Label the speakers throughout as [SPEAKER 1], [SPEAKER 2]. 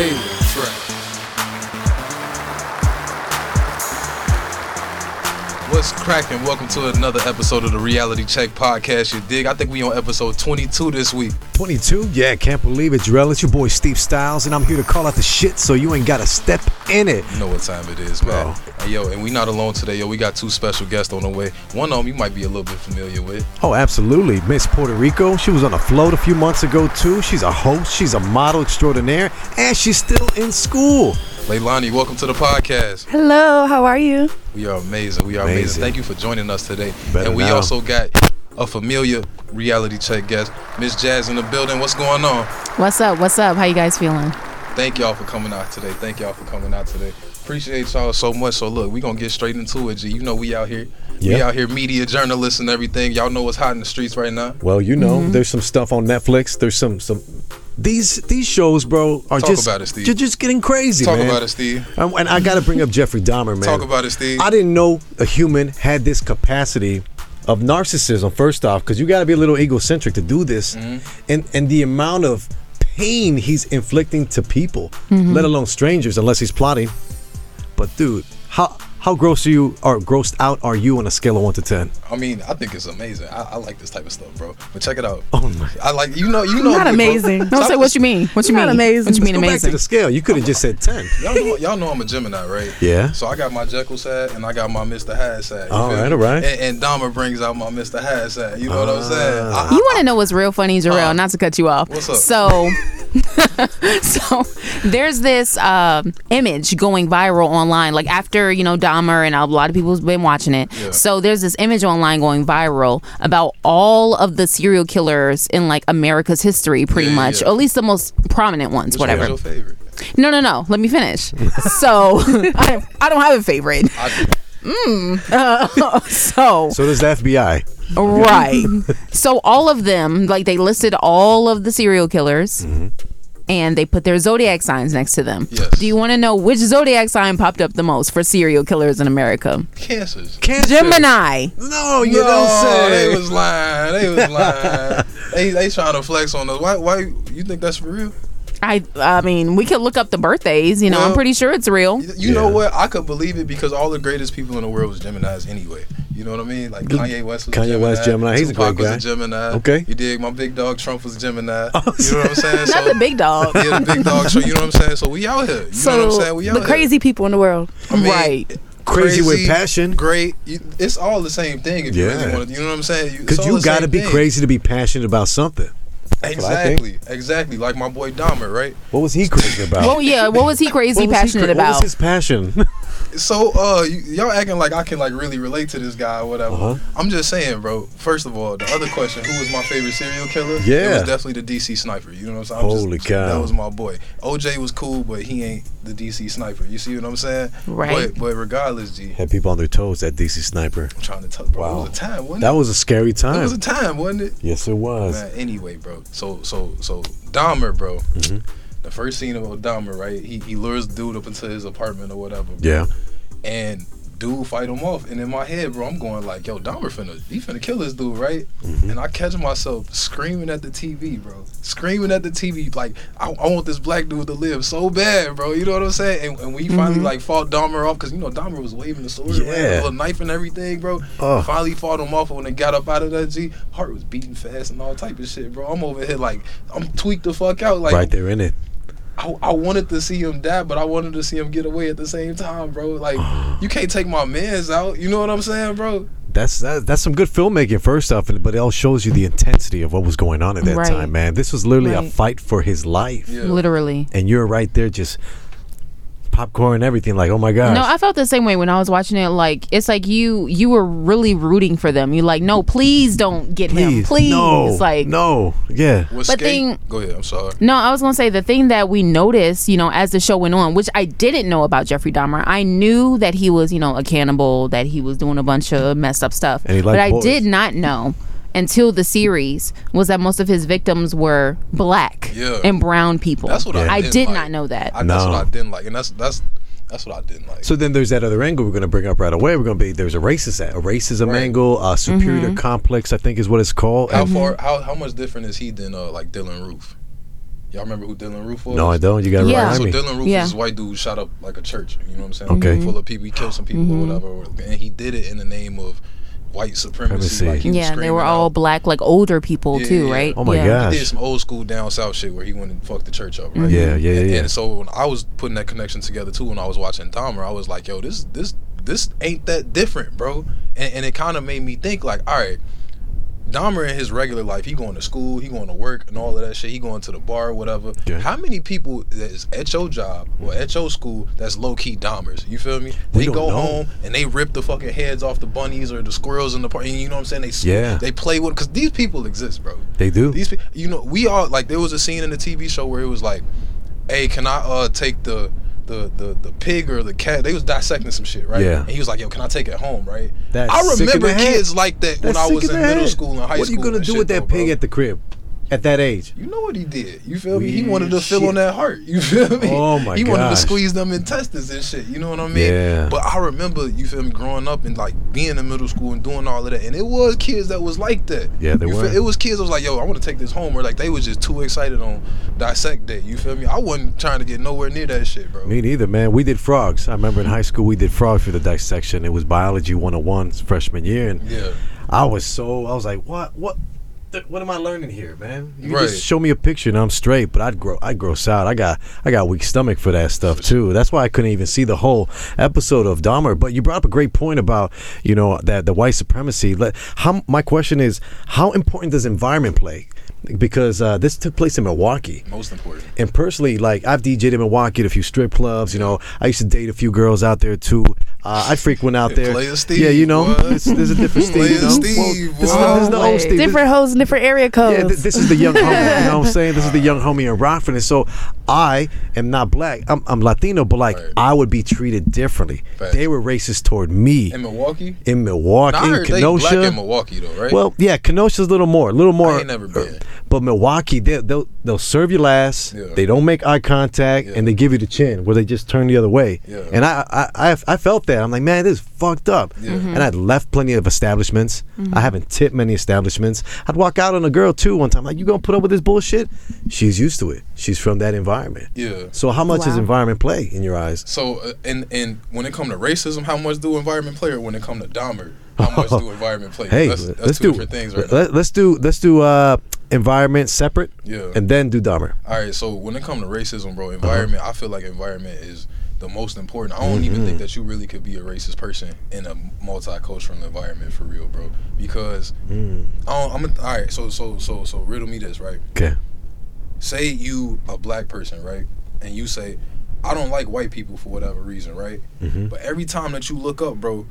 [SPEAKER 1] payment track. What's cracking? Welcome to another episode of the Reality Check Podcast. You dig? I think we on episode 22 this week.
[SPEAKER 2] 22? Yeah, can't believe it, Jarell. It's your boy Steve Styles, and I'm here to call out the shit so you ain't gotta step in it.
[SPEAKER 1] You know what time it is, man. Hey, yo, and we not alone today, yo. We got two special guests on the way. One of them you might be a little bit familiar with.
[SPEAKER 2] Oh, absolutely. Miss Puerto Rico. She was on a float a few months ago, too. She's a host, she's a model extraordinaire, and she's still in school.
[SPEAKER 1] Leilani, welcome to the podcast.
[SPEAKER 3] Hello, how are you?
[SPEAKER 1] We are amazing. We are amazing.
[SPEAKER 2] Amazing.
[SPEAKER 1] Thank you for joining us today.
[SPEAKER 2] Better
[SPEAKER 1] and we
[SPEAKER 2] now.
[SPEAKER 1] also got a familiar reality check guest, Miss Jazz in the building. What's going on?
[SPEAKER 3] What's up? What's up? How you guys feeling?
[SPEAKER 1] Thank y'all for coming out today. Thank y'all for coming out today. Appreciate y'all so much. So look, we gonna get straight into it, G. You know we out here. We
[SPEAKER 2] Yeah.
[SPEAKER 1] out here media journalists and everything. Y'all know what's hot in the streets right now.
[SPEAKER 2] Well, you know, there's some stuff on Netflix. There's some some Mm-hmm. these these shows, bro, are
[SPEAKER 1] Talk
[SPEAKER 2] just
[SPEAKER 1] about it, Steve.
[SPEAKER 2] you're just getting crazy.
[SPEAKER 1] Talk
[SPEAKER 2] man.
[SPEAKER 1] about it, Steve.
[SPEAKER 2] Um, and I got to bring up Jeffrey Dahmer, man.
[SPEAKER 1] Talk about it, Steve.
[SPEAKER 2] I didn't know a human had this capacity of narcissism. First off, because you got to be a little egocentric to do this,
[SPEAKER 1] Mm-hmm.
[SPEAKER 2] and and the amount of pain he's inflicting to people, let alone strangers, unless he's plotting. But dude, how how gross are you? Or grossed out are you on a scale of one to ten?
[SPEAKER 1] I mean, I think it's amazing. I, I like this type of stuff, bro. But check it out.
[SPEAKER 2] Oh my.
[SPEAKER 1] I like you know you know me, bro.
[SPEAKER 4] Not amazing.
[SPEAKER 3] No, say what you mean. What you
[SPEAKER 4] Not
[SPEAKER 3] mean?
[SPEAKER 4] amazing.
[SPEAKER 3] What you mean
[SPEAKER 2] Go back to
[SPEAKER 3] amazing?
[SPEAKER 2] the scale. You could have just said ten.
[SPEAKER 1] Y'all know, y'all know I'm a Gemini, right?
[SPEAKER 2] Yeah.
[SPEAKER 1] So I got my Jekyll side and I got my Mr. Hyde side. you
[SPEAKER 2] All
[SPEAKER 1] feel
[SPEAKER 2] right,
[SPEAKER 1] me?
[SPEAKER 2] all right.
[SPEAKER 1] And, and Dahmer brings out my Mr. Hyde side. You know what I'm saying?
[SPEAKER 2] Ah.
[SPEAKER 1] I-
[SPEAKER 3] You want to know what's real funny, Jarrell? not to cut you off.
[SPEAKER 1] What's up?
[SPEAKER 3] So, so there's this um, image going viral online. Like after you know Dahmer, and a lot of people's been watching it.
[SPEAKER 1] Yeah.
[SPEAKER 3] So there's this image online going viral about all of the serial killers in like America's history, pretty
[SPEAKER 1] Yeah, yeah,
[SPEAKER 3] much,
[SPEAKER 1] yeah.
[SPEAKER 3] at least the most prominent ones.
[SPEAKER 1] Which
[SPEAKER 3] whatever.
[SPEAKER 1] one's your favorite?
[SPEAKER 3] No, no, no. Let me finish. so I, I don't have a favorite.
[SPEAKER 1] I do.
[SPEAKER 3] So
[SPEAKER 2] So does the FBI.
[SPEAKER 3] Right. so all of them, like they listed all of the serial killers. And they put their zodiac signs next to them.
[SPEAKER 1] Yes.
[SPEAKER 3] Do you want to know which zodiac sign popped up the most for serial killers in America?
[SPEAKER 1] Cancers.
[SPEAKER 2] Cancer.
[SPEAKER 3] Gemini.
[SPEAKER 2] No, you
[SPEAKER 1] no,
[SPEAKER 2] don't
[SPEAKER 1] they
[SPEAKER 2] say.
[SPEAKER 1] was lying. They was lying. they they trying to flex on us. Why why you think that's for real?
[SPEAKER 3] I I mean, we could look up the birthdays. You know,
[SPEAKER 1] Well-
[SPEAKER 3] I'm pretty sure it's real.
[SPEAKER 1] You know
[SPEAKER 2] Yeah.
[SPEAKER 1] what? I could believe it because all the greatest people in the world was Geminis anyway. You know what I mean? Like Kanye West was a
[SPEAKER 2] Kanye
[SPEAKER 1] Gemini.
[SPEAKER 2] West, Gemini. He's a
[SPEAKER 1] Tupac
[SPEAKER 2] great
[SPEAKER 1] was
[SPEAKER 2] guy.
[SPEAKER 1] Gemini.
[SPEAKER 2] Okay. Oh,
[SPEAKER 1] You dig? My big dog Trump was a Gemini. you know what I'm saying?
[SPEAKER 3] Not the big dog.
[SPEAKER 1] Yeah, the big dog. So you know what I'm saying. So we out here. You know what I'm saying.
[SPEAKER 4] So
[SPEAKER 1] We out
[SPEAKER 4] the crazy people in the world.
[SPEAKER 1] here. I mean,
[SPEAKER 3] right.
[SPEAKER 2] Crazy with passion.
[SPEAKER 1] Great. You- It's all the same thing. If you really
[SPEAKER 2] Yeah.
[SPEAKER 1] want to, you know what I'm saying. it's
[SPEAKER 2] Because
[SPEAKER 1] all
[SPEAKER 2] you
[SPEAKER 1] the
[SPEAKER 2] got to
[SPEAKER 1] same
[SPEAKER 2] be
[SPEAKER 1] thing.
[SPEAKER 2] crazy to be passionate about something. what I think.
[SPEAKER 1] Exactly. Exactly. Like my boy Dahmer, right?
[SPEAKER 2] What was he crazy about?
[SPEAKER 3] Well, yeah. What was he
[SPEAKER 2] What
[SPEAKER 3] crazy
[SPEAKER 2] was he
[SPEAKER 3] passionate
[SPEAKER 2] cra-
[SPEAKER 3] about?
[SPEAKER 2] What was his passion?
[SPEAKER 1] So, uh, y- y'all acting like I can like really relate to this guy or whatever.
[SPEAKER 2] Uh-huh.
[SPEAKER 1] I'm just saying, bro. First of all, the other question: Who was my favorite serial killer? it
[SPEAKER 2] Yeah.
[SPEAKER 1] was definitely the DC sniper. You know what I'm saying? I'm
[SPEAKER 2] Holy
[SPEAKER 1] just,
[SPEAKER 2] cow.
[SPEAKER 1] that was my boy. OJ was cool, but he ain't the DC sniper. You see what I'm saying?
[SPEAKER 3] Right.
[SPEAKER 1] But, but regardless, G,
[SPEAKER 2] Had people on their toes. That DC sniper.
[SPEAKER 1] I'm trying to tell, bro.
[SPEAKER 2] Wow.
[SPEAKER 1] It was a time, wasn't
[SPEAKER 2] That was a scary
[SPEAKER 1] it? It was
[SPEAKER 2] time.
[SPEAKER 1] a time, wasn't it?
[SPEAKER 2] yes, it was.
[SPEAKER 1] Man, anyway, bro. So, so, so Dahmer, bro.
[SPEAKER 2] Mm-hmm.
[SPEAKER 1] The first scene about Dahmer, right? He he lures dude up into his apartment or whatever. Bro.
[SPEAKER 2] Yeah.
[SPEAKER 1] and dude fight him off. And in my head, bro, I'm going like, yo, Dahmer finna, he finna kill this dude, right?
[SPEAKER 2] Mm-hmm.
[SPEAKER 1] And I catch myself screaming at the TV, bro, screaming at the TV, like, I, I want this black dude to live so bad, bro. You know what I'm saying? And, and we finally like fought Dahmer off because you know Dahmer was waving the sword, around,
[SPEAKER 2] Mm-hmm. Yeah. Oh.
[SPEAKER 1] a little knife and everything, bro.
[SPEAKER 2] Ugh.
[SPEAKER 1] Finally fought him off. And when they got up out of that, G, heart was beating fast and all type of shit, bro. I'm over here like, I'm tweaked the fuck out, like,
[SPEAKER 2] right there in it.
[SPEAKER 1] I, I wanted to see him die, but I wanted to see him get away at the same time, bro. Like, you can't take my man's out. You know what I'm saying, bro?
[SPEAKER 2] That's that, that's some good filmmaking, first off, and- but it all shows you the intensity of what was going on at that
[SPEAKER 3] Right.
[SPEAKER 2] time, man. This was literally a
[SPEAKER 3] Right.
[SPEAKER 2] fight for his life,
[SPEAKER 1] Yeah.
[SPEAKER 3] Literally.
[SPEAKER 2] and you're right there, just popcorn and everything. Like, oh my gosh,
[SPEAKER 3] No, I felt the same way when I was watching it. Like it's like you you were really rooting for them. You like, no, please don't get him. Please,
[SPEAKER 2] no,
[SPEAKER 3] like
[SPEAKER 2] no, yeah,
[SPEAKER 1] What's
[SPEAKER 3] But
[SPEAKER 1] skate-
[SPEAKER 3] then-
[SPEAKER 1] Go ahead, I'm sorry.
[SPEAKER 3] No, I was gonna say the thing that we noticed, you know, as the show went on, which I didn't know about Jeffrey Dahmer. I knew that he was, you know, a cannibal, that he was doing a bunch of messed up stuff.
[SPEAKER 2] And he liked
[SPEAKER 3] but I
[SPEAKER 2] boys.
[SPEAKER 3] did not know until the series was that most of his victims were black
[SPEAKER 1] Yeah.
[SPEAKER 3] and brown people.
[SPEAKER 1] That's what I
[SPEAKER 3] I
[SPEAKER 1] didn't
[SPEAKER 3] did
[SPEAKER 1] like.
[SPEAKER 3] not know that.
[SPEAKER 1] I, That's
[SPEAKER 2] No.
[SPEAKER 1] what I didn't like, and that's that's that's what I didn't like.
[SPEAKER 2] So then there's that other angle we're going to bring up right away. We're going to be there's a racist a racism
[SPEAKER 1] Right.
[SPEAKER 2] angle, a superior
[SPEAKER 3] Mm-hmm.
[SPEAKER 2] complex, I think is what it's called.
[SPEAKER 1] how
[SPEAKER 2] And
[SPEAKER 1] far? How how much different is he than uh like Dylan Roof? Y'all remember who Dylan Roof was?
[SPEAKER 2] No, I don't. You got to
[SPEAKER 3] Yeah.
[SPEAKER 1] So
[SPEAKER 2] remind me.
[SPEAKER 1] Dylan Roof
[SPEAKER 3] Yeah.
[SPEAKER 1] is this white dude who shot up like a church. You know what I'm saying?
[SPEAKER 2] Okay.
[SPEAKER 1] Full of people. He killed some people
[SPEAKER 3] Mm-hmm.
[SPEAKER 1] or whatever. And he did it in the name of white supremacy.
[SPEAKER 2] Supremacy.
[SPEAKER 1] Like he was
[SPEAKER 3] Yeah, they
[SPEAKER 1] screaming
[SPEAKER 3] were
[SPEAKER 1] out.
[SPEAKER 3] all black, like older people
[SPEAKER 1] Yeah,
[SPEAKER 3] too,
[SPEAKER 1] yeah.
[SPEAKER 3] right?
[SPEAKER 2] Oh my
[SPEAKER 3] yeah.
[SPEAKER 2] God.
[SPEAKER 1] He did some old school down south shit where he went and fucked the church up, right?
[SPEAKER 2] Yeah, yeah, yeah,
[SPEAKER 1] And,
[SPEAKER 2] yeah.
[SPEAKER 1] and so when I was putting that connection together too, when I was watching Dahmer, I was like, yo, this this this ain't that different, bro. And, and it kind of made me think like, all right, Dahmer in his regular life, he going to school, he going to work, and all of that shit. He going to the bar, whatever.
[SPEAKER 2] Okay.
[SPEAKER 1] How many people that is at your job or at your school that's low key Dahmers? You feel me?
[SPEAKER 2] We
[SPEAKER 1] They
[SPEAKER 2] don't
[SPEAKER 1] go
[SPEAKER 2] know.
[SPEAKER 1] home and they rip the fucking heads off the bunnies or the squirrels in the park. You know what I'm saying? They sn-
[SPEAKER 2] Yeah.
[SPEAKER 1] They play with because these people exist, bro.
[SPEAKER 2] They do.
[SPEAKER 1] These, pe- you know, we all like. There was a scene in the TV show where it was like, "Hey, can I uh take the the the, the pig or the cat?" They was dissecting some shit, right?
[SPEAKER 2] Yeah.
[SPEAKER 1] And he was like, "yo, can I take it home, right?
[SPEAKER 2] That's
[SPEAKER 1] I
[SPEAKER 2] sick in
[SPEAKER 1] remember
[SPEAKER 2] the head.
[SPEAKER 1] kids like that when
[SPEAKER 2] That's
[SPEAKER 1] I
[SPEAKER 2] sick
[SPEAKER 1] was
[SPEAKER 2] the
[SPEAKER 1] in middle
[SPEAKER 2] head.
[SPEAKER 1] school and high
[SPEAKER 2] What are
[SPEAKER 1] school.
[SPEAKER 2] you gonna
[SPEAKER 1] and
[SPEAKER 2] do
[SPEAKER 1] shit,
[SPEAKER 2] with that
[SPEAKER 1] though,
[SPEAKER 2] pig
[SPEAKER 1] bro.
[SPEAKER 2] at the crib, at that age?
[SPEAKER 1] You know what he did. You feel me? He
[SPEAKER 2] Weird
[SPEAKER 1] wanted to fill
[SPEAKER 2] shit.
[SPEAKER 1] on that heart. You feel me?
[SPEAKER 2] Oh, my
[SPEAKER 1] He wanted to
[SPEAKER 2] gosh.
[SPEAKER 1] squeeze them intestines and shit. You know what I mean?
[SPEAKER 2] Yeah.
[SPEAKER 1] But I remember, you feel me, growing up and like being in middle school and doing all of that. And it was kids that was like that.
[SPEAKER 2] Yeah, they
[SPEAKER 1] You
[SPEAKER 2] were.
[SPEAKER 1] Feel, it was kids that was like, yo, I want to take this home. Or like they was just too excited on dissect day. You feel me? I wasn't trying to get nowhere near that shit, bro.
[SPEAKER 2] Me neither, man. We did frogs. I remember in high school we did frogs for the dissection. It was biology 101 's freshman year, and
[SPEAKER 1] Yeah.
[SPEAKER 2] I was so I was like, what, what, th- what am I learning here, man? You
[SPEAKER 1] Right.
[SPEAKER 2] just show me a picture and I'm straight, but I'd grow, I'd gross out. I got, I got weak stomach for that stuff too. That's why I couldn't even see the whole episode of Dahmer. But you brought up a great point about, you know, that the white supremacy. Let- How my question is, how important does environment play? Because uh, this took place in Milwaukee.
[SPEAKER 1] Most important.
[SPEAKER 2] And personally, like I've DJed in Milwaukee at a few strip clubs. You know, I used to date a few girls out there too. Uh, I frequent out there.
[SPEAKER 1] Player Steve,
[SPEAKER 2] yeah, you know,
[SPEAKER 1] boy.
[SPEAKER 2] it's, there's a different Steve.
[SPEAKER 1] Player
[SPEAKER 2] you know?
[SPEAKER 1] Steve,
[SPEAKER 2] Well, this, is,
[SPEAKER 1] boy.
[SPEAKER 2] this is the
[SPEAKER 4] Way.
[SPEAKER 2] old Steve. This-
[SPEAKER 4] Different hoes, different area codes.
[SPEAKER 2] yeah, th- this is the young homie. You know what I'm saying? This is the young homie in Rockford. And so I am not black. I'm, I'm Latino, but like
[SPEAKER 1] Right.
[SPEAKER 2] I would be treated differently.
[SPEAKER 1] Facts.
[SPEAKER 2] They were racist toward me
[SPEAKER 1] In Milwaukee?
[SPEAKER 2] in Milwaukee,
[SPEAKER 1] Now, I
[SPEAKER 2] in
[SPEAKER 1] heard
[SPEAKER 2] Kenosha.
[SPEAKER 1] they black in Milwaukee though, right?
[SPEAKER 2] Well, yeah, Kenosha's a little more, a little more. uh,
[SPEAKER 1] ain't never been.
[SPEAKER 2] But Milwaukee, they, they'll they'll serve you last.
[SPEAKER 1] Yeah.
[SPEAKER 2] They don't make eye contact,
[SPEAKER 1] Yeah.
[SPEAKER 2] and they give you the chin where they just turn the other way.
[SPEAKER 1] Yeah.
[SPEAKER 2] And I, I I I felt that I'm like, man, this is fucked up.
[SPEAKER 1] Yeah. Mhm.
[SPEAKER 2] And I'd left plenty of establishments. I haven't tipped many establishments. I'd walk out on a girl too one time like, you gonna put up with this bullshit? She's used to it. She's from that environment.
[SPEAKER 1] Yeah.
[SPEAKER 2] So how much does
[SPEAKER 3] Wow.
[SPEAKER 2] environment play in your eyes?
[SPEAKER 1] So uh, and and when it come to racism, how much do environment play? Or when it come to Dahmer, how much do environment play?
[SPEAKER 2] Hey,
[SPEAKER 1] that's, that's
[SPEAKER 2] let's
[SPEAKER 1] two
[SPEAKER 2] do
[SPEAKER 1] different things right now.
[SPEAKER 2] let, us do let's do uh, environment separate,
[SPEAKER 1] Yeah.
[SPEAKER 2] and then do Dahmer.
[SPEAKER 1] All right, so when it comes to racism,
[SPEAKER 2] Uh-huh.
[SPEAKER 1] bro, environment, I feel like environment is the most important. I don't even
[SPEAKER 2] Mm-hmm.
[SPEAKER 1] think that you really could be a racist person in a multicultural environment for real, bro. Because
[SPEAKER 2] Mm.
[SPEAKER 1] I don't, I'm a, all right. So so so so riddle me this, right?
[SPEAKER 2] Okay.
[SPEAKER 1] Say you a black person, right? And you say, I don't like white people for whatever reason, right?
[SPEAKER 2] Mm-hmm.
[SPEAKER 1] But every time that you look up, bro,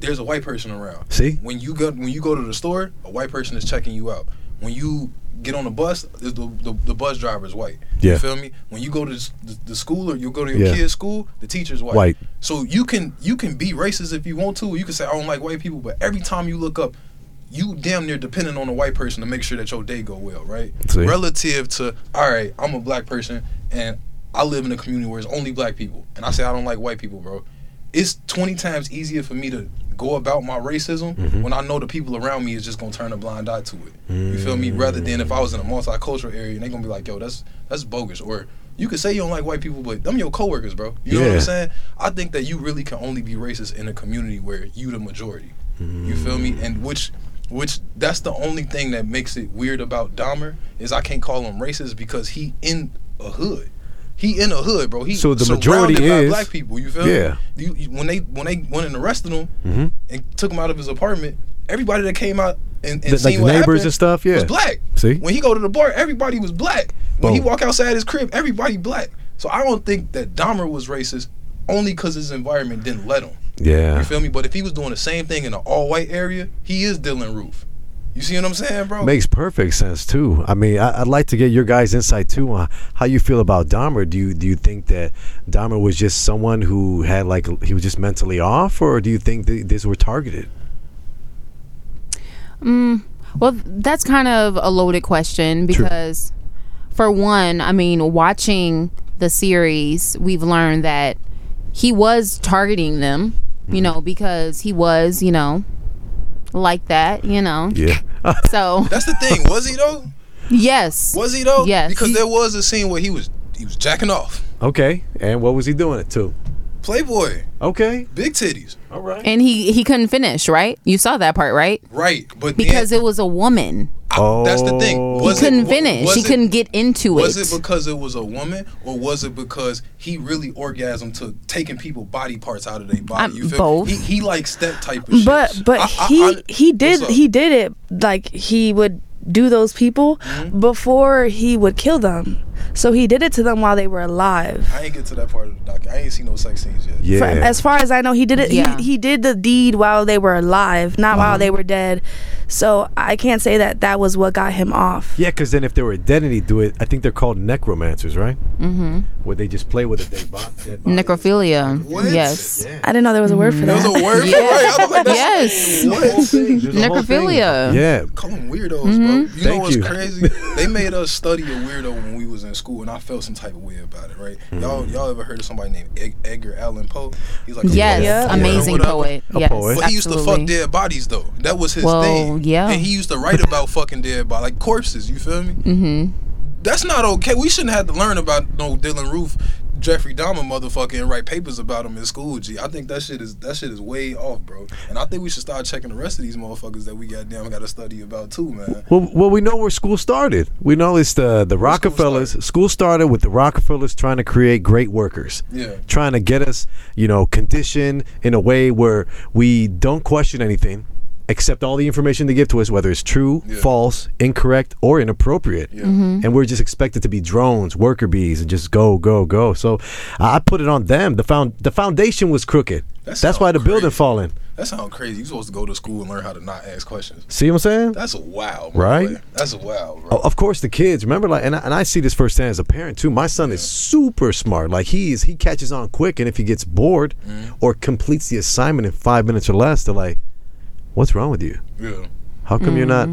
[SPEAKER 1] there's a white person around.
[SPEAKER 2] See?
[SPEAKER 1] when you go when you go to the store, a white person is checking you out. When you get on the bus, the the, the bus driver is white.
[SPEAKER 2] Yeah.
[SPEAKER 1] You feel me? When you go to the, the, school or you go to your
[SPEAKER 2] Yeah.
[SPEAKER 1] kid's school, the teacher's white.
[SPEAKER 2] White.
[SPEAKER 1] So you can you can be racist if you want to. You can say I don't like white people, but every time you look up, you damn near dependent on a white person to make sure that your day go well, right?
[SPEAKER 2] See.
[SPEAKER 1] Relative to all right, I'm a black person and I live in a community where it's only black people, and I say I don't like white people, bro it's 20 times easier for me to go about my racism
[SPEAKER 2] Mm-hmm.
[SPEAKER 1] when I know the people around me is just gonna turn a blind eye to it. You feel me? Rather than if I was in a multicultural area and they gonna be like, yo, that's that's bogus. Or you could say you don't like white people, but them your coworkers, bro. You know what
[SPEAKER 2] Yeah.
[SPEAKER 1] I'm saying? I think that you really can only be racist in a community where you the majority. You feel me? And which which that's the only thing that makes it weird about Dahmer is I can't call him racist because he in a hood. He in a hood, bro. He
[SPEAKER 2] So the
[SPEAKER 1] surrounded
[SPEAKER 2] majority
[SPEAKER 1] by
[SPEAKER 2] is-
[SPEAKER 1] black people. You feel me?
[SPEAKER 2] Yeah. Mm-hmm.
[SPEAKER 1] You, you- when they when they went and arrested him and took him out of his apartment, everybody that came out and, and
[SPEAKER 2] The- like
[SPEAKER 1] seen
[SPEAKER 2] the
[SPEAKER 1] what
[SPEAKER 2] neighbors
[SPEAKER 1] happened
[SPEAKER 2] and stuff? Yeah.
[SPEAKER 1] was black.
[SPEAKER 2] See?
[SPEAKER 1] when he go to the bar, everybody was black. When he
[SPEAKER 2] Boom.
[SPEAKER 1] walk outside his crib, everybody black. So I don't think that Dahmer was racist only because his environment didn't let him.
[SPEAKER 2] Yeah.
[SPEAKER 1] You feel me? But if he was doing the same thing in an all white area, he is Dylan Roof. You see what I'm saying, bro?
[SPEAKER 2] Makes perfect sense too. I mean, I, I'd like to get your guys' insight too on how you feel about Dahmer. Do you do you think that Dahmer was just someone who had like he was just mentally off, or do you think th- these were targeted?
[SPEAKER 3] Well, that's kind of a loaded question because, for one, I mean, watching the series, we've learned that he was targeting them,
[SPEAKER 1] Mm-hmm.
[SPEAKER 3] you know, because he was, you know, like that, you know.
[SPEAKER 2] Yeah,
[SPEAKER 3] So,
[SPEAKER 1] That's the thing. Was he though?
[SPEAKER 3] Yes.
[SPEAKER 1] Was he though?
[SPEAKER 3] Yes.
[SPEAKER 1] Because there was a scene where he was he was jacking off.
[SPEAKER 2] Okay, and what was he doing it to?
[SPEAKER 1] Playboy,
[SPEAKER 2] Okay,
[SPEAKER 1] big titties.
[SPEAKER 2] all right.
[SPEAKER 3] And he he couldn't finish, right? You saw that part, right?
[SPEAKER 1] Right, but
[SPEAKER 3] Because
[SPEAKER 1] then,
[SPEAKER 3] it was a woman.
[SPEAKER 1] I- that's the thing.
[SPEAKER 2] Oh. He
[SPEAKER 3] He
[SPEAKER 1] Was it-
[SPEAKER 3] couldn't
[SPEAKER 1] wa-
[SPEAKER 3] finish.
[SPEAKER 1] was
[SPEAKER 3] He
[SPEAKER 1] it-
[SPEAKER 3] couldn't get into
[SPEAKER 1] Was
[SPEAKER 3] it.
[SPEAKER 1] it because it was a woman, or was it because he really orgasmed to taking people body parts out of their body?
[SPEAKER 3] I'm-
[SPEAKER 1] you feel
[SPEAKER 3] both.
[SPEAKER 1] He, he likes that type of shit.
[SPEAKER 4] But but
[SPEAKER 1] I- I-
[SPEAKER 4] he
[SPEAKER 1] I-
[SPEAKER 4] he did
[SPEAKER 1] what's up?
[SPEAKER 4] he did it like he would do those people
[SPEAKER 1] Mm-hmm.
[SPEAKER 4] before he would kill them. So he did it to them while they were alive.
[SPEAKER 1] I ain't get to that part of the doc. I ain't seen no sex scenes yet.
[SPEAKER 2] Yeah.
[SPEAKER 4] For- as far as I know, he did it.
[SPEAKER 3] Yeah.
[SPEAKER 4] He, he did the deed while they were alive, not
[SPEAKER 1] Uh-huh.
[SPEAKER 4] while they were dead. So I can't say that that was what got him off.
[SPEAKER 2] yeah, because then if they were dead and he do it, I think they're called necromancers, right? Mm-hmm. Where they just play with a dead body. Dead body.
[SPEAKER 3] Necrophilia.
[SPEAKER 1] What?
[SPEAKER 3] Yes.
[SPEAKER 2] Yeah.
[SPEAKER 4] I didn't know there was a word for
[SPEAKER 1] There's
[SPEAKER 4] that.
[SPEAKER 1] Mm-hmm. a word for
[SPEAKER 3] Yeah.
[SPEAKER 1] it. I was like, that's-
[SPEAKER 3] Yes.
[SPEAKER 2] The whole thing, there's a whole thing.
[SPEAKER 3] Necrophilia.
[SPEAKER 2] Yeah.
[SPEAKER 1] Call them weirdos,
[SPEAKER 3] Mm-hmm.
[SPEAKER 1] bro. You know
[SPEAKER 2] Thank
[SPEAKER 1] what's
[SPEAKER 2] you.
[SPEAKER 1] crazy? They made us study a weirdo when we was in school, and I felt some type of way about it, right? Y'all,
[SPEAKER 2] Mm-hmm.
[SPEAKER 1] y'all ever heard of somebody named Ed- Edgar Allan Poe? He's like, a
[SPEAKER 3] Yes.
[SPEAKER 1] poet,
[SPEAKER 3] Amazing
[SPEAKER 1] whatever.
[SPEAKER 3] poet.
[SPEAKER 2] A
[SPEAKER 3] yes.
[SPEAKER 2] poet.
[SPEAKER 1] But he used to fuck
[SPEAKER 3] absolutely.
[SPEAKER 1] dead bodies though. That was his
[SPEAKER 3] Well,
[SPEAKER 1] thing.
[SPEAKER 3] yeah.
[SPEAKER 1] And he used to write about fucking dead bodies, like corpses. You feel me? Mm-hmm. That's not okay. We shouldn't have to learn about no Dylan Roof, Jeffrey Dahmer motherfucker, and write papers about him in school. G, I think that shit is that shit is way off, bro. And I think we should start checking the rest of these motherfuckers that we goddamn got to study about too, man.
[SPEAKER 2] Well, well, we know where school started. We know it's the the Rockefellers. School started. with the Rockefellers trying to create great workers.
[SPEAKER 1] Yeah.
[SPEAKER 2] Trying to get us, you know, conditioned in a way where we don't question anything, except all the information they give to us, whether it's true,
[SPEAKER 1] Yeah.
[SPEAKER 2] false, incorrect, or inappropriate.
[SPEAKER 1] Yeah. Mhm.
[SPEAKER 2] And we're just expected to be drones, worker bees, and just go, go, go. So I I put it on them. The found the foundation was crooked.
[SPEAKER 1] That
[SPEAKER 2] That's why the
[SPEAKER 1] sounds
[SPEAKER 2] building
[SPEAKER 1] crazy.
[SPEAKER 2] falling.
[SPEAKER 1] That sounds crazy. You supposed to go to school and learn how to not ask questions.
[SPEAKER 2] See what I'm saying?
[SPEAKER 1] That's a wow, my
[SPEAKER 2] Right? Oh,
[SPEAKER 1] boy. That's a wow, bro.
[SPEAKER 2] O- Of course, the kids remember, like, and I, and I see this firsthand as a parent too. My son is super smart. Like he is, he catches on quick, and if he gets bored
[SPEAKER 1] Mm-hmm.
[SPEAKER 2] or completes the assignment in five minutes or less, they're like, "What's wrong with you?
[SPEAKER 1] Yeah.
[SPEAKER 2] How come you're not?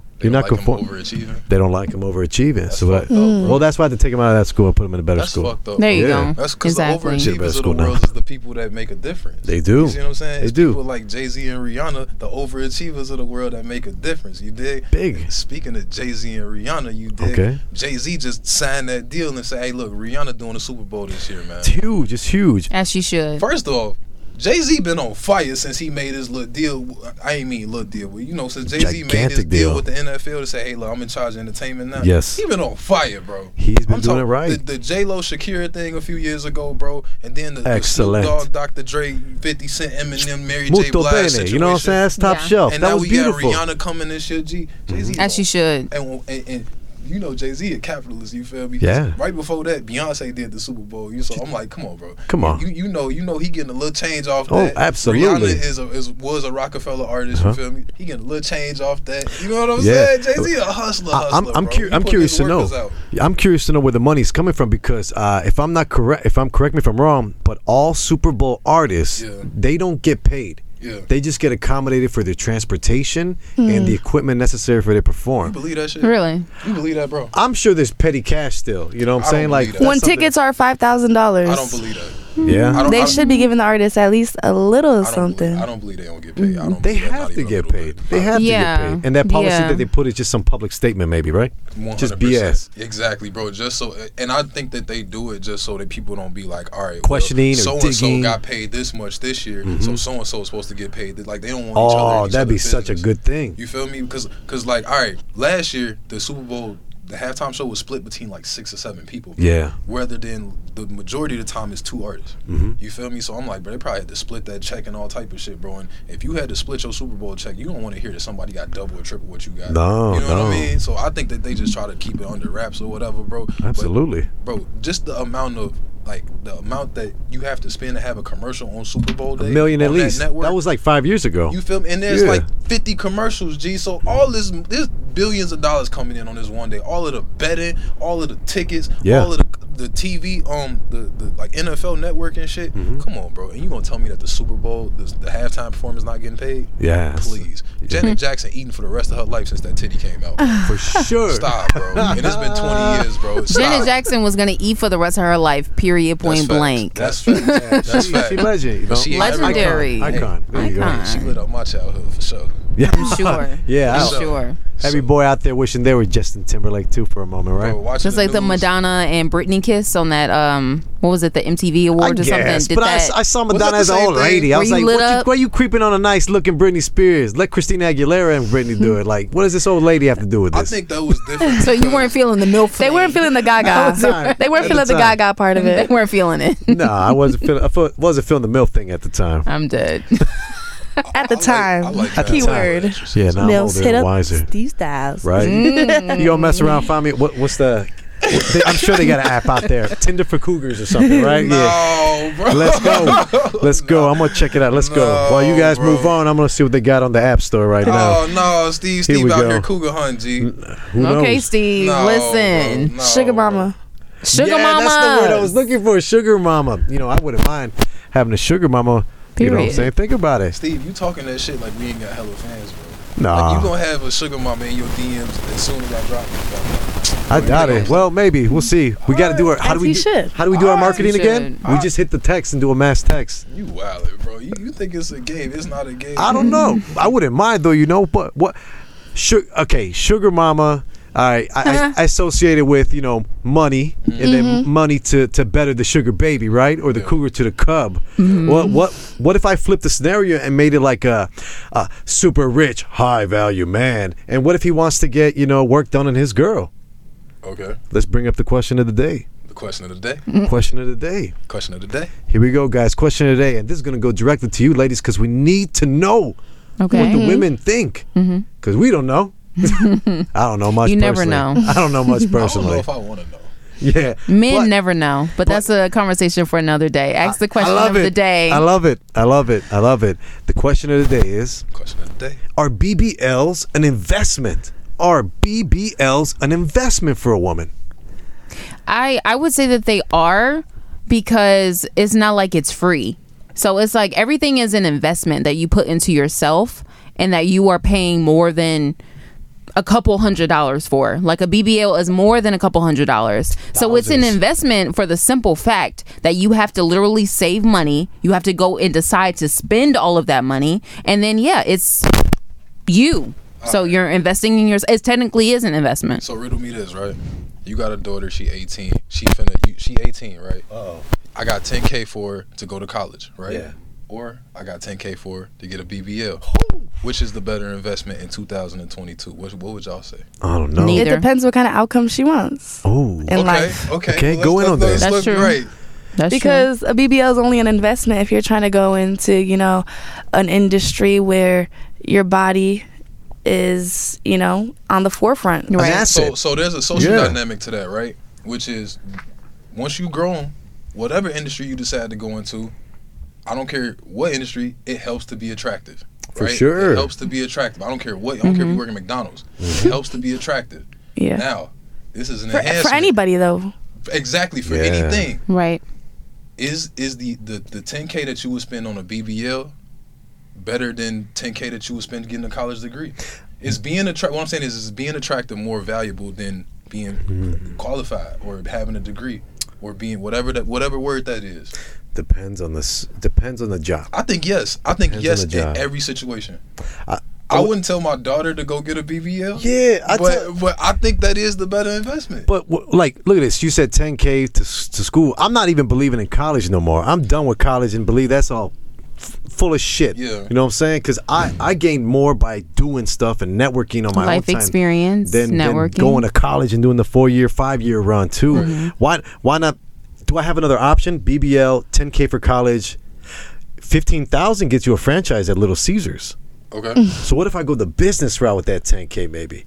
[SPEAKER 1] Mm-hmm. They
[SPEAKER 2] you're
[SPEAKER 1] don't
[SPEAKER 2] not
[SPEAKER 1] like him
[SPEAKER 2] conform.
[SPEAKER 1] overachieving.
[SPEAKER 2] They don't like him overachieving. so,
[SPEAKER 1] fucked
[SPEAKER 2] that,
[SPEAKER 1] up, bro.
[SPEAKER 2] well, that's why I had to take him out of that school and put him in a better
[SPEAKER 1] That's
[SPEAKER 2] school.
[SPEAKER 1] fucked up. bro.
[SPEAKER 3] There you
[SPEAKER 2] Yeah.
[SPEAKER 3] go.
[SPEAKER 1] That's because
[SPEAKER 3] Exactly.
[SPEAKER 1] the
[SPEAKER 2] Shit, better
[SPEAKER 1] overachievers of the
[SPEAKER 2] school now.
[SPEAKER 1] world is the people that make a difference.
[SPEAKER 2] They do.
[SPEAKER 1] You see what I'm saying?
[SPEAKER 2] They
[SPEAKER 1] It's
[SPEAKER 2] do.
[SPEAKER 1] People like Jay Z and Rihanna, the overachievers of the world that make a difference. You dig?
[SPEAKER 2] Big.
[SPEAKER 1] Speaking of Jay Z and Rihanna, you dig?
[SPEAKER 2] Okay.
[SPEAKER 1] Jay Z just signed that deal and said, "Hey, look, Rihanna doing the Super Bowl this year, man."
[SPEAKER 2] It's huge. It's huge.
[SPEAKER 3] As you should.
[SPEAKER 1] First off. Jay Z been on fire since he made his little deal. I ain't mean little deal, but you know, since Jay Z made his
[SPEAKER 2] Gigantic
[SPEAKER 1] deal.
[SPEAKER 2] deal.
[SPEAKER 1] with the NFL to say, "Hey, look, I'm in charge of entertainment now."
[SPEAKER 2] Yes.
[SPEAKER 1] he been on fire, bro.
[SPEAKER 2] He's been doing
[SPEAKER 1] talking-
[SPEAKER 2] it right.
[SPEAKER 1] The, the J Lo Shakira thing a few years ago, bro, and then the, the Snoop
[SPEAKER 2] Excellent.
[SPEAKER 1] Dogg, Dr. Dre, Fifty Cent, Eminem, Mary J.
[SPEAKER 2] Molto
[SPEAKER 1] Blige
[SPEAKER 2] bene.
[SPEAKER 1] situation.
[SPEAKER 2] You know what I'm saying? That's top
[SPEAKER 3] Yeah.
[SPEAKER 2] shelf.
[SPEAKER 1] And
[SPEAKER 2] that
[SPEAKER 1] now
[SPEAKER 2] was
[SPEAKER 1] we
[SPEAKER 2] beautiful. Mm-hmm.
[SPEAKER 1] got Rihanna coming and shit. G, Jay Z,
[SPEAKER 3] As you should.
[SPEAKER 1] and, and and you know Jay Z a capitalist. You feel me?
[SPEAKER 2] Yeah.
[SPEAKER 1] Right before that, Beyonce did the Super Bowl. You so I'm like, come on, bro.
[SPEAKER 2] Come on.
[SPEAKER 1] You you know you know he getting a little change off
[SPEAKER 2] Oh,
[SPEAKER 1] that.
[SPEAKER 2] absolutely. Uh-huh.
[SPEAKER 1] Rihanna is, a, is was a Rockefeller artist. You feel me? He getting a little change off that. You know what I'm
[SPEAKER 2] Yeah.
[SPEAKER 1] saying? Jay Z a hustler.
[SPEAKER 2] I-
[SPEAKER 1] hustler
[SPEAKER 2] I'm, I'm,
[SPEAKER 1] bro.
[SPEAKER 2] cur-
[SPEAKER 1] He
[SPEAKER 2] I'm
[SPEAKER 1] putting
[SPEAKER 2] curious
[SPEAKER 1] his
[SPEAKER 2] to know.
[SPEAKER 1] workers out.
[SPEAKER 2] I'm curious to know where the money's coming from because uh, if I'm not correct, if I'm correct me if I'm wrong, but all Super Bowl artists
[SPEAKER 1] Yeah.
[SPEAKER 2] they don't get paid.
[SPEAKER 1] Yeah.
[SPEAKER 2] They just get accommodated for their transportation
[SPEAKER 3] Hmm.
[SPEAKER 2] and the equipment necessary for their
[SPEAKER 1] You
[SPEAKER 2] perform.
[SPEAKER 1] believe that shit?
[SPEAKER 3] Really?
[SPEAKER 1] You believe that, bro?
[SPEAKER 2] I'm sure there's petty cash still. You know what I'm
[SPEAKER 1] I
[SPEAKER 2] saying?
[SPEAKER 1] don't
[SPEAKER 2] Like,
[SPEAKER 1] believe that.
[SPEAKER 4] when
[SPEAKER 1] that's something-
[SPEAKER 4] tickets are five thousand dollars,
[SPEAKER 1] I don't believe that. I
[SPEAKER 2] yeah,
[SPEAKER 1] don't, I,
[SPEAKER 4] they should be giving the artist at least a little
[SPEAKER 1] I
[SPEAKER 4] of
[SPEAKER 1] don't
[SPEAKER 4] something.
[SPEAKER 1] Believe, I don't believe they don't get paid. I don't
[SPEAKER 2] they
[SPEAKER 1] believe that, not
[SPEAKER 2] have to
[SPEAKER 1] even a
[SPEAKER 2] get
[SPEAKER 1] little
[SPEAKER 2] paid.
[SPEAKER 1] bit.
[SPEAKER 2] They have to
[SPEAKER 3] Yeah.
[SPEAKER 2] get paid. And that policy
[SPEAKER 3] Yeah.
[SPEAKER 2] that they put is just some public statement, maybe, right?
[SPEAKER 1] 100%.
[SPEAKER 2] Just BS.
[SPEAKER 1] Exactly, bro. Just so, and I think that they do it just so that people don't be like, all right,
[SPEAKER 2] Questioning or
[SPEAKER 1] so and so
[SPEAKER 2] digging. Mm-hmm.
[SPEAKER 1] got paid this much this year, so so and so is supposed to get paid. Like they don't want. each other
[SPEAKER 2] Oh,
[SPEAKER 1] in each
[SPEAKER 2] that'd be
[SPEAKER 1] other's
[SPEAKER 2] such a
[SPEAKER 1] business.
[SPEAKER 2] good thing.
[SPEAKER 1] You feel me? Because, because like, all right, last year the Super Bowl, the halftime show was split between like six or seven people. bro.
[SPEAKER 2] Yeah.
[SPEAKER 1] Rather than the majority of the time is two artists.
[SPEAKER 2] Mm-hmm.
[SPEAKER 1] You feel me? So I'm like, bro, they probably had to split that check and all type of shit, bro. And if you had to split your Super Bowl check, you don't want to hear that somebody got double or triple what you got.
[SPEAKER 2] No,
[SPEAKER 1] you know
[SPEAKER 2] no.
[SPEAKER 1] what I mean? So I think that they just try to keep it under wraps or whatever, bro. But,
[SPEAKER 2] Absolutely.
[SPEAKER 1] bro, just the amount of like the amount that you have to spend to have a commercial on Super Bowl
[SPEAKER 2] A
[SPEAKER 1] day,
[SPEAKER 2] million at
[SPEAKER 1] on that
[SPEAKER 2] least. That,
[SPEAKER 1] network,
[SPEAKER 2] was like five years ago.
[SPEAKER 1] you feel me? And there's
[SPEAKER 2] Yeah.
[SPEAKER 1] like 50 commercials, G. So all this, there's billions of dollars coming in on this one day. All of the betting, all of the tickets,
[SPEAKER 2] Yeah.
[SPEAKER 1] all of the, the TV, um, the, the like NFL network and shit.
[SPEAKER 2] Mm-hmm.
[SPEAKER 1] Come on, bro. And you gonna tell me that the Super Bowl, the, the halftime performance not getting paid?
[SPEAKER 2] Yes.
[SPEAKER 1] Please. Janet Jackson eating for the rest of her life since that titty came out. bro.
[SPEAKER 2] for sure.
[SPEAKER 1] Stop, bro. And it's been 20 years, bro. Stop.
[SPEAKER 3] Janet Jackson was gonna eat for the rest of her life. Period.
[SPEAKER 1] That's
[SPEAKER 3] Point
[SPEAKER 1] facts.
[SPEAKER 3] blank.
[SPEAKER 1] That's fact. That's
[SPEAKER 2] she,
[SPEAKER 1] fact.
[SPEAKER 2] she legend. You know?
[SPEAKER 1] But she ain't
[SPEAKER 3] Legendary.
[SPEAKER 2] Icon. Icon. There you go.
[SPEAKER 3] Icon.
[SPEAKER 1] She lit up my childhood for sure.
[SPEAKER 2] Yeah,
[SPEAKER 3] I'm sure.
[SPEAKER 2] yeah.
[SPEAKER 3] I'm
[SPEAKER 2] I-
[SPEAKER 3] sure.
[SPEAKER 2] Every
[SPEAKER 1] So-
[SPEAKER 2] boy out there wishing they were Justin Timberlake too for a moment, right?
[SPEAKER 1] Bro, watching
[SPEAKER 3] Just like the
[SPEAKER 1] news-
[SPEAKER 3] Madonna and Britney kiss on that um, what was it, the MTV
[SPEAKER 2] I
[SPEAKER 3] Awards or
[SPEAKER 2] guess,
[SPEAKER 3] something? Did
[SPEAKER 2] but I
[SPEAKER 3] that?
[SPEAKER 2] s- I, saw
[SPEAKER 1] that
[SPEAKER 2] Madonna
[SPEAKER 1] the
[SPEAKER 2] as an
[SPEAKER 1] same
[SPEAKER 2] old
[SPEAKER 1] thing?
[SPEAKER 2] lady. I
[SPEAKER 3] Were
[SPEAKER 2] was
[SPEAKER 3] you
[SPEAKER 2] like,
[SPEAKER 3] lit
[SPEAKER 2] what you,
[SPEAKER 3] up?"
[SPEAKER 2] why you creeping on a nice looking Britney Spears? Let Christina Aguilera and Britney do it. Like, what does this old lady have to do with
[SPEAKER 1] I
[SPEAKER 2] this?
[SPEAKER 1] think that was different.
[SPEAKER 3] so you weren't feeling the milf.
[SPEAKER 4] They weren't feeling the
[SPEAKER 2] the time.
[SPEAKER 4] Gaga. they
[SPEAKER 2] At
[SPEAKER 4] weren't
[SPEAKER 2] the
[SPEAKER 4] feeling the
[SPEAKER 2] time.
[SPEAKER 4] Gaga part of
[SPEAKER 3] They
[SPEAKER 4] it.
[SPEAKER 3] weren't feeling it.
[SPEAKER 2] no, I wasn't feeling, I feel, wasn't feeling the MILF thing at the time.
[SPEAKER 3] I'm dead.
[SPEAKER 4] At
[SPEAKER 1] I
[SPEAKER 4] the
[SPEAKER 1] like-
[SPEAKER 4] time,
[SPEAKER 1] I like
[SPEAKER 2] At the
[SPEAKER 4] keyword.
[SPEAKER 1] time.
[SPEAKER 2] Yeah, now I'm older and wiser,
[SPEAKER 4] Steve Styles.
[SPEAKER 2] right?
[SPEAKER 3] Mm.
[SPEAKER 1] Mm.
[SPEAKER 2] You gonna mess around, find me. What, what's the? they- I'm sure they got an app out there, Tinder for Cougars or something, right?
[SPEAKER 1] No, bro.
[SPEAKER 2] Let's go. Let's go. I'm gonna check it out. Let's go.
[SPEAKER 1] No,
[SPEAKER 2] While you guys
[SPEAKER 1] bro.
[SPEAKER 2] move on, I'm gonna see what they got on the App Store right now.
[SPEAKER 1] Oh no, Steve,
[SPEAKER 2] Here
[SPEAKER 1] Steve
[SPEAKER 2] we
[SPEAKER 1] out
[SPEAKER 2] go. Mm.
[SPEAKER 1] here cougar hunting, G.
[SPEAKER 2] Who
[SPEAKER 3] okay,
[SPEAKER 2] knows?
[SPEAKER 3] Steve.
[SPEAKER 1] No,
[SPEAKER 3] listen,
[SPEAKER 1] bro, no.
[SPEAKER 4] Sugar Mama.
[SPEAKER 3] sugar
[SPEAKER 2] yeah,
[SPEAKER 3] mama.
[SPEAKER 2] That's the word I was looking for. Sugar mama. You know, I wouldn't mind having a sugar mama. You know what I'm
[SPEAKER 3] Period.
[SPEAKER 2] saying? Think about it.
[SPEAKER 1] Steve, you talking that shit like we ain't got hella fans, bro.
[SPEAKER 2] Nah,
[SPEAKER 1] Like you gonna have a sugar mama in your DMs as soon as I drop it.
[SPEAKER 2] I doubt it. Well, maybe we'll see. We got to do our. How
[SPEAKER 4] As
[SPEAKER 2] do we?
[SPEAKER 4] you
[SPEAKER 2] do-
[SPEAKER 4] should.
[SPEAKER 2] How do we do our
[SPEAKER 1] As you
[SPEAKER 2] marketing
[SPEAKER 3] should.
[SPEAKER 2] again? We
[SPEAKER 1] Alright.
[SPEAKER 2] just hit the text and do a mass text.
[SPEAKER 1] You wildin', bro. You, you think it's a game? It's not a game.
[SPEAKER 2] I don't know. I wouldn't mind though. You know, but what? Su- okay, sugar mama. All right, I, I, I associate it with you know money, and then money to, to better the sugar baby, right, or the
[SPEAKER 1] Yeah.
[SPEAKER 2] cougar to the cub. What what what if I flipped the scenario and made it like a, a super rich, high value man? And what if he wants to get you know work done on his girl?
[SPEAKER 1] Okay.
[SPEAKER 2] Let's bring up the question of the day.
[SPEAKER 1] The question of the day.
[SPEAKER 2] Question of the day.
[SPEAKER 1] Question of the day.
[SPEAKER 2] Here we go, guys. Question of the day, and this is gonna go directly to you, ladies, because we need to know what the
[SPEAKER 3] Okay. Mm-hmm.
[SPEAKER 2] women think, because we don't know. I don't know much.
[SPEAKER 3] You never
[SPEAKER 2] personally.
[SPEAKER 3] know.
[SPEAKER 2] I don't know much
[SPEAKER 1] I don't know
[SPEAKER 2] personally.
[SPEAKER 1] if I want to know.
[SPEAKER 2] yeah,
[SPEAKER 3] Men
[SPEAKER 2] but
[SPEAKER 3] never know, but, that's a conversation for another day. Ask the question
[SPEAKER 2] I love
[SPEAKER 3] of
[SPEAKER 2] it.
[SPEAKER 3] the day.
[SPEAKER 2] I love it. I love it. I love it. The question of the day is:
[SPEAKER 1] Question of the day.
[SPEAKER 2] Are BBLs an investment? Are BBLs an investment for a woman?
[SPEAKER 3] I I would say that they are because it's not like it's free. So it's like everything is an investment that you put into yourself and that you are paying more than a couple hundred dollars for. Like a BBL is more than a couple hundred dollars. So it's an
[SPEAKER 2] Thousands.
[SPEAKER 3] investment for the simple fact that you have to literally save money. You have to go and decide to spend all of that money and then yeah, it's you. So you're investing in yours. It technically is an investment.
[SPEAKER 1] So riddle me this, right? You got a daughter. She 18. She finna. You, she 18, right?
[SPEAKER 2] Oh,
[SPEAKER 1] I got 10k for her to go to college, right?
[SPEAKER 2] Yeah.
[SPEAKER 1] Or I got 10k for her to get a BBL. Which is the better investment in 2022? What, what would y'all say?
[SPEAKER 2] I don't know.
[SPEAKER 4] It
[SPEAKER 3] Neither.
[SPEAKER 4] depends what kind of outcome she wants.
[SPEAKER 2] Oh,
[SPEAKER 4] And
[SPEAKER 1] okay,
[SPEAKER 4] life.
[SPEAKER 1] okay,
[SPEAKER 2] Okay,
[SPEAKER 1] let's-
[SPEAKER 2] go in
[SPEAKER 1] let's-
[SPEAKER 2] on that.
[SPEAKER 1] let's
[SPEAKER 3] That's
[SPEAKER 1] look
[SPEAKER 3] true.
[SPEAKER 1] Right.
[SPEAKER 3] That's true.
[SPEAKER 4] because a BBL is only an investment if you're trying to go into, you know, an industry where your body is, you know, on the forefront.
[SPEAKER 2] an
[SPEAKER 3] Right.
[SPEAKER 2] asset.
[SPEAKER 1] So so there's a social
[SPEAKER 2] Yeah.
[SPEAKER 1] dynamic to that, right? Which is once you grown, whatever industry you decide to go into, I don't care what industry, it helps to be attractive.
[SPEAKER 2] For
[SPEAKER 1] right?
[SPEAKER 2] sure. Mm-hmm.
[SPEAKER 1] It helps to be attractive. I don't care what I don't care if you work at McDonald's. It helps to be attractive.
[SPEAKER 4] Mm-hmm. Yeah.
[SPEAKER 1] Now, this is an
[SPEAKER 4] for, for
[SPEAKER 1] enhancement.
[SPEAKER 4] anybody though.
[SPEAKER 1] Exactly, for
[SPEAKER 2] Yeah.
[SPEAKER 1] anything.
[SPEAKER 3] right.
[SPEAKER 1] Is is the, the, the 10K that you would spend on a BBL better than 10K that you would spend getting a college degree? Is being attract what I'm saying is is being attractive more valuable than being
[SPEAKER 2] Mm-hmm.
[SPEAKER 1] qualified or having a degree or being whatever that whatever word that is.
[SPEAKER 2] depends on this. Depends on the job.
[SPEAKER 1] I think yes. I think
[SPEAKER 2] Depends on
[SPEAKER 1] yes
[SPEAKER 2] the job.
[SPEAKER 1] in every situation.
[SPEAKER 2] I-
[SPEAKER 1] I, wouldn't tell my daughter to go get a BBL.
[SPEAKER 2] Yeah, I
[SPEAKER 1] but
[SPEAKER 2] tell-
[SPEAKER 1] but I think that is the better investment.
[SPEAKER 2] But w- like, look at this. You said 10k to, s- to school. I'm not even believing in college no more. I'm done with college and believe that's all f- full of shit.
[SPEAKER 1] Yeah.
[SPEAKER 2] You know what I'm saying? Because I I gained more by doing stuff and networking on my
[SPEAKER 3] Life
[SPEAKER 2] own time
[SPEAKER 3] experience,
[SPEAKER 2] than, than
[SPEAKER 3] networking. Mm-hmm.
[SPEAKER 2] going to college and doing the four year, five year run too. Why why not? Do I have another option? BBL, 10k for college. 15,000 gets you a franchise at Little Caesars.
[SPEAKER 1] okay.
[SPEAKER 2] So what if I go the business route with that 10k maybe?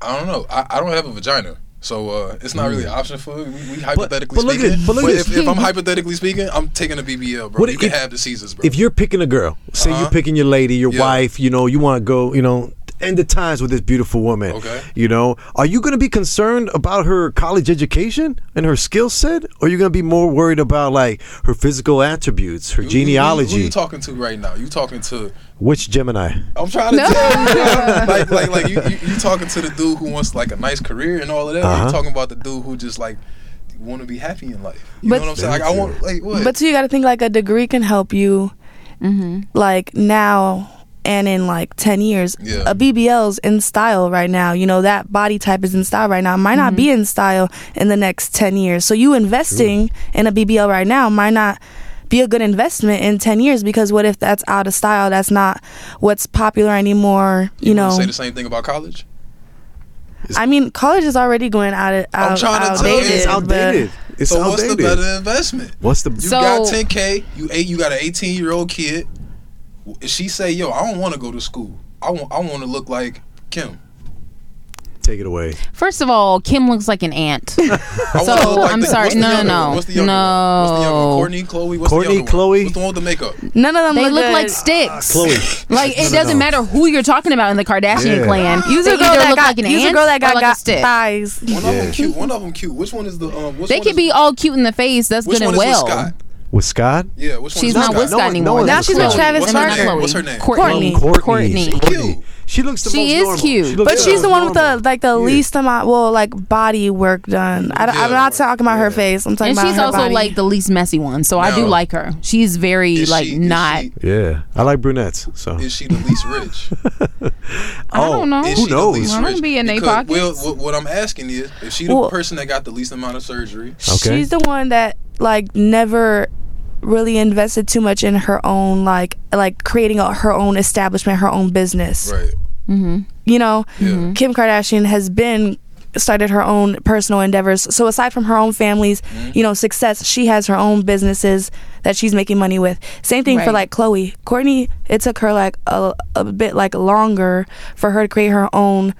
[SPEAKER 1] I don't know. I, I don't have a vagina. So uh, it's not really an option for we, we hypothetically
[SPEAKER 2] Mm. but look at
[SPEAKER 1] speaking.
[SPEAKER 2] this- but look at this.
[SPEAKER 1] if, if I'm hypothetically speaking, I'm taking a BBL, bro.
[SPEAKER 2] What
[SPEAKER 1] you
[SPEAKER 2] if-
[SPEAKER 1] can
[SPEAKER 2] if-
[SPEAKER 1] have the Caesars, bro.
[SPEAKER 2] if you're picking a girl, say you're
[SPEAKER 1] Uh-huh.
[SPEAKER 2] picking your lady, your
[SPEAKER 1] Yeah.
[SPEAKER 2] wife, you know, you want to go, you know, end the times with this beautiful woman.
[SPEAKER 1] Okay.
[SPEAKER 2] You know, are you going to be concerned about her college education and her skill set? Or are you going to be more worried about like her physical attributes, her
[SPEAKER 1] Who- who-
[SPEAKER 2] genealogy?
[SPEAKER 1] Who, you talking to right now? You talking to?
[SPEAKER 2] Which Gemini?
[SPEAKER 1] I'm trying to tell you, bro. like, like, like you, you, you talking to the dude who wants like a nice career and all of that. or
[SPEAKER 2] Uh-huh.
[SPEAKER 1] You talking about the dude who just like want to be happy in life. You
[SPEAKER 4] But-
[SPEAKER 1] know what I'm saying? Like, I want like what?
[SPEAKER 3] Mm-hmm.
[SPEAKER 4] But too, you got to think like a degree can help you. Like now, and in like 10 years
[SPEAKER 1] Yeah.
[SPEAKER 4] a BBL's in style right now you know that body type is in style right now might not
[SPEAKER 3] Mm-hmm.
[SPEAKER 4] be in style in the next 10 years so you investing in a BBL right now might not be a good investment in 10 years because what if that's out of style that's not what's popular anymore you,
[SPEAKER 1] wanna
[SPEAKER 4] know
[SPEAKER 1] say the same thing about college.
[SPEAKER 4] I mean college is already going out of out,
[SPEAKER 1] I'm trying to tell you,
[SPEAKER 4] outdated,
[SPEAKER 2] It's
[SPEAKER 4] but-
[SPEAKER 2] outdated. It's
[SPEAKER 1] so
[SPEAKER 2] outdated.
[SPEAKER 1] what's the better investment?
[SPEAKER 2] What's the
[SPEAKER 1] You
[SPEAKER 3] So-
[SPEAKER 1] got 10k. You eight. You got an 18 year old kid. If She say, "Yo, I don't want to go to school. I want. I want to look like Kim.
[SPEAKER 2] take it away?
[SPEAKER 3] First of all, Kim looks like an aunt.
[SPEAKER 1] I
[SPEAKER 3] So,
[SPEAKER 1] wanna look like
[SPEAKER 3] I'm
[SPEAKER 1] that."
[SPEAKER 3] sorry.
[SPEAKER 1] What's the
[SPEAKER 3] No, no,
[SPEAKER 1] younger
[SPEAKER 3] no.
[SPEAKER 1] one? What's the younger one? What's the younger one?
[SPEAKER 3] No.
[SPEAKER 1] Courtney, Chloe. What's
[SPEAKER 2] Courtney,
[SPEAKER 1] the younger
[SPEAKER 2] Chloe?
[SPEAKER 1] One? What's the one with the makeup?
[SPEAKER 4] none of them
[SPEAKER 3] They
[SPEAKER 4] look,
[SPEAKER 3] look like
[SPEAKER 4] good.
[SPEAKER 3] sticks.
[SPEAKER 2] Chloe.
[SPEAKER 3] Like it
[SPEAKER 2] No, no,
[SPEAKER 3] doesn't
[SPEAKER 2] no.
[SPEAKER 3] matter who you're talking about in the Kardashian
[SPEAKER 2] Yeah.
[SPEAKER 3] clan.
[SPEAKER 4] You's
[SPEAKER 3] they
[SPEAKER 4] a girl
[SPEAKER 3] either
[SPEAKER 4] that
[SPEAKER 3] look
[SPEAKER 4] got,
[SPEAKER 3] like an
[SPEAKER 4] you's a
[SPEAKER 3] ant
[SPEAKER 4] girl that
[SPEAKER 3] or
[SPEAKER 4] got,
[SPEAKER 3] like
[SPEAKER 4] got
[SPEAKER 3] a stick.
[SPEAKER 4] thighs.
[SPEAKER 1] One of
[SPEAKER 2] Yeah.
[SPEAKER 1] them cute. One of them cute. Which one is the um? Which
[SPEAKER 3] They
[SPEAKER 1] one
[SPEAKER 3] could
[SPEAKER 1] is-
[SPEAKER 3] be all cute in the face. That's
[SPEAKER 1] Which
[SPEAKER 3] good
[SPEAKER 1] one
[SPEAKER 3] and
[SPEAKER 1] is with
[SPEAKER 3] well.
[SPEAKER 1] Scott?
[SPEAKER 2] With Scott?
[SPEAKER 1] Yeah. Which
[SPEAKER 3] She's
[SPEAKER 1] one is
[SPEAKER 3] not with
[SPEAKER 2] No
[SPEAKER 3] Scott
[SPEAKER 2] one- no
[SPEAKER 3] anymore.
[SPEAKER 2] one
[SPEAKER 4] Now
[SPEAKER 3] That's
[SPEAKER 4] she's with
[SPEAKER 3] Chloe.
[SPEAKER 4] Travis
[SPEAKER 1] What's her
[SPEAKER 4] Barker.
[SPEAKER 3] Not
[SPEAKER 1] name?
[SPEAKER 3] Chloe.
[SPEAKER 1] What's her name?
[SPEAKER 3] Courtney.
[SPEAKER 2] Chloe.
[SPEAKER 3] Courtney.
[SPEAKER 1] Courtney. Cute.
[SPEAKER 2] She looks the
[SPEAKER 3] She
[SPEAKER 2] most
[SPEAKER 3] is
[SPEAKER 2] normal.
[SPEAKER 3] cute.
[SPEAKER 2] She looks
[SPEAKER 4] But she's the one with
[SPEAKER 2] normal.
[SPEAKER 4] the like the
[SPEAKER 2] Yeah.
[SPEAKER 4] least amount, well, like body work done. I,
[SPEAKER 1] Yeah.
[SPEAKER 4] am not talking about her face. I'm talking
[SPEAKER 3] And
[SPEAKER 4] about
[SPEAKER 3] she's
[SPEAKER 4] her
[SPEAKER 3] also
[SPEAKER 4] body.
[SPEAKER 3] like the least messy one, so I do
[SPEAKER 1] No.
[SPEAKER 3] like her. She's very
[SPEAKER 1] Is
[SPEAKER 3] like
[SPEAKER 1] she- is
[SPEAKER 3] not.
[SPEAKER 1] she-
[SPEAKER 2] Yeah, I like brunettes. So
[SPEAKER 1] Is she the least rich?
[SPEAKER 3] I don't know.
[SPEAKER 1] Oh, Is she
[SPEAKER 2] Who
[SPEAKER 1] the
[SPEAKER 2] knows?
[SPEAKER 1] least
[SPEAKER 3] I don't
[SPEAKER 1] rich?
[SPEAKER 3] be in they
[SPEAKER 1] Because, well,
[SPEAKER 3] pockets.
[SPEAKER 1] what, what I'm asking is, if she the
[SPEAKER 4] Well-
[SPEAKER 1] person that got the least amount of surgery,
[SPEAKER 2] Okay.
[SPEAKER 4] She's the one that like never really invested too much in her own like like creating a, her own establishment, her own business.
[SPEAKER 1] right?
[SPEAKER 4] You know,
[SPEAKER 1] Yeah.
[SPEAKER 2] Mm-hmm.
[SPEAKER 1] Mhm.
[SPEAKER 4] Kim Kardashian has been started her own personal endeavors. So aside from her own family's,
[SPEAKER 1] Mm-hmm.
[SPEAKER 4] you know, success, she has her own businesses that she's making money with. Same thing for
[SPEAKER 3] Right.
[SPEAKER 4] like Chloe. Courtney, it took her like a, a bit like longer for her to create her own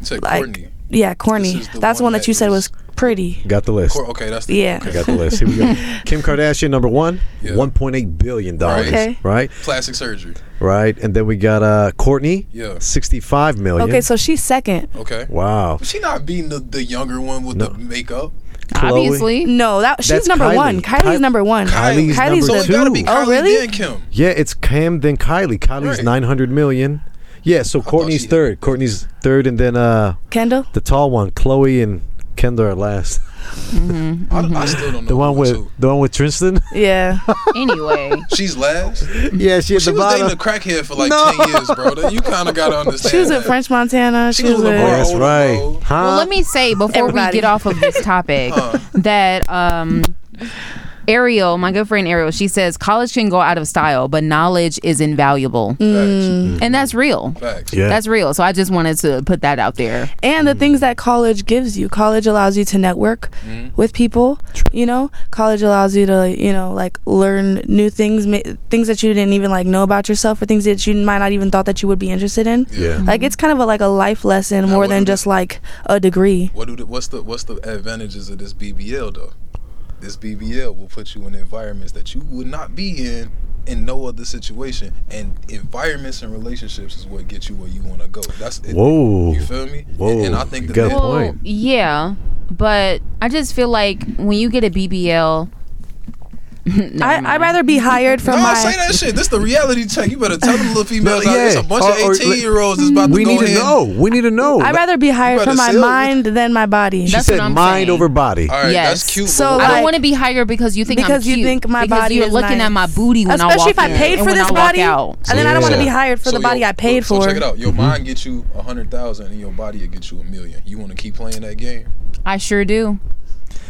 [SPEAKER 1] You said
[SPEAKER 4] Like-
[SPEAKER 1] Courtney.
[SPEAKER 4] yeah, corny.
[SPEAKER 1] This is the
[SPEAKER 4] That's the one
[SPEAKER 1] one
[SPEAKER 4] that,
[SPEAKER 1] that
[SPEAKER 4] you said
[SPEAKER 1] is-
[SPEAKER 4] was pretty.
[SPEAKER 2] got the list.
[SPEAKER 1] Cor- okay, that's the
[SPEAKER 4] Yeah.
[SPEAKER 2] I got the list. Here we go. Kim Kardashian number one,
[SPEAKER 1] Yeah.
[SPEAKER 2] 1.8 billion dollars.
[SPEAKER 4] Okay.
[SPEAKER 2] Right,
[SPEAKER 1] plastic surgery.
[SPEAKER 2] right, and then we got uh Courtney,
[SPEAKER 1] Yeah.
[SPEAKER 2] 65 million.
[SPEAKER 4] Okay, so she's second.
[SPEAKER 1] Okay.
[SPEAKER 2] wow,
[SPEAKER 1] She not being the, the younger one with
[SPEAKER 2] No.
[SPEAKER 1] the makeup.
[SPEAKER 2] Chloe.
[SPEAKER 3] Obviously,
[SPEAKER 4] No, that she's
[SPEAKER 2] That's
[SPEAKER 4] number
[SPEAKER 2] Kylie.
[SPEAKER 4] one. Kylie's
[SPEAKER 2] Ky-
[SPEAKER 4] number one.
[SPEAKER 2] Kylie's
[SPEAKER 4] Kylie's
[SPEAKER 1] so
[SPEAKER 2] number
[SPEAKER 4] the-
[SPEAKER 1] it gotta be
[SPEAKER 2] two.
[SPEAKER 1] Kylie
[SPEAKER 4] Oh, really?
[SPEAKER 1] then Kim.
[SPEAKER 2] yeah, it's Cam then Kylie. Kylie's
[SPEAKER 1] Right.
[SPEAKER 2] 900 million. Yeah, so Courtney's
[SPEAKER 1] she-
[SPEAKER 2] third. Courtney's third, and then uh
[SPEAKER 4] Kendall.
[SPEAKER 2] the tall one, Chloe and Kendra are last.
[SPEAKER 1] I, I still don't know.
[SPEAKER 2] Mm-hmm. The one
[SPEAKER 1] who
[SPEAKER 2] with
[SPEAKER 1] who.
[SPEAKER 2] the one with Tristan.
[SPEAKER 4] Yeah.
[SPEAKER 3] anyway,
[SPEAKER 1] she's last.
[SPEAKER 2] yeah, she at
[SPEAKER 1] She
[SPEAKER 2] the
[SPEAKER 1] was dating a
[SPEAKER 2] bottom.
[SPEAKER 1] crackhead for like
[SPEAKER 2] No.
[SPEAKER 1] ten years, bro. That- You kind of gotta understand.
[SPEAKER 4] she was
[SPEAKER 1] that.
[SPEAKER 4] at French Montana. She,
[SPEAKER 1] She was
[SPEAKER 4] was
[SPEAKER 1] a
[SPEAKER 4] at
[SPEAKER 1] bar-
[SPEAKER 2] Oh, That's
[SPEAKER 1] Hold on,
[SPEAKER 2] right.
[SPEAKER 1] hold.
[SPEAKER 2] Huh?
[SPEAKER 3] well, let me say before
[SPEAKER 4] Uh, Everybody.
[SPEAKER 3] we get off of this topic that um, Ariel, my good friend Ariel, she says college can go out of style, but knowledge is invaluable,
[SPEAKER 4] Mm.
[SPEAKER 1] Facts.
[SPEAKER 3] and that's real.
[SPEAKER 1] Facts.
[SPEAKER 2] Yeah.
[SPEAKER 3] That's real. So I just wanted to put that out there.
[SPEAKER 4] and
[SPEAKER 1] Mm.
[SPEAKER 4] the things that college gives you. College allows you to network
[SPEAKER 1] Mm.
[SPEAKER 4] with people. You know, college allows you to you know like learn new things, ma- things that you didn't even like know about yourself, or things that you might not even thought that you would be interested in.
[SPEAKER 2] yeah.
[SPEAKER 4] Like it's kind of a, like a life lesson more
[SPEAKER 1] what
[SPEAKER 4] than
[SPEAKER 1] it
[SPEAKER 4] just like a degree.
[SPEAKER 1] What do the, what's the what's the advantages of this BBL though? This BBL will put you in environments that you would not be in in no other situation, and environments and relationships is what gets you where you want to go. That's it.
[SPEAKER 2] Whoa.
[SPEAKER 1] You feel me?
[SPEAKER 2] Whoa.
[SPEAKER 1] And, and I think
[SPEAKER 2] You
[SPEAKER 1] that
[SPEAKER 2] got a
[SPEAKER 1] that-
[SPEAKER 2] point.
[SPEAKER 3] yeah, but I just feel like when you get a BBL,
[SPEAKER 4] I I would rather be hired for
[SPEAKER 1] No,
[SPEAKER 4] my.
[SPEAKER 1] say that shit. This the reality check. You better tell them little females
[SPEAKER 2] No,
[SPEAKER 1] out there's
[SPEAKER 2] yeah.
[SPEAKER 1] a bunch
[SPEAKER 2] Or- or
[SPEAKER 1] of
[SPEAKER 2] let-
[SPEAKER 1] 18 year olds that's about to
[SPEAKER 2] We
[SPEAKER 1] go
[SPEAKER 2] need to
[SPEAKER 1] in.
[SPEAKER 2] know. We need to know.
[SPEAKER 4] I'd rather be hired for
[SPEAKER 1] better
[SPEAKER 4] my
[SPEAKER 1] sell it.
[SPEAKER 4] mind than my body.
[SPEAKER 2] she
[SPEAKER 3] That's
[SPEAKER 2] said
[SPEAKER 3] what I'm
[SPEAKER 2] mind
[SPEAKER 3] saying.
[SPEAKER 2] over body.
[SPEAKER 1] All right,
[SPEAKER 3] Yes.
[SPEAKER 1] that's cute.
[SPEAKER 4] So,
[SPEAKER 1] but
[SPEAKER 3] I
[SPEAKER 4] like-
[SPEAKER 3] don't want to be hired because you think
[SPEAKER 4] because
[SPEAKER 3] I'm
[SPEAKER 4] you
[SPEAKER 3] cute,
[SPEAKER 4] think my
[SPEAKER 3] because
[SPEAKER 4] body
[SPEAKER 3] you're
[SPEAKER 4] is
[SPEAKER 3] looking
[SPEAKER 4] nice.
[SPEAKER 3] at my booty when I
[SPEAKER 4] Especially
[SPEAKER 3] walk
[SPEAKER 4] if I
[SPEAKER 3] in
[SPEAKER 4] paid
[SPEAKER 3] and
[SPEAKER 4] for
[SPEAKER 3] when
[SPEAKER 4] this
[SPEAKER 3] I walk
[SPEAKER 4] body,
[SPEAKER 3] out.
[SPEAKER 4] and then I don't want to
[SPEAKER 2] Yeah.
[SPEAKER 4] be hired for
[SPEAKER 1] so
[SPEAKER 4] the body
[SPEAKER 1] your-
[SPEAKER 4] I paid
[SPEAKER 1] so
[SPEAKER 4] for.
[SPEAKER 1] check it out. Your mind gets you a hundred thousand, and your body will get you a million. You want to keep playing that game?
[SPEAKER 3] I sure do.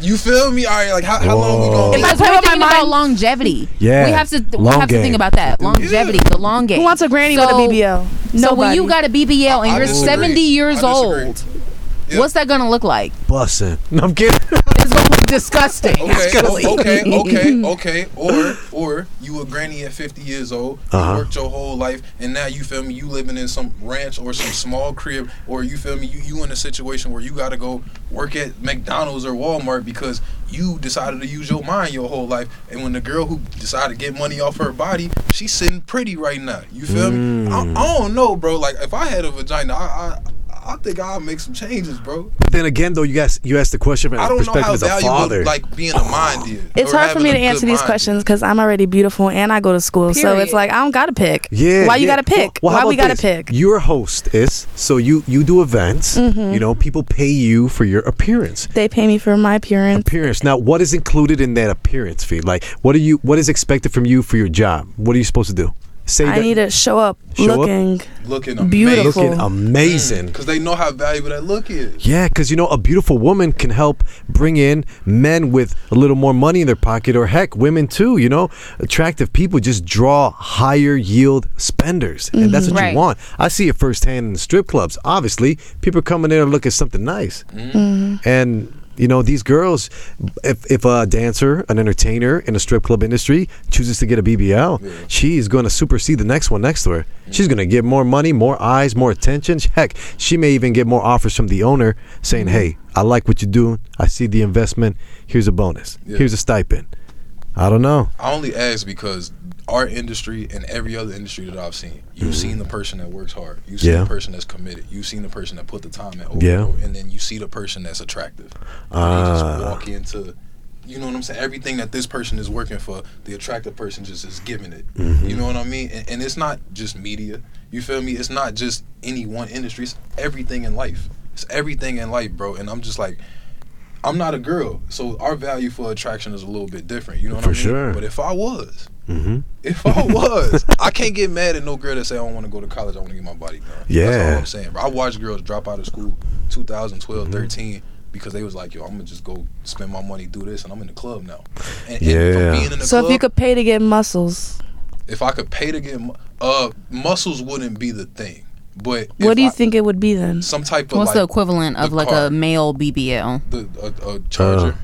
[SPEAKER 1] You feel me? All right, like how, how long we
[SPEAKER 2] Whoa.
[SPEAKER 1] gonna?
[SPEAKER 2] If
[SPEAKER 4] I
[SPEAKER 3] Because
[SPEAKER 4] play
[SPEAKER 3] we're
[SPEAKER 4] with my
[SPEAKER 3] thinking about
[SPEAKER 4] mind-
[SPEAKER 3] longevity.
[SPEAKER 2] Yeah.
[SPEAKER 3] we have to we
[SPEAKER 2] Long
[SPEAKER 3] have to
[SPEAKER 2] game.
[SPEAKER 3] think about that longevity, the long game.
[SPEAKER 4] Who wants a granny
[SPEAKER 3] So-
[SPEAKER 4] with a BBL? Nobody.
[SPEAKER 3] So when you got a BBL and
[SPEAKER 1] I
[SPEAKER 3] you're
[SPEAKER 1] disagree.
[SPEAKER 3] 70 years
[SPEAKER 1] I disagree.
[SPEAKER 3] old,
[SPEAKER 1] Yeah.
[SPEAKER 3] what's that gonna look like?
[SPEAKER 2] Bussin'. No, I'm kidding.
[SPEAKER 3] It's gonna look disgusting.
[SPEAKER 1] Okay,
[SPEAKER 3] actually.
[SPEAKER 1] o- okay, okay, okay. Or, or you a granny at fifty years old,
[SPEAKER 2] Uh-huh.
[SPEAKER 1] you worked your whole life, and now you feel me. You living in some ranch or some small crib, or you feel me. You you in a situation where you got to go work at McDonald's or Walmart because you decided to use your mind your whole life. And when the girl who decided to get money off her body, she's sitting pretty right now. You feel me? I, I don't know, bro. Like if I had a vagina, I. I I think I'll make some changes, bro.
[SPEAKER 2] But then again, though, you guys, you asked the question from
[SPEAKER 1] I
[SPEAKER 2] the
[SPEAKER 1] don't know
[SPEAKER 2] perspective
[SPEAKER 1] how
[SPEAKER 2] as a
[SPEAKER 1] valuable
[SPEAKER 2] father.
[SPEAKER 1] like being a mind is.
[SPEAKER 4] it's
[SPEAKER 1] or
[SPEAKER 4] hard for
[SPEAKER 1] having
[SPEAKER 4] me
[SPEAKER 1] a
[SPEAKER 4] to
[SPEAKER 1] good
[SPEAKER 4] answer these
[SPEAKER 1] mind is.
[SPEAKER 4] questions because I'm already beautiful and I go to school. So
[SPEAKER 3] Period.
[SPEAKER 4] it's like I don't gotta pick.
[SPEAKER 2] yeah.
[SPEAKER 4] Why you
[SPEAKER 2] yeah.
[SPEAKER 4] gotta pick?
[SPEAKER 2] Well, well, how
[SPEAKER 4] Why we
[SPEAKER 2] about
[SPEAKER 4] gotta
[SPEAKER 2] this?
[SPEAKER 4] pick?
[SPEAKER 2] You're a hostess, so you you do events.
[SPEAKER 4] Mm-hmm.
[SPEAKER 2] You know, people pay you for your appearance.
[SPEAKER 4] They pay me for my appearance.
[SPEAKER 2] Appearance. Now, what is included in that appearance fee? Like, what are you? What is expected from you for your job? What are you supposed to do? say
[SPEAKER 4] I
[SPEAKER 2] that
[SPEAKER 4] need to show up
[SPEAKER 2] Show up?
[SPEAKER 4] looking.
[SPEAKER 1] Looking amazing.
[SPEAKER 4] Beautiful.
[SPEAKER 2] looking amazing.
[SPEAKER 1] Because they know how valuable that look is.
[SPEAKER 2] Yeah, because you know, a beautiful woman can help bring in men with a little more money in their pocket, or heck, women too. You know, attractive people just draw higher yield spenders, and that's what
[SPEAKER 3] Right.
[SPEAKER 2] you want. I see it firsthand in the strip clubs. Obviously, people come in there to look at something nice, and you know, these girls. If if a dancer, an entertainer in a strip club industry chooses to get a BBL, she's going to supersede the next one next to her. She's going to get more money, more eyes, more attention. Heck, she may even get more offers from the owner saying, "Hey, I like what you're doing. I see the investment. Here's a bonus.
[SPEAKER 1] Yeah.
[SPEAKER 2] Here's a stipend." I don't know.
[SPEAKER 1] I only ask because our industry and every other industry that I've seen, you've seen the person that works hard. You've seen
[SPEAKER 2] Mm-hmm. Yeah.
[SPEAKER 1] the person that's committed. You've seen the person that put the time in over
[SPEAKER 2] Yeah.
[SPEAKER 1] and over. And then you see the person that's attractive.
[SPEAKER 2] Ah.
[SPEAKER 1] you just walk into, you know what I'm saying? Everything that this person is working for, the attractive person just is giving it. You
[SPEAKER 2] Mm-hmm.
[SPEAKER 1] know what I mean? And, and it's not just media. You feel me? It's not just any one industry. It's everything in life. It's everything in life, bro. And I'm just like, I'm not a girl, so our value for attraction is a little bit different. You know what
[SPEAKER 2] For
[SPEAKER 1] I mean?
[SPEAKER 2] sure.
[SPEAKER 1] But if I was,
[SPEAKER 2] Mm-hmm.
[SPEAKER 1] if I was, I can't get mad at no girl that say I don't want to go to college. I want to get my body done. that's
[SPEAKER 2] Yeah.
[SPEAKER 1] all I'm saying. Bro. I watched girls drop out of school 2012, 13 because they was like, "Yo, I'm gonna just go spend my money, do this, and I'm in the club now." And, and
[SPEAKER 2] Yeah.
[SPEAKER 1] from being in the
[SPEAKER 4] So
[SPEAKER 1] club,
[SPEAKER 4] if you could pay to get muscles,
[SPEAKER 1] if I could pay to get, mu- uh, muscles wouldn't be the thing. But
[SPEAKER 4] what
[SPEAKER 1] if
[SPEAKER 4] do you
[SPEAKER 1] I-
[SPEAKER 4] think it would be then?
[SPEAKER 1] Some type of
[SPEAKER 3] What's
[SPEAKER 1] like
[SPEAKER 3] the equivalent of
[SPEAKER 1] the
[SPEAKER 3] like
[SPEAKER 1] car.
[SPEAKER 3] a male BBL?
[SPEAKER 1] the, a, a charger.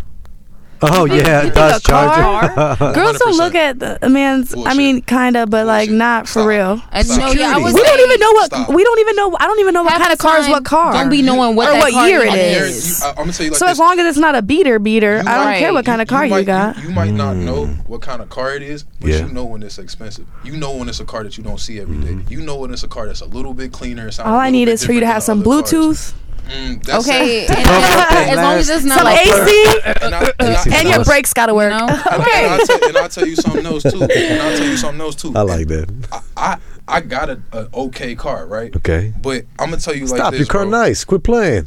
[SPEAKER 2] Oh yeah, it does charge.
[SPEAKER 4] Girls don't look at the, a man's. I
[SPEAKER 1] Bullshit.
[SPEAKER 4] mean, kinda, but like
[SPEAKER 1] Bullshit.
[SPEAKER 4] not for
[SPEAKER 1] Stop.
[SPEAKER 4] real.
[SPEAKER 3] Uh, no,
[SPEAKER 1] Security.
[SPEAKER 3] yeah, I
[SPEAKER 4] We
[SPEAKER 3] was
[SPEAKER 1] It's
[SPEAKER 4] don't
[SPEAKER 3] saying,
[SPEAKER 4] even know what.
[SPEAKER 1] Stop.
[SPEAKER 4] We don't even know. I don't even know what
[SPEAKER 3] half
[SPEAKER 4] kind of
[SPEAKER 3] the
[SPEAKER 4] car is
[SPEAKER 3] time,
[SPEAKER 4] what car.
[SPEAKER 3] Don't be knowing what
[SPEAKER 4] or
[SPEAKER 3] that
[SPEAKER 4] what
[SPEAKER 3] car
[SPEAKER 4] year it
[SPEAKER 3] even
[SPEAKER 1] There-
[SPEAKER 4] is.
[SPEAKER 1] you- I, am gonna tell you like
[SPEAKER 4] so
[SPEAKER 1] this.
[SPEAKER 4] as long as it's not a beater beater, I don't
[SPEAKER 3] might-
[SPEAKER 4] care what kind of car you,
[SPEAKER 1] might,
[SPEAKER 4] got.
[SPEAKER 1] You, might not know what kind of car it is, but
[SPEAKER 2] Mm. Yeah.
[SPEAKER 1] you know when it's expensive. You know when it's a car that you don't see every day.
[SPEAKER 2] Mm-hmm.
[SPEAKER 1] You know when it's a car that's a little bit cleaner. And sound
[SPEAKER 4] All
[SPEAKER 1] a
[SPEAKER 4] I
[SPEAKER 1] little
[SPEAKER 4] need
[SPEAKER 1] bit
[SPEAKER 4] is for you to
[SPEAKER 1] different
[SPEAKER 4] have some
[SPEAKER 1] than other cars.
[SPEAKER 4] Bluetooth,
[SPEAKER 1] Mm, that's
[SPEAKER 3] Okay,
[SPEAKER 1] it.
[SPEAKER 3] and as long as it's not
[SPEAKER 4] some
[SPEAKER 3] like
[SPEAKER 4] AC,
[SPEAKER 1] And, I, and, I,
[SPEAKER 2] AC.
[SPEAKER 4] and
[SPEAKER 2] That
[SPEAKER 4] your
[SPEAKER 2] was-
[SPEAKER 4] brakes gotta work.
[SPEAKER 3] know?
[SPEAKER 1] and, I, and, I tell, and I'll tell you something else too. And I'll tell you something else too.
[SPEAKER 2] I like that.
[SPEAKER 1] I I, I got a, a okay car, right?
[SPEAKER 2] Okay.
[SPEAKER 1] But I'm gonna tell you like
[SPEAKER 2] Stop,
[SPEAKER 1] this.
[SPEAKER 2] your car
[SPEAKER 1] bro.
[SPEAKER 2] nice. Quit playing.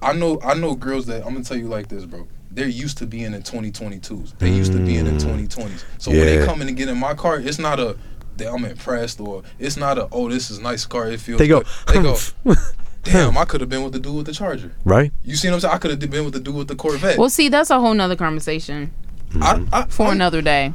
[SPEAKER 1] I know I know girls that I'm gonna tell you like this, bro. They're used to being in 2022s. They used to being in 2020s. So when
[SPEAKER 2] Mm. Yeah.
[SPEAKER 1] they come in and get in my car, it's not a that I'm impressed or it's not a oh this is nice car. It feels
[SPEAKER 2] They go.
[SPEAKER 1] good." they go damn I could have been with the dude with the Charger.
[SPEAKER 2] right.
[SPEAKER 1] You see what I'm saying? I could have been with the dude with the Corvette.
[SPEAKER 3] Well, see, that's a whole nother conversation
[SPEAKER 1] I,
[SPEAKER 2] Mm-hmm.
[SPEAKER 1] I,
[SPEAKER 3] for
[SPEAKER 1] I-
[SPEAKER 3] another day.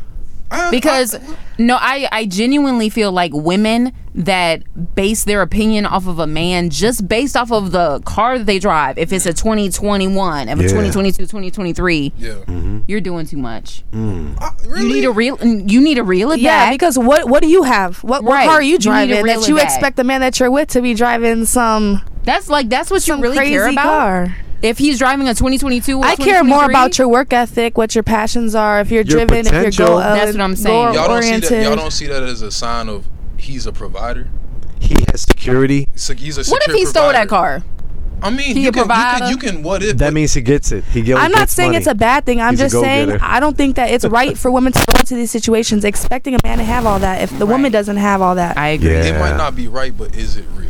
[SPEAKER 1] I- I-
[SPEAKER 3] because no I, I genuinely feel like women that base their opinion off of a man just based off of the car that they drive if it's a 2021 if
[SPEAKER 2] Yeah.
[SPEAKER 3] a 2022 2023
[SPEAKER 1] yeah,
[SPEAKER 2] Mm-hmm.
[SPEAKER 3] you're doing too much
[SPEAKER 1] I,
[SPEAKER 3] you
[SPEAKER 1] really.
[SPEAKER 3] need to reel you need to reel it
[SPEAKER 4] Yeah,
[SPEAKER 3] back
[SPEAKER 4] because what what do you have? What, what
[SPEAKER 3] Right.
[SPEAKER 4] car are
[SPEAKER 3] You
[SPEAKER 4] you
[SPEAKER 3] need to
[SPEAKER 4] driving
[SPEAKER 3] reel
[SPEAKER 4] that
[SPEAKER 3] it
[SPEAKER 4] you
[SPEAKER 3] back.
[SPEAKER 4] expect the man that you're with to be driving some
[SPEAKER 3] that's like that's what you
[SPEAKER 4] some
[SPEAKER 3] really
[SPEAKER 4] crazy
[SPEAKER 3] care about
[SPEAKER 4] car?
[SPEAKER 3] if he's driving a 2022 or
[SPEAKER 4] I care more
[SPEAKER 3] 2023,
[SPEAKER 4] about your work ethic, what your passions are, if you're
[SPEAKER 2] Your
[SPEAKER 4] driven, if you're
[SPEAKER 2] potential.
[SPEAKER 4] goal uh,
[SPEAKER 3] That's what I'm saying.
[SPEAKER 4] goal
[SPEAKER 1] y'all don't
[SPEAKER 4] oriented.
[SPEAKER 1] see that. Y'all don't see that as a sign of he's a provider.
[SPEAKER 2] He has security.
[SPEAKER 1] So he's a
[SPEAKER 3] what if
[SPEAKER 1] secure
[SPEAKER 3] he stole that
[SPEAKER 1] provider.
[SPEAKER 3] car
[SPEAKER 1] I mean,
[SPEAKER 3] He
[SPEAKER 1] you
[SPEAKER 3] a
[SPEAKER 1] can, you
[SPEAKER 3] provider?
[SPEAKER 1] can you can what if
[SPEAKER 2] That
[SPEAKER 1] but-
[SPEAKER 2] means he gets it. He gets.
[SPEAKER 4] I'm not
[SPEAKER 2] gets
[SPEAKER 4] saying
[SPEAKER 2] money.
[SPEAKER 4] it's a bad thing. I'm
[SPEAKER 2] He's a
[SPEAKER 4] just saying
[SPEAKER 2] go-getter.
[SPEAKER 4] I don't think that it's right for women to go into these situations expecting a man to have all that if the woman
[SPEAKER 3] Right.
[SPEAKER 4] doesn't have all that.
[SPEAKER 3] I agree
[SPEAKER 2] Yeah.
[SPEAKER 1] It might not be right, but is it real?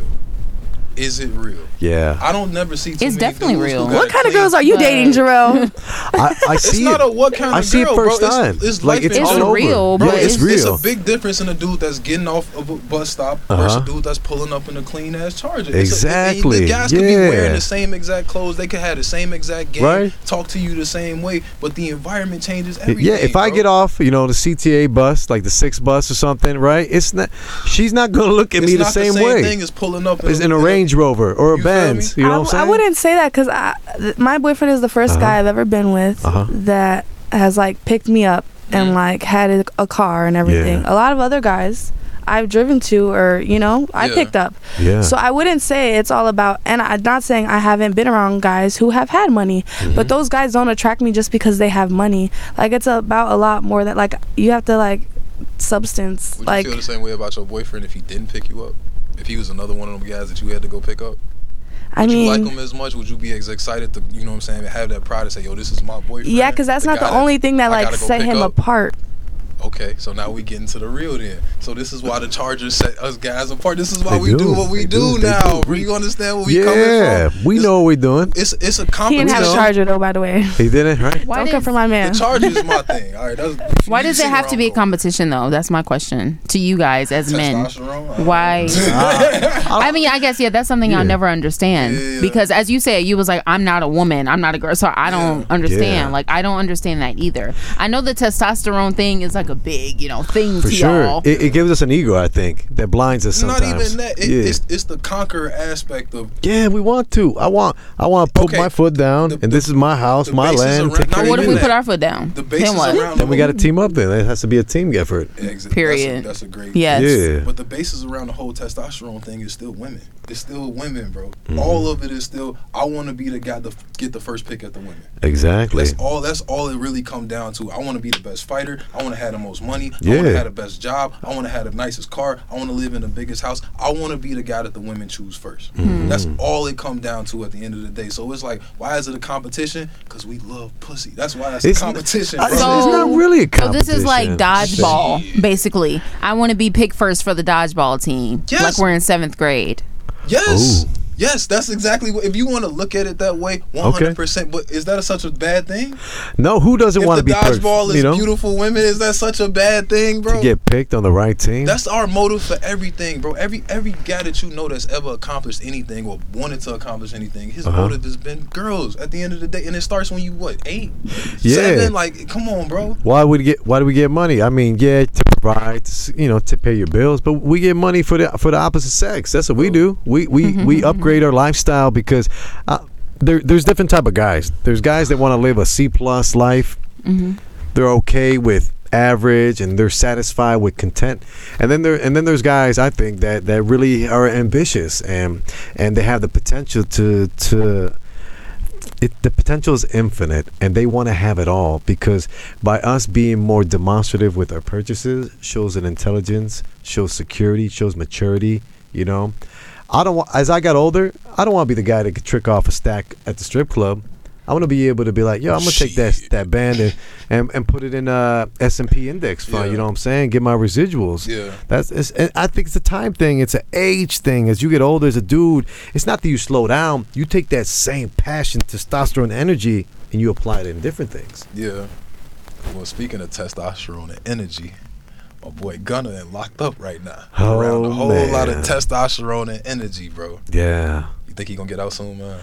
[SPEAKER 1] Is it real?
[SPEAKER 2] Yeah.
[SPEAKER 1] I don't never see. Too many
[SPEAKER 3] It's definitely
[SPEAKER 1] dudes who
[SPEAKER 3] real.
[SPEAKER 1] got
[SPEAKER 4] what
[SPEAKER 1] a
[SPEAKER 4] kind of
[SPEAKER 1] clean-
[SPEAKER 4] girls are you
[SPEAKER 3] but-
[SPEAKER 4] dating, Jarrell?
[SPEAKER 2] I, I
[SPEAKER 1] It's
[SPEAKER 2] see
[SPEAKER 1] not
[SPEAKER 2] it.
[SPEAKER 1] a what kind of
[SPEAKER 2] I see it
[SPEAKER 1] girl,
[SPEAKER 2] first
[SPEAKER 1] bro. It's-
[SPEAKER 2] time.
[SPEAKER 1] It's,
[SPEAKER 2] like
[SPEAKER 1] life
[SPEAKER 2] it's,
[SPEAKER 1] in
[SPEAKER 3] all
[SPEAKER 1] general.
[SPEAKER 2] over.
[SPEAKER 3] real,
[SPEAKER 2] Bro,
[SPEAKER 3] but
[SPEAKER 2] it's,
[SPEAKER 3] it's-
[SPEAKER 1] It's
[SPEAKER 2] real.
[SPEAKER 1] a big difference in a dude that's getting off of a bus stop versus
[SPEAKER 2] Uh-huh.
[SPEAKER 1] a dude that's pulling up in a clean ass charger. It's a-
[SPEAKER 2] Exactly,
[SPEAKER 1] the guys could be
[SPEAKER 2] yeah.
[SPEAKER 1] wearing the same exact clothes. They could have the same exact game.
[SPEAKER 2] Right.
[SPEAKER 1] Talk to you the same way, but the environment changes
[SPEAKER 2] Y-
[SPEAKER 1] everything.
[SPEAKER 2] yeah, if I
[SPEAKER 1] bro.
[SPEAKER 2] get off, you know, the CTA bus, like the six bus or something, right? It's not. She's not gonna look at
[SPEAKER 1] it's
[SPEAKER 2] me the
[SPEAKER 1] not the
[SPEAKER 2] same,
[SPEAKER 1] same
[SPEAKER 2] way.
[SPEAKER 1] thing as pulling up.
[SPEAKER 2] It's in a Range Rover or a
[SPEAKER 1] You feel
[SPEAKER 2] Benz.
[SPEAKER 1] me?
[SPEAKER 2] You know
[SPEAKER 4] I,
[SPEAKER 2] what I'm
[SPEAKER 4] I
[SPEAKER 2] saying?
[SPEAKER 4] wouldn't say that because I, th- my boyfriend is the 1st guy I've ever been with
[SPEAKER 2] Uh-huh. Mm.
[SPEAKER 4] that has like picked me up and like had a, a car and everything.
[SPEAKER 2] Yeah.
[SPEAKER 4] A lot of other guys I've driven to or you know I
[SPEAKER 1] Yeah.
[SPEAKER 4] picked up.
[SPEAKER 2] Yeah.
[SPEAKER 4] So I wouldn't say it's all about. And I'm not saying I haven't been around guys who have had money,
[SPEAKER 2] Mm-hmm.
[SPEAKER 4] but those guys don't attract me just because they have money. Like it's about a lot more than like you have to like substance
[SPEAKER 1] Would
[SPEAKER 4] like
[SPEAKER 1] you feel the same way about your boyfriend if he didn't pick you up? If he was another one of them guys that you had to go pick up?
[SPEAKER 4] I
[SPEAKER 1] Would you
[SPEAKER 4] mean
[SPEAKER 1] like him as much? Would you be as excited to, you know what I'm saying, have that pride to say, yo, this is my boyfriend?
[SPEAKER 4] Yeah, because that's not
[SPEAKER 1] guy
[SPEAKER 4] the only thing that
[SPEAKER 1] I
[SPEAKER 4] like
[SPEAKER 1] gotta go
[SPEAKER 4] set
[SPEAKER 1] pick
[SPEAKER 4] him
[SPEAKER 1] up.
[SPEAKER 4] apart.
[SPEAKER 1] Okay, so now we get into the real then. So this is why the Chargers set us guys apart. This is why
[SPEAKER 2] They
[SPEAKER 1] we do,
[SPEAKER 2] do.
[SPEAKER 1] what we
[SPEAKER 2] They
[SPEAKER 1] do,
[SPEAKER 2] do. They
[SPEAKER 1] now.
[SPEAKER 2] do.
[SPEAKER 1] Bro, you understand where we
[SPEAKER 2] yeah,
[SPEAKER 1] coming from?
[SPEAKER 2] we
[SPEAKER 1] It's-
[SPEAKER 2] know what we're doing.
[SPEAKER 1] It's it's a
[SPEAKER 4] He
[SPEAKER 1] competition.
[SPEAKER 4] didn't have a charger though, by the way.
[SPEAKER 2] He did it right.
[SPEAKER 3] Why
[SPEAKER 4] Don't
[SPEAKER 3] did-
[SPEAKER 4] come for my
[SPEAKER 1] The
[SPEAKER 4] man.
[SPEAKER 1] Chargers is my thing. All right, that's,
[SPEAKER 3] Why does it have to be a competition though? That's my question to you guys as men. Why? I mean, I guess yeah, that's something
[SPEAKER 2] Oh. Yeah.
[SPEAKER 3] I'll never understand
[SPEAKER 1] Yeah.
[SPEAKER 3] because as you said, you was like, I'm not a woman, I'm not a girl, so I don't understand.
[SPEAKER 2] Yeah.
[SPEAKER 3] Like, I don't understand that either. I know the testosterone thing is like a big, you know, thing
[SPEAKER 2] For
[SPEAKER 3] to
[SPEAKER 2] sure.
[SPEAKER 3] y'all.
[SPEAKER 2] It, it gives us an ego, I think, that blinds us sometimes.
[SPEAKER 1] Not even that. It,
[SPEAKER 2] yeah.
[SPEAKER 1] it's, it's the conqueror aspect of
[SPEAKER 2] yeah, we want to. I want I want to put
[SPEAKER 1] Okay.
[SPEAKER 2] my foot down,
[SPEAKER 1] The-
[SPEAKER 2] and this is my house,
[SPEAKER 1] the
[SPEAKER 2] my
[SPEAKER 1] bases
[SPEAKER 2] land.
[SPEAKER 1] around-
[SPEAKER 2] take
[SPEAKER 1] Now
[SPEAKER 2] care of
[SPEAKER 3] what if
[SPEAKER 1] you
[SPEAKER 3] we
[SPEAKER 2] it.
[SPEAKER 1] do
[SPEAKER 3] put
[SPEAKER 1] that.
[SPEAKER 3] our foot down?
[SPEAKER 1] the basis
[SPEAKER 3] then what?
[SPEAKER 1] around.
[SPEAKER 2] Then we
[SPEAKER 1] the
[SPEAKER 2] got to team up. Then it has to be a team effort.
[SPEAKER 1] Exit.
[SPEAKER 3] Period.
[SPEAKER 1] That's a, that's a great.
[SPEAKER 3] Yes.
[SPEAKER 2] Yeah.
[SPEAKER 1] But the basis around the whole testosterone thing is still women. It's still women, bro.
[SPEAKER 2] Mm-hmm.
[SPEAKER 1] All of it is still. I want to be the guy to f- get the first pick at the women.
[SPEAKER 2] Exactly.
[SPEAKER 1] That's all. That's all it really come down to. I want to be the best fighter. I want to have the most money. I want
[SPEAKER 2] Yeah.
[SPEAKER 1] to have the best job. I want to have the nicest car. I want to live in the biggest house. I want to be the guy that the women choose 1st
[SPEAKER 2] Mm-hmm.
[SPEAKER 1] That's all it come down to at the end of the day. So it's like, why is it a competition? Because we love pussy. That's why it's,
[SPEAKER 2] It's-
[SPEAKER 1] a competition.
[SPEAKER 2] I-
[SPEAKER 1] bro.
[SPEAKER 2] It's not really a
[SPEAKER 3] So this is like
[SPEAKER 2] competition.
[SPEAKER 3] dodgeball, basically. I want to be picked first for the dodgeball team,
[SPEAKER 1] Yes.
[SPEAKER 3] like we're in seventh grade.
[SPEAKER 1] Yes.
[SPEAKER 2] Ooh.
[SPEAKER 1] Yes, that's exactly what. If you want to look at it that way, one hundred percent. But is that such a bad thing?
[SPEAKER 2] No, who doesn't want to
[SPEAKER 1] If the
[SPEAKER 2] be picked?
[SPEAKER 1] dodgeball is
[SPEAKER 2] you know,
[SPEAKER 1] beautiful women, is that such a bad thing, bro?
[SPEAKER 2] to get picked on the right team.
[SPEAKER 1] That's our motive for everything, bro. Every every guy that you know that's ever accomplished anything or wanted to accomplish anything, his
[SPEAKER 2] Uh-huh.
[SPEAKER 1] motive has been girls. At the end of the day, and it starts when you what eight,
[SPEAKER 2] Yeah.
[SPEAKER 1] seven. Like, come on, bro.
[SPEAKER 2] why would get why do we get money? I mean, yeah, to provide, to s- you know, to pay your bills, but we get money for the for the opposite sex. That's what we do. We we
[SPEAKER 3] Mm-hmm.
[SPEAKER 2] we upgrade our lifestyle because uh, there there's different type of guys. There's guys that want to live a C plus life. They're okay with average and they're satisfied with content. And then there and then there's guys I think that that really are ambitious and and they have the potential to to it, the potential is infinite and they want to have it all because by us being more demonstrative with our purchases shows an intelligence shows security shows maturity you know i don't want as i got older i don't want to be the guy that could trick off a stack at the strip club i want to be able to be like yo i'm gonna take that that band and, and, and put it in uh, a s&p index fund
[SPEAKER 1] Yeah.
[SPEAKER 2] you know what i'm saying get my residuals
[SPEAKER 1] Yeah.
[SPEAKER 2] that's it's, and I think it's a time thing. It's an age thing. As you get older, as a dude, it's not that you slow down. You take that same passion, testosterone, energy, and you apply it in different things.
[SPEAKER 1] Yeah. Well, speaking of testosterone and energy, my boy Gunner and locked up right now.
[SPEAKER 2] Oh,
[SPEAKER 1] Around a whole lot of
[SPEAKER 2] man.
[SPEAKER 1] testosterone and energy, bro.
[SPEAKER 2] Yeah,
[SPEAKER 1] You think he gonna get out soon, man?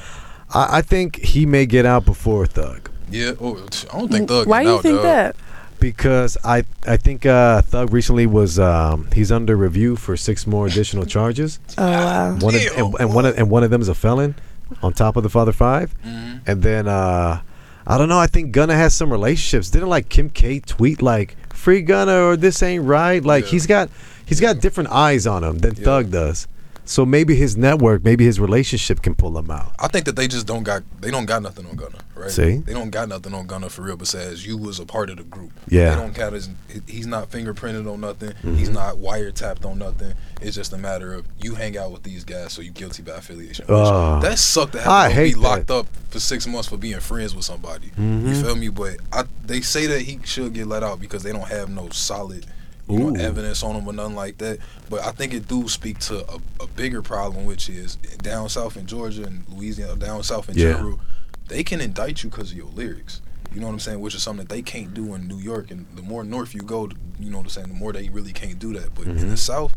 [SPEAKER 2] I, I think he may get out before Thug
[SPEAKER 1] Yeah. Oh, I don't think Thug.
[SPEAKER 4] Why do
[SPEAKER 1] getting
[SPEAKER 4] you
[SPEAKER 1] out,
[SPEAKER 4] think
[SPEAKER 1] dog.
[SPEAKER 4] that?
[SPEAKER 2] because I I think uh, Thug recently was um, he's under review for six more additional charges.
[SPEAKER 1] Ah.
[SPEAKER 4] Oh wow.
[SPEAKER 2] One of,
[SPEAKER 1] Damn,
[SPEAKER 2] and, and one of, and one of them is a felon, on top of the Father 5
[SPEAKER 1] Mm-hmm.
[SPEAKER 2] and then uh, I don't know. I think Gunna has some relationships. Didn't like Kim K tweet like "Free Gunna" or "This ain't right." Like
[SPEAKER 1] Yeah.
[SPEAKER 2] he's got he's got different eyes on him than
[SPEAKER 1] Yeah.
[SPEAKER 2] Thug does. So maybe his network, maybe his relationship can pull him out.
[SPEAKER 1] I think that they just don't got they don't got nothing on Gunner, right?
[SPEAKER 2] See?
[SPEAKER 1] they don't got nothing on Gunner for real. Besides, you was a part of the group.
[SPEAKER 2] Yeah. Mm-hmm.
[SPEAKER 1] they don't got his. He's not fingerprinted on nothing. He's not wiretapped on nothing. It's just a matter of you hang out with these guys, so you guilty by affiliation. Which,
[SPEAKER 2] Ah.
[SPEAKER 1] that sucked to have
[SPEAKER 2] I
[SPEAKER 1] to be
[SPEAKER 2] hate that.
[SPEAKER 1] locked up for six months for being friends with somebody. You
[SPEAKER 2] Mm-hmm.
[SPEAKER 1] feel me? But I, they say that he should get let out because they don't have no solid. You
[SPEAKER 2] Ooh.
[SPEAKER 1] know, evidence on him or nothing like that. But I think it do speak to a, a bigger problem, which is down south in Georgia and Louisiana, down south in
[SPEAKER 2] Yeah.
[SPEAKER 1] general, they can indict you because of your lyrics. You know what I'm saying? Which is something that they can't do in New York. And the more north you go, you know what I'm saying, the more they really can't do that. But
[SPEAKER 2] Mm-hmm.
[SPEAKER 1] in the south,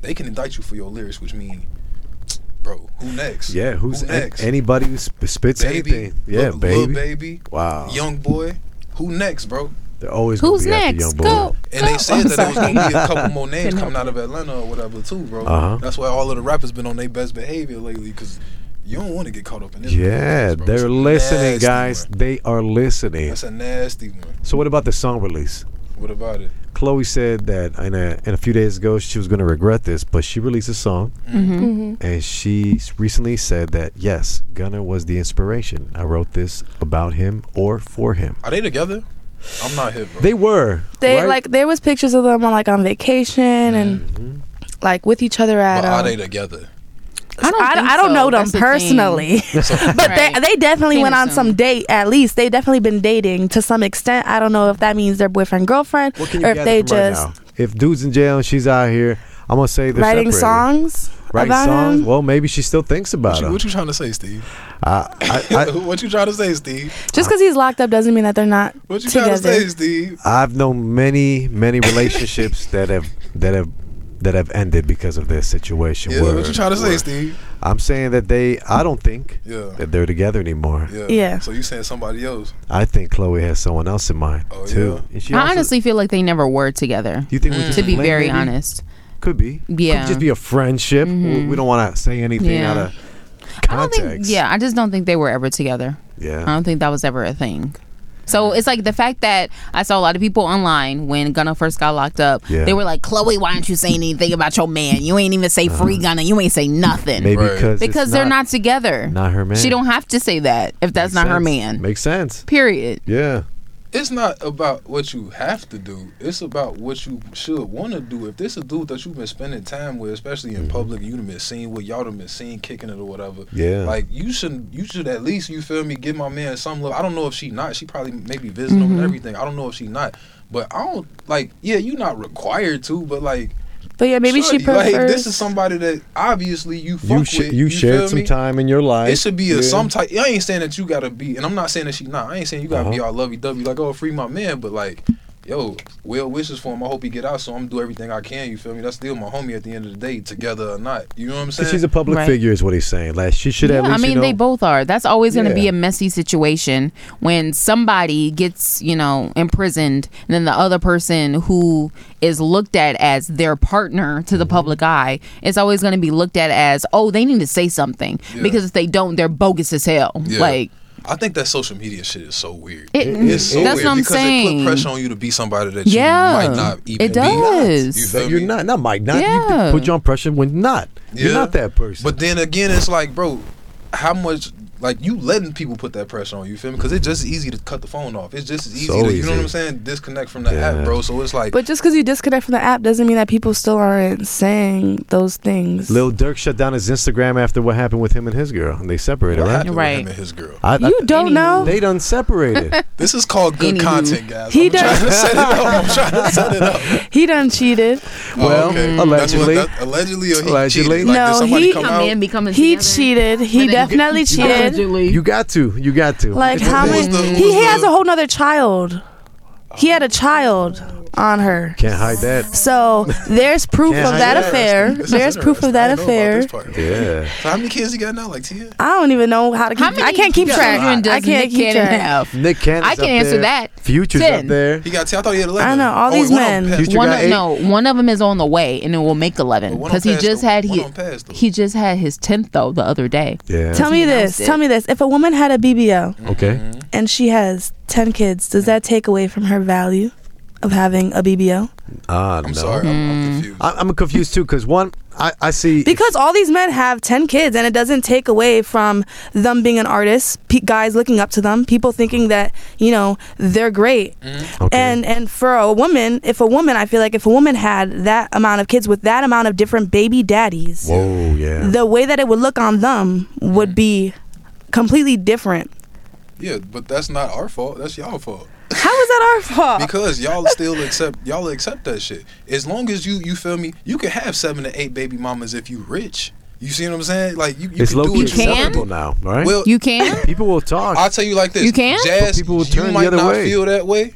[SPEAKER 1] they can indict you for your lyrics, which mean, bro, who next?
[SPEAKER 2] Yeah, who's
[SPEAKER 1] who
[SPEAKER 2] a-
[SPEAKER 1] next?
[SPEAKER 2] anybody who sp- spits
[SPEAKER 1] baby,
[SPEAKER 2] anything? Yeah,
[SPEAKER 1] Lil- Lil
[SPEAKER 2] baby.
[SPEAKER 1] baby,
[SPEAKER 2] Wow,
[SPEAKER 1] young boy. Who next, bro?
[SPEAKER 2] they're always gonna
[SPEAKER 3] Who's
[SPEAKER 2] be after
[SPEAKER 3] next?
[SPEAKER 2] young boy.
[SPEAKER 3] Go.
[SPEAKER 1] And they
[SPEAKER 3] go.
[SPEAKER 1] said
[SPEAKER 3] I'm
[SPEAKER 1] that there was
[SPEAKER 3] sorry.
[SPEAKER 1] gonna be a couple more names
[SPEAKER 3] Couldn't
[SPEAKER 1] coming out of Atlanta or whatever too, bro.
[SPEAKER 2] Uh-huh.
[SPEAKER 1] That's why all of the rappers been on their best behavior lately because you don't want to get caught up in this.
[SPEAKER 2] Yeah,
[SPEAKER 1] business, bro. It's
[SPEAKER 2] they're
[SPEAKER 1] a
[SPEAKER 2] listening,
[SPEAKER 1] nasty
[SPEAKER 2] guys.
[SPEAKER 1] one.
[SPEAKER 2] They are listening.
[SPEAKER 1] That's a nasty one.
[SPEAKER 2] So what about the song release?
[SPEAKER 1] What about it?
[SPEAKER 2] Chloe said that in a, in a few days ago she was going to regret this, but she released a song
[SPEAKER 4] Mm-hmm.
[SPEAKER 2] and she s- recently said that yes, Gunner was the inspiration. I wrote this about him or for him.
[SPEAKER 1] Are they together? I'm not here, bro.
[SPEAKER 2] They were
[SPEAKER 4] They
[SPEAKER 2] right?
[SPEAKER 4] like there was pictures of them on like on vacation and like with each other at
[SPEAKER 1] Mm-hmm. but are
[SPEAKER 4] um,
[SPEAKER 1] they together?
[SPEAKER 3] I don't
[SPEAKER 4] I,
[SPEAKER 3] think
[SPEAKER 4] I don't
[SPEAKER 3] so.
[SPEAKER 4] know them
[SPEAKER 3] That's the thing.
[SPEAKER 4] personally, but
[SPEAKER 3] Right.
[SPEAKER 4] they, they definitely
[SPEAKER 3] Seen
[SPEAKER 4] went
[SPEAKER 3] it
[SPEAKER 4] on
[SPEAKER 3] some.
[SPEAKER 4] some date. At least they definitely been dating to some extent. I don't know if that means their boyfriend girlfriend
[SPEAKER 2] What can you
[SPEAKER 4] or if
[SPEAKER 2] gather
[SPEAKER 4] they
[SPEAKER 2] from right
[SPEAKER 4] just
[SPEAKER 2] now? If dude's in jail and she's out here, I'm gonna say they're
[SPEAKER 4] writing
[SPEAKER 2] separated.
[SPEAKER 4] songs
[SPEAKER 2] Writing
[SPEAKER 4] about
[SPEAKER 2] songs.
[SPEAKER 4] him.
[SPEAKER 2] Well, maybe she still thinks about
[SPEAKER 1] What you,
[SPEAKER 2] him.
[SPEAKER 1] what you trying to say, Steve?
[SPEAKER 2] I, I,
[SPEAKER 1] what you trying to say, Steve?
[SPEAKER 4] Just because he's locked up doesn't mean that they're not
[SPEAKER 1] What you trying to say,
[SPEAKER 4] together.
[SPEAKER 1] Steve?
[SPEAKER 2] I, I've known many, many relationships that have that have that have ended because of this situation.
[SPEAKER 1] Yeah,
[SPEAKER 2] where-
[SPEAKER 1] what you trying to say,
[SPEAKER 2] where-
[SPEAKER 1] Steve?
[SPEAKER 2] I'm saying that they. I don't think
[SPEAKER 1] Yeah.
[SPEAKER 2] that they're together anymore.
[SPEAKER 1] Yeah.
[SPEAKER 4] Yeah.
[SPEAKER 1] So you saying somebody else?
[SPEAKER 2] I think Chloe has someone else in mind
[SPEAKER 1] Oh,
[SPEAKER 2] too.
[SPEAKER 1] yeah.
[SPEAKER 2] And she
[SPEAKER 3] I
[SPEAKER 2] also-
[SPEAKER 3] honestly feel like they never were together.
[SPEAKER 2] you think we just
[SPEAKER 3] To be
[SPEAKER 2] playing,
[SPEAKER 3] very
[SPEAKER 2] maybe?
[SPEAKER 3] honest,
[SPEAKER 2] could be.
[SPEAKER 3] Yeah. Mm-hmm.
[SPEAKER 2] could just be a friendship. We- We, don't want to say anything
[SPEAKER 3] Yeah.
[SPEAKER 2] out of context.
[SPEAKER 3] I don't think. Yeah, I just don't think they were ever together. I
[SPEAKER 2] yeah.
[SPEAKER 3] don't think that was ever a thing. So it's like the fact that I saw a lot of people online when Gunna first got locked up.
[SPEAKER 2] Yeah.
[SPEAKER 3] They were like, "Chloe, why aren't you saying anything about your man? You ain't even say free Gunna. You ain't say nothing
[SPEAKER 2] Uh-huh. Maybe
[SPEAKER 1] Right.
[SPEAKER 2] because
[SPEAKER 3] because they're not together.
[SPEAKER 2] not her man.
[SPEAKER 3] She don't have to say that if that's
[SPEAKER 2] Makes
[SPEAKER 3] not her
[SPEAKER 2] sense.
[SPEAKER 3] man.
[SPEAKER 2] Makes sense.
[SPEAKER 3] Period.
[SPEAKER 2] Yeah.
[SPEAKER 1] It's not about what you have to do. It's about what you should want to do. If this a dude that you've been spending time with, especially in
[SPEAKER 2] Mm-hmm.
[SPEAKER 1] public, you done been seen with y'all done been seen kicking it or whatever.
[SPEAKER 2] Yeah.
[SPEAKER 1] Like you should, you should at least you feel me. Give my man some love. I don't know if she not. She probably maybe visiting
[SPEAKER 4] Mm-hmm.
[SPEAKER 1] him and everything. I don't know if she not. But I don't like. Yeah, you not required to. But like,
[SPEAKER 4] But yeah, maybe she
[SPEAKER 1] shorty, like
[SPEAKER 4] prefers.
[SPEAKER 1] this is somebody that obviously you fuck
[SPEAKER 2] you sh-
[SPEAKER 1] with.
[SPEAKER 2] you
[SPEAKER 1] feel
[SPEAKER 2] shared some
[SPEAKER 1] me?
[SPEAKER 2] time in your life.
[SPEAKER 1] It should be a
[SPEAKER 2] Yeah.
[SPEAKER 1] some type. I ain't saying that you gotta be, and I'm not saying that she not. I ain't saying you gotta be
[SPEAKER 2] Uh-huh.
[SPEAKER 1] all lovey dovey like oh free my man, but like yo, well wishes for him. I hope he get out, so I'm gonna do everything I can. You feel me? That's still my homie at the end of the day, together or not. You know what I'm saying?
[SPEAKER 2] She's a public
[SPEAKER 3] Right.
[SPEAKER 2] figure, is what he's saying. Like she should
[SPEAKER 3] Yeah,
[SPEAKER 2] at least.
[SPEAKER 3] I mean,
[SPEAKER 2] you know,
[SPEAKER 3] they both are. That's always going to be
[SPEAKER 2] Yeah.
[SPEAKER 3] a messy situation when somebody gets, you know, imprisoned, and then the other person who is looked at as their partner to
[SPEAKER 1] Mm-hmm.
[SPEAKER 3] the public eye is always going to be looked at as, oh, they need to say something
[SPEAKER 1] Yeah.
[SPEAKER 3] because if they don't, they're bogus as hell.
[SPEAKER 1] Yeah.
[SPEAKER 3] Like,
[SPEAKER 1] I think that social media shit is so weird.
[SPEAKER 3] it,
[SPEAKER 1] it's so
[SPEAKER 3] that's
[SPEAKER 1] weird
[SPEAKER 3] what I'm
[SPEAKER 1] because it
[SPEAKER 3] saying.
[SPEAKER 1] put pressure on you to be somebody that
[SPEAKER 3] Yeah.
[SPEAKER 1] you might not even
[SPEAKER 3] It
[SPEAKER 1] Be.
[SPEAKER 3] does.
[SPEAKER 1] You
[SPEAKER 2] That
[SPEAKER 1] feel
[SPEAKER 2] you're
[SPEAKER 1] me?
[SPEAKER 2] not. Not Mike. Not
[SPEAKER 3] Yeah.
[SPEAKER 2] you put you on pressure when not. You're
[SPEAKER 1] Yeah.
[SPEAKER 2] not that person.
[SPEAKER 1] But then again, it's like, bro, how much like you letting people put that pressure on you? Feel me? Because it's just as easy to cut the phone off. It's just as easy.
[SPEAKER 2] So
[SPEAKER 1] to, you know what
[SPEAKER 2] easy.
[SPEAKER 1] I'm saying? Disconnect from the
[SPEAKER 2] Yeah.
[SPEAKER 1] app, bro. So it's like,
[SPEAKER 4] but just because you disconnect from the app doesn't mean that people still aren't saying those things.
[SPEAKER 2] Lil Durk shut down his Instagram after what happened with him and his girl, and they separated,
[SPEAKER 1] what
[SPEAKER 2] right?
[SPEAKER 1] happened
[SPEAKER 3] Right.
[SPEAKER 1] with him and his girl?
[SPEAKER 2] I,
[SPEAKER 4] you don't
[SPEAKER 3] Anywho.
[SPEAKER 4] know.
[SPEAKER 2] They done separated.
[SPEAKER 1] This is called good
[SPEAKER 3] Anywho.
[SPEAKER 1] content, guys.
[SPEAKER 4] He
[SPEAKER 1] I'm
[SPEAKER 4] does-
[SPEAKER 1] trying to set it up. I'm trying to set it up. Oh,
[SPEAKER 4] He done cheated.
[SPEAKER 2] Well, allegedly.
[SPEAKER 1] That's what, that, allegedly, or he
[SPEAKER 2] Allegedly.
[SPEAKER 1] cheated? Like, did
[SPEAKER 4] No,
[SPEAKER 1] somebody
[SPEAKER 4] he-
[SPEAKER 1] come
[SPEAKER 3] Come
[SPEAKER 1] out?
[SPEAKER 3] in, be coming
[SPEAKER 4] He
[SPEAKER 3] together.
[SPEAKER 4] cheated. He
[SPEAKER 3] But then-
[SPEAKER 4] definitely cheated.
[SPEAKER 2] you got to. You got to.
[SPEAKER 4] Like
[SPEAKER 1] What
[SPEAKER 4] how
[SPEAKER 1] was
[SPEAKER 4] many?
[SPEAKER 1] the- what
[SPEAKER 4] He,
[SPEAKER 1] was
[SPEAKER 4] he has
[SPEAKER 1] the-
[SPEAKER 4] a whole nother child. He had a child on her.
[SPEAKER 2] Can't hide that.
[SPEAKER 4] So there's proof
[SPEAKER 2] Yeah,
[SPEAKER 4] of that
[SPEAKER 2] yeah.
[SPEAKER 4] affair.
[SPEAKER 1] This is
[SPEAKER 4] There's proof of
[SPEAKER 1] interesting.
[SPEAKER 4] that
[SPEAKER 1] I didn't know about
[SPEAKER 4] affair.
[SPEAKER 1] this part.
[SPEAKER 2] Yeah.
[SPEAKER 1] So how many kids you got now? Like ten?
[SPEAKER 4] I don't even know how to keep.
[SPEAKER 3] How many
[SPEAKER 4] I can't keep
[SPEAKER 3] children
[SPEAKER 4] track. I
[SPEAKER 3] does
[SPEAKER 4] can't
[SPEAKER 3] Nick
[SPEAKER 4] keep
[SPEAKER 3] Cannon
[SPEAKER 4] track.
[SPEAKER 3] have?
[SPEAKER 2] Nick Cannon's
[SPEAKER 3] I can
[SPEAKER 2] up
[SPEAKER 3] answer
[SPEAKER 2] there.
[SPEAKER 3] that.
[SPEAKER 2] Future's up
[SPEAKER 3] Ten.
[SPEAKER 2] there.
[SPEAKER 1] He got ten. I thought he had eleven.
[SPEAKER 4] I know, all
[SPEAKER 1] Oh, wait,
[SPEAKER 4] these
[SPEAKER 1] one of them
[SPEAKER 4] men.
[SPEAKER 1] passed-
[SPEAKER 2] Future
[SPEAKER 3] one
[SPEAKER 2] got
[SPEAKER 3] of,
[SPEAKER 2] eight.
[SPEAKER 3] no, one of them is on the way, and it will make eleven
[SPEAKER 1] But one
[SPEAKER 3] because he
[SPEAKER 1] on past
[SPEAKER 3] just
[SPEAKER 1] though.
[SPEAKER 3] had
[SPEAKER 1] One
[SPEAKER 3] he
[SPEAKER 1] on past though.
[SPEAKER 3] he just had his tenth though the other day.
[SPEAKER 2] Yeah.
[SPEAKER 4] Tell me
[SPEAKER 3] announced
[SPEAKER 4] this.
[SPEAKER 3] it.
[SPEAKER 4] Tell me this. If a woman had a BBL
[SPEAKER 2] okay.
[SPEAKER 1] Mm-hmm.
[SPEAKER 4] and she has ten kids, does that take away from her value of having a BBL?
[SPEAKER 2] Ah, no.
[SPEAKER 1] I'm sorry. I'm, I'm
[SPEAKER 4] Mm.
[SPEAKER 1] confused.
[SPEAKER 2] I, I'm confused too because one, I, I see
[SPEAKER 4] Because all these men have 10 kids, and it doesn't take away from them being an artist, pe- guys looking up to them, people thinking that, you know, they're great.
[SPEAKER 2] Okay.
[SPEAKER 4] And and for a woman, if a woman, I feel like if a woman had that amount of kids with that amount of different baby daddies,
[SPEAKER 2] Whoa, yeah.
[SPEAKER 4] the way that it would look on them would be completely different.
[SPEAKER 1] Yeah, but that's not our fault. That's y'all fault.
[SPEAKER 4] How is that our fault?
[SPEAKER 1] Because y'all still accept y'all accept that shit. As long as you you feel me, you can have seven to eight baby mamas if you rich. You see what I'm saying? Like you, you
[SPEAKER 2] it's
[SPEAKER 1] can
[SPEAKER 2] low
[SPEAKER 1] do
[SPEAKER 2] key
[SPEAKER 1] what you
[SPEAKER 3] can?
[SPEAKER 1] want.
[SPEAKER 2] acceptable now, right?
[SPEAKER 1] Well,
[SPEAKER 3] You can.
[SPEAKER 2] people will talk.
[SPEAKER 1] I'll tell you like this.
[SPEAKER 3] You can?
[SPEAKER 1] Jazz,
[SPEAKER 2] But people will turn
[SPEAKER 1] you
[SPEAKER 2] the
[SPEAKER 1] might
[SPEAKER 2] other
[SPEAKER 1] not
[SPEAKER 2] way.
[SPEAKER 1] feel that way.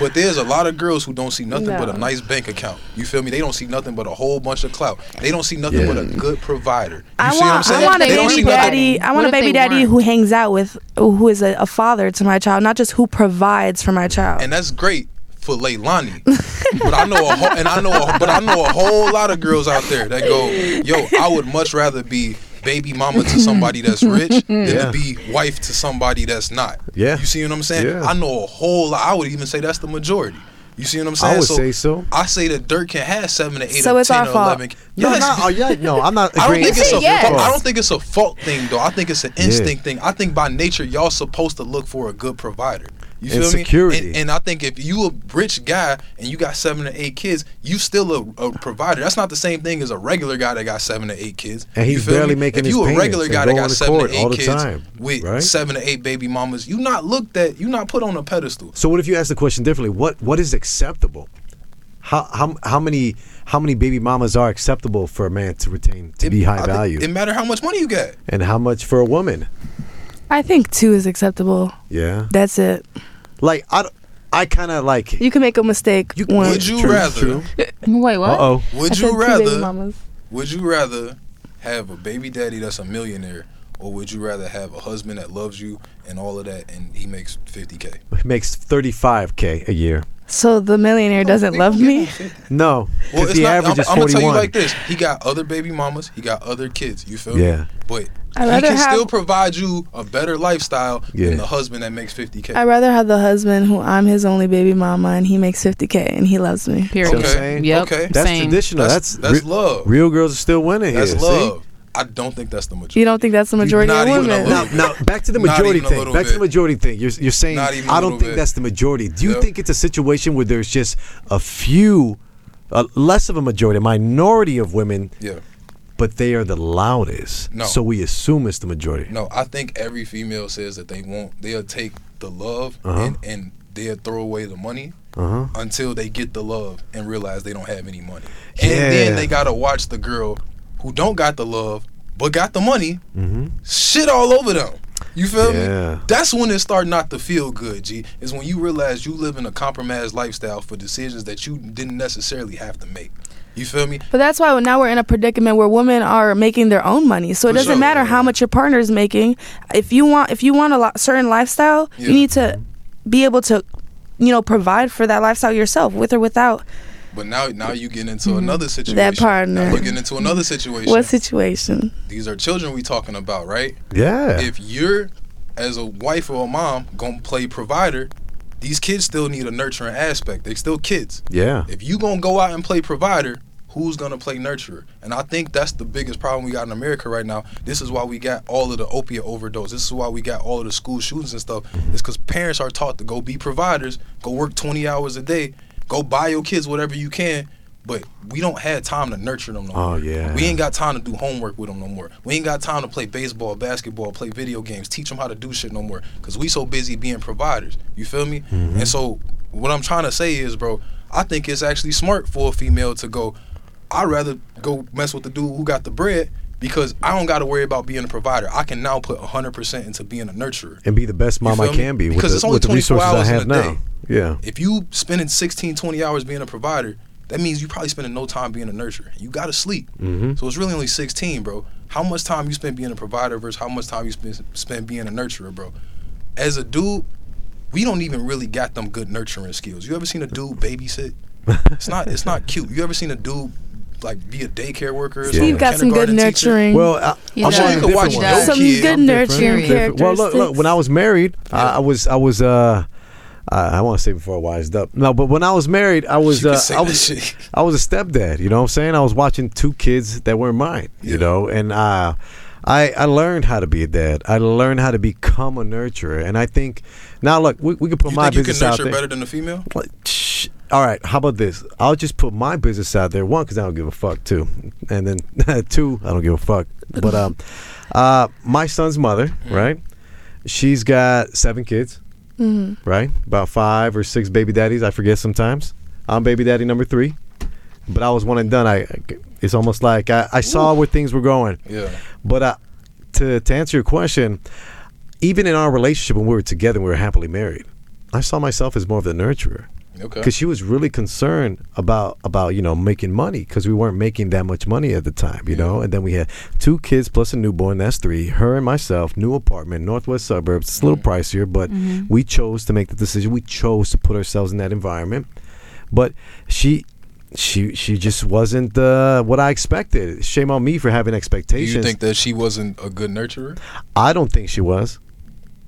[SPEAKER 1] But there's a lot of girls who don't see nothing
[SPEAKER 4] No.
[SPEAKER 1] but a nice bank account. You feel me? They don't see nothing but a whole bunch of clout. They don't see nothing
[SPEAKER 2] Yeah.
[SPEAKER 1] but a good provider. You
[SPEAKER 4] I
[SPEAKER 1] see what I'm
[SPEAKER 4] want,
[SPEAKER 1] saying?
[SPEAKER 4] I want a
[SPEAKER 1] they don't see
[SPEAKER 4] baby
[SPEAKER 3] nothing-
[SPEAKER 4] daddy. I
[SPEAKER 3] What
[SPEAKER 4] want a
[SPEAKER 3] if
[SPEAKER 4] baby
[SPEAKER 3] they
[SPEAKER 4] daddy
[SPEAKER 3] weren't?
[SPEAKER 4] who hangs out with, who is a, a father to my child, not just who provides for my child.
[SPEAKER 1] and that's great for Leilani. but I know a whole, and I know a, but I know a whole lot of girls out there that go, "Yo, I would much rather be baby mama to somebody that's rich than
[SPEAKER 2] Yeah.
[SPEAKER 1] to be wife to somebody that's not."
[SPEAKER 2] Yeah.
[SPEAKER 1] You see what I'm saying?
[SPEAKER 2] Yeah.
[SPEAKER 1] I know a whole lot. I would even say that's the majority. You see what I'm
[SPEAKER 2] I
[SPEAKER 1] saying?
[SPEAKER 2] would say so.
[SPEAKER 1] I say that Dirk can have seven to eight
[SPEAKER 4] So
[SPEAKER 1] or
[SPEAKER 4] it's
[SPEAKER 1] ten
[SPEAKER 4] our
[SPEAKER 1] or
[SPEAKER 4] fault.
[SPEAKER 1] eleven.
[SPEAKER 2] no,
[SPEAKER 1] Yes.
[SPEAKER 2] not- oh, yeah, no, I'm not
[SPEAKER 1] I don't
[SPEAKER 2] agreeing.
[SPEAKER 1] think it's a
[SPEAKER 3] said yes.
[SPEAKER 1] fault. I don't think it's a fault thing though. I think it's an
[SPEAKER 2] Yeah.
[SPEAKER 1] instinct thing. I think by nature y'all supposed to look for a good provider. You
[SPEAKER 2] And
[SPEAKER 1] feel me?
[SPEAKER 2] security.
[SPEAKER 1] And, and I think if you a rich guy and you got seven or eight kids, you still a, a provider. That's not the same thing as a regular guy that got seven or eight kids.
[SPEAKER 2] And
[SPEAKER 1] You
[SPEAKER 2] he's
[SPEAKER 1] feel me?
[SPEAKER 2] barely making
[SPEAKER 1] If
[SPEAKER 2] his
[SPEAKER 1] you a
[SPEAKER 2] payments
[SPEAKER 1] regular
[SPEAKER 2] and
[SPEAKER 1] guy that
[SPEAKER 2] going
[SPEAKER 1] got
[SPEAKER 2] to
[SPEAKER 1] seven or
[SPEAKER 2] court all
[SPEAKER 1] eight
[SPEAKER 2] the
[SPEAKER 1] kids
[SPEAKER 2] time,
[SPEAKER 1] with
[SPEAKER 2] right?
[SPEAKER 1] seven or eight baby mamas, you not looked at. You not put on a pedestal.
[SPEAKER 2] So what if you ask the question differently? What what is acceptable? How how how many how many baby mamas are acceptable for a man to retain to be
[SPEAKER 1] It- I
[SPEAKER 2] high
[SPEAKER 1] think
[SPEAKER 2] value,
[SPEAKER 1] It matter how much money you got.
[SPEAKER 2] and how much for a woman?
[SPEAKER 4] I think two is acceptable.
[SPEAKER 2] Yeah,
[SPEAKER 4] That's it.
[SPEAKER 2] like I don't- I kind of like.
[SPEAKER 4] You can make a mistake.
[SPEAKER 2] You-
[SPEAKER 4] once.
[SPEAKER 1] Would you rather?
[SPEAKER 3] Wait, what?
[SPEAKER 2] Uh oh.
[SPEAKER 1] Would you
[SPEAKER 4] I said two baby
[SPEAKER 1] rather?
[SPEAKER 4] mamas.
[SPEAKER 1] Would you rather have a baby daddy that's a millionaire, or would you rather have a husband that loves you and all of that, and he makes fifty k?
[SPEAKER 2] Makes thirty five k a year.
[SPEAKER 4] So the millionaire doesn't love me.
[SPEAKER 2] No,
[SPEAKER 1] Well,
[SPEAKER 2] 'cause
[SPEAKER 1] it's
[SPEAKER 2] the
[SPEAKER 1] not.
[SPEAKER 2] average
[SPEAKER 1] I'm,
[SPEAKER 2] is
[SPEAKER 1] I'm gonna
[SPEAKER 2] forty
[SPEAKER 1] tell you
[SPEAKER 2] one.
[SPEAKER 1] like this: he got other baby mamas, he got other kids. You feel me?
[SPEAKER 2] Yeah.
[SPEAKER 1] But
[SPEAKER 4] I'd
[SPEAKER 1] he
[SPEAKER 4] rather
[SPEAKER 1] can still
[SPEAKER 4] have-
[SPEAKER 1] provide you a better lifestyle
[SPEAKER 2] Yeah.
[SPEAKER 1] than the husband that makes fifty k.
[SPEAKER 4] I'd rather have the husband who I'm his only baby mama and he makes 50K and he loves me.
[SPEAKER 3] Period.
[SPEAKER 2] Okay. saying?
[SPEAKER 3] Yep.
[SPEAKER 1] Okay.
[SPEAKER 2] That's
[SPEAKER 3] same.
[SPEAKER 2] traditional.
[SPEAKER 1] That's-
[SPEAKER 2] That's
[SPEAKER 1] that's love.
[SPEAKER 2] Real girls are still winning.
[SPEAKER 1] That's
[SPEAKER 2] here, see?
[SPEAKER 1] love. I don't think that's the majority.
[SPEAKER 4] You don't think that's the majority
[SPEAKER 1] not
[SPEAKER 4] of
[SPEAKER 1] even a
[SPEAKER 4] women?
[SPEAKER 1] little-
[SPEAKER 2] Now, now, back to the
[SPEAKER 1] Not
[SPEAKER 2] majority
[SPEAKER 1] even a
[SPEAKER 2] thing.
[SPEAKER 1] little
[SPEAKER 2] Back to the
[SPEAKER 1] bit.
[SPEAKER 2] majority thing. You're, you're saying
[SPEAKER 1] Not even a
[SPEAKER 2] I don't
[SPEAKER 1] little
[SPEAKER 2] think
[SPEAKER 1] bit.
[SPEAKER 2] that's the majority. Do you
[SPEAKER 1] Yep.
[SPEAKER 2] think it's a situation where there's just a few, uh, less of a majority, a minority of women,
[SPEAKER 1] Yeah.
[SPEAKER 2] but they are the loudest?
[SPEAKER 1] No.
[SPEAKER 2] So we assume it's the majority.
[SPEAKER 1] No, I think every female says that they won't. They'll take the love
[SPEAKER 2] Uh-huh.
[SPEAKER 1] and, and they'll throw away the money
[SPEAKER 2] Uh-huh.
[SPEAKER 1] until they get the love and realize they don't have any money. And
[SPEAKER 2] Yeah.
[SPEAKER 1] then they gotta watch the girl who don't got the love but got the money shit all over them. You feel
[SPEAKER 2] Mm-hmm. Yeah.
[SPEAKER 1] me? That's when it start not to feel good, G. Is when you realize you live in a compromised lifestyle for decisions that you didn't necessarily have to make. You feel me?
[SPEAKER 4] But that's why now we're in a predicament where women are making their own money. So it
[SPEAKER 1] For
[SPEAKER 4] doesn't
[SPEAKER 1] sure.
[SPEAKER 4] matter how much your partner is making. If you want, if you want a lo- certain lifestyle,
[SPEAKER 1] Yeah.
[SPEAKER 4] you need to be able to, you know, provide for that lifestyle yourself, with or without.
[SPEAKER 1] But now now you get into another situation.
[SPEAKER 4] partner.
[SPEAKER 1] Now you get into another situation.
[SPEAKER 4] What situation?
[SPEAKER 1] These are children we talking about, right?
[SPEAKER 2] Yeah.
[SPEAKER 1] if you're as a wife or a mom gonna play provider these kids still need a nurturing aspect they still kids
[SPEAKER 2] yeah.
[SPEAKER 1] if you gonna go out and play provider who's gonna play nurturer and i think that's the biggest problem we got in america right now this is why we got all of the opiate overdose this is why we got all of the school shootings and stuff
[SPEAKER 2] Mm-hmm.
[SPEAKER 1] it's because parents are taught to go be providers go work 20 hours a day go buy your kids whatever you can but we don't have time to nurture them no
[SPEAKER 2] Oh,
[SPEAKER 1] more.
[SPEAKER 2] yeah.
[SPEAKER 1] We ain't got time to do homework with them no more. We ain't got time to play baseball, basketball, play video games, teach them how to do shit no more. Cause we so busy being providers. You feel me?
[SPEAKER 2] Mm-hmm.
[SPEAKER 1] And so what I'm trying to say is, bro, I think it's actually smart for a female to go. I'd rather go mess with the dude who got the bread because I don't got to worry about being a provider. I can now put 100% into being a nurturer.
[SPEAKER 2] And be the best
[SPEAKER 1] You
[SPEAKER 2] mom I
[SPEAKER 1] feel me?
[SPEAKER 2] can be with
[SPEAKER 1] Because
[SPEAKER 2] the,
[SPEAKER 1] it's only
[SPEAKER 2] with the
[SPEAKER 1] 24
[SPEAKER 2] resources I
[SPEAKER 1] hours in
[SPEAKER 2] have
[SPEAKER 1] a
[SPEAKER 2] now.
[SPEAKER 1] day.
[SPEAKER 2] Yeah.
[SPEAKER 1] If you spending 16, 20 hours being a provider, that means you probably spending no time being a nurturer. You gotta sleep.
[SPEAKER 2] Mm-hmm.
[SPEAKER 1] So it's really only 16, bro. How much time you spend being a provider versus how much time you spend spend being a nurturer, bro? As a dude, we don't even really got them good nurturing skills. You ever seen a dude babysit? it's not it's not cute. You ever seen a dude like be a daycare worker? or
[SPEAKER 4] Steve
[SPEAKER 1] something,
[SPEAKER 4] got some good
[SPEAKER 1] kindergarten teacher?
[SPEAKER 4] nurturing.
[SPEAKER 2] Well, I,
[SPEAKER 3] He
[SPEAKER 2] I'm
[SPEAKER 3] does.
[SPEAKER 2] on
[SPEAKER 3] You
[SPEAKER 2] a
[SPEAKER 3] could
[SPEAKER 2] different
[SPEAKER 1] watch
[SPEAKER 2] one.
[SPEAKER 1] Dope
[SPEAKER 4] some
[SPEAKER 1] Kid.
[SPEAKER 4] good
[SPEAKER 1] I'm
[SPEAKER 4] nurturing
[SPEAKER 2] different.
[SPEAKER 4] characteristics.
[SPEAKER 2] Well, look, look. When I was married, I, I was, I was, uh, I, I want to say before I wised up. No, but when I was married, I was,
[SPEAKER 1] You can
[SPEAKER 2] uh,
[SPEAKER 1] say
[SPEAKER 2] I
[SPEAKER 1] that
[SPEAKER 2] was,
[SPEAKER 1] shit.
[SPEAKER 2] I was a stepdad. You know what I'm saying? I was watching two kids that weren't mine. You
[SPEAKER 1] Yeah.
[SPEAKER 2] know, and uh, I, I learned how to be a dad. I learned how to become a nurturer, and I think now, look, we, we could put
[SPEAKER 1] You
[SPEAKER 2] my
[SPEAKER 1] think you can
[SPEAKER 2] business out
[SPEAKER 1] nurture
[SPEAKER 2] there.
[SPEAKER 1] better than a female?
[SPEAKER 2] Like, shh. All right, how about this? I'll just put my business out there. One, because I don't give a fuck. Two, and then two, I don't give a fuck. But um, uh, my son's mother, right? She's got seven kids, right? About five or six baby daddies. I forget sometimes. I'm baby daddy number three, but I was one and done. I, it's almost like I, I saw where things were going.
[SPEAKER 1] Yeah.
[SPEAKER 2] But uh, to to answer your question, even in our relationship when we were together, and we were happily married. I saw myself as more of the nurturer
[SPEAKER 1] Okay.
[SPEAKER 2] because she was really concerned about about you know making money because we weren't making that much money at the time you
[SPEAKER 1] Mm-hmm.
[SPEAKER 2] know and then we had two kids plus a newborn that's three her and myself new apartment northwest suburbs it's a
[SPEAKER 1] Mm-hmm.
[SPEAKER 2] little pricier but we chose to make the decision we chose to put ourselves in that environment but she she she just wasn't uh, what I expected shame on me for having
[SPEAKER 1] Do
[SPEAKER 2] expectations
[SPEAKER 1] you think that she wasn't a good nurturer?
[SPEAKER 2] I don't think she was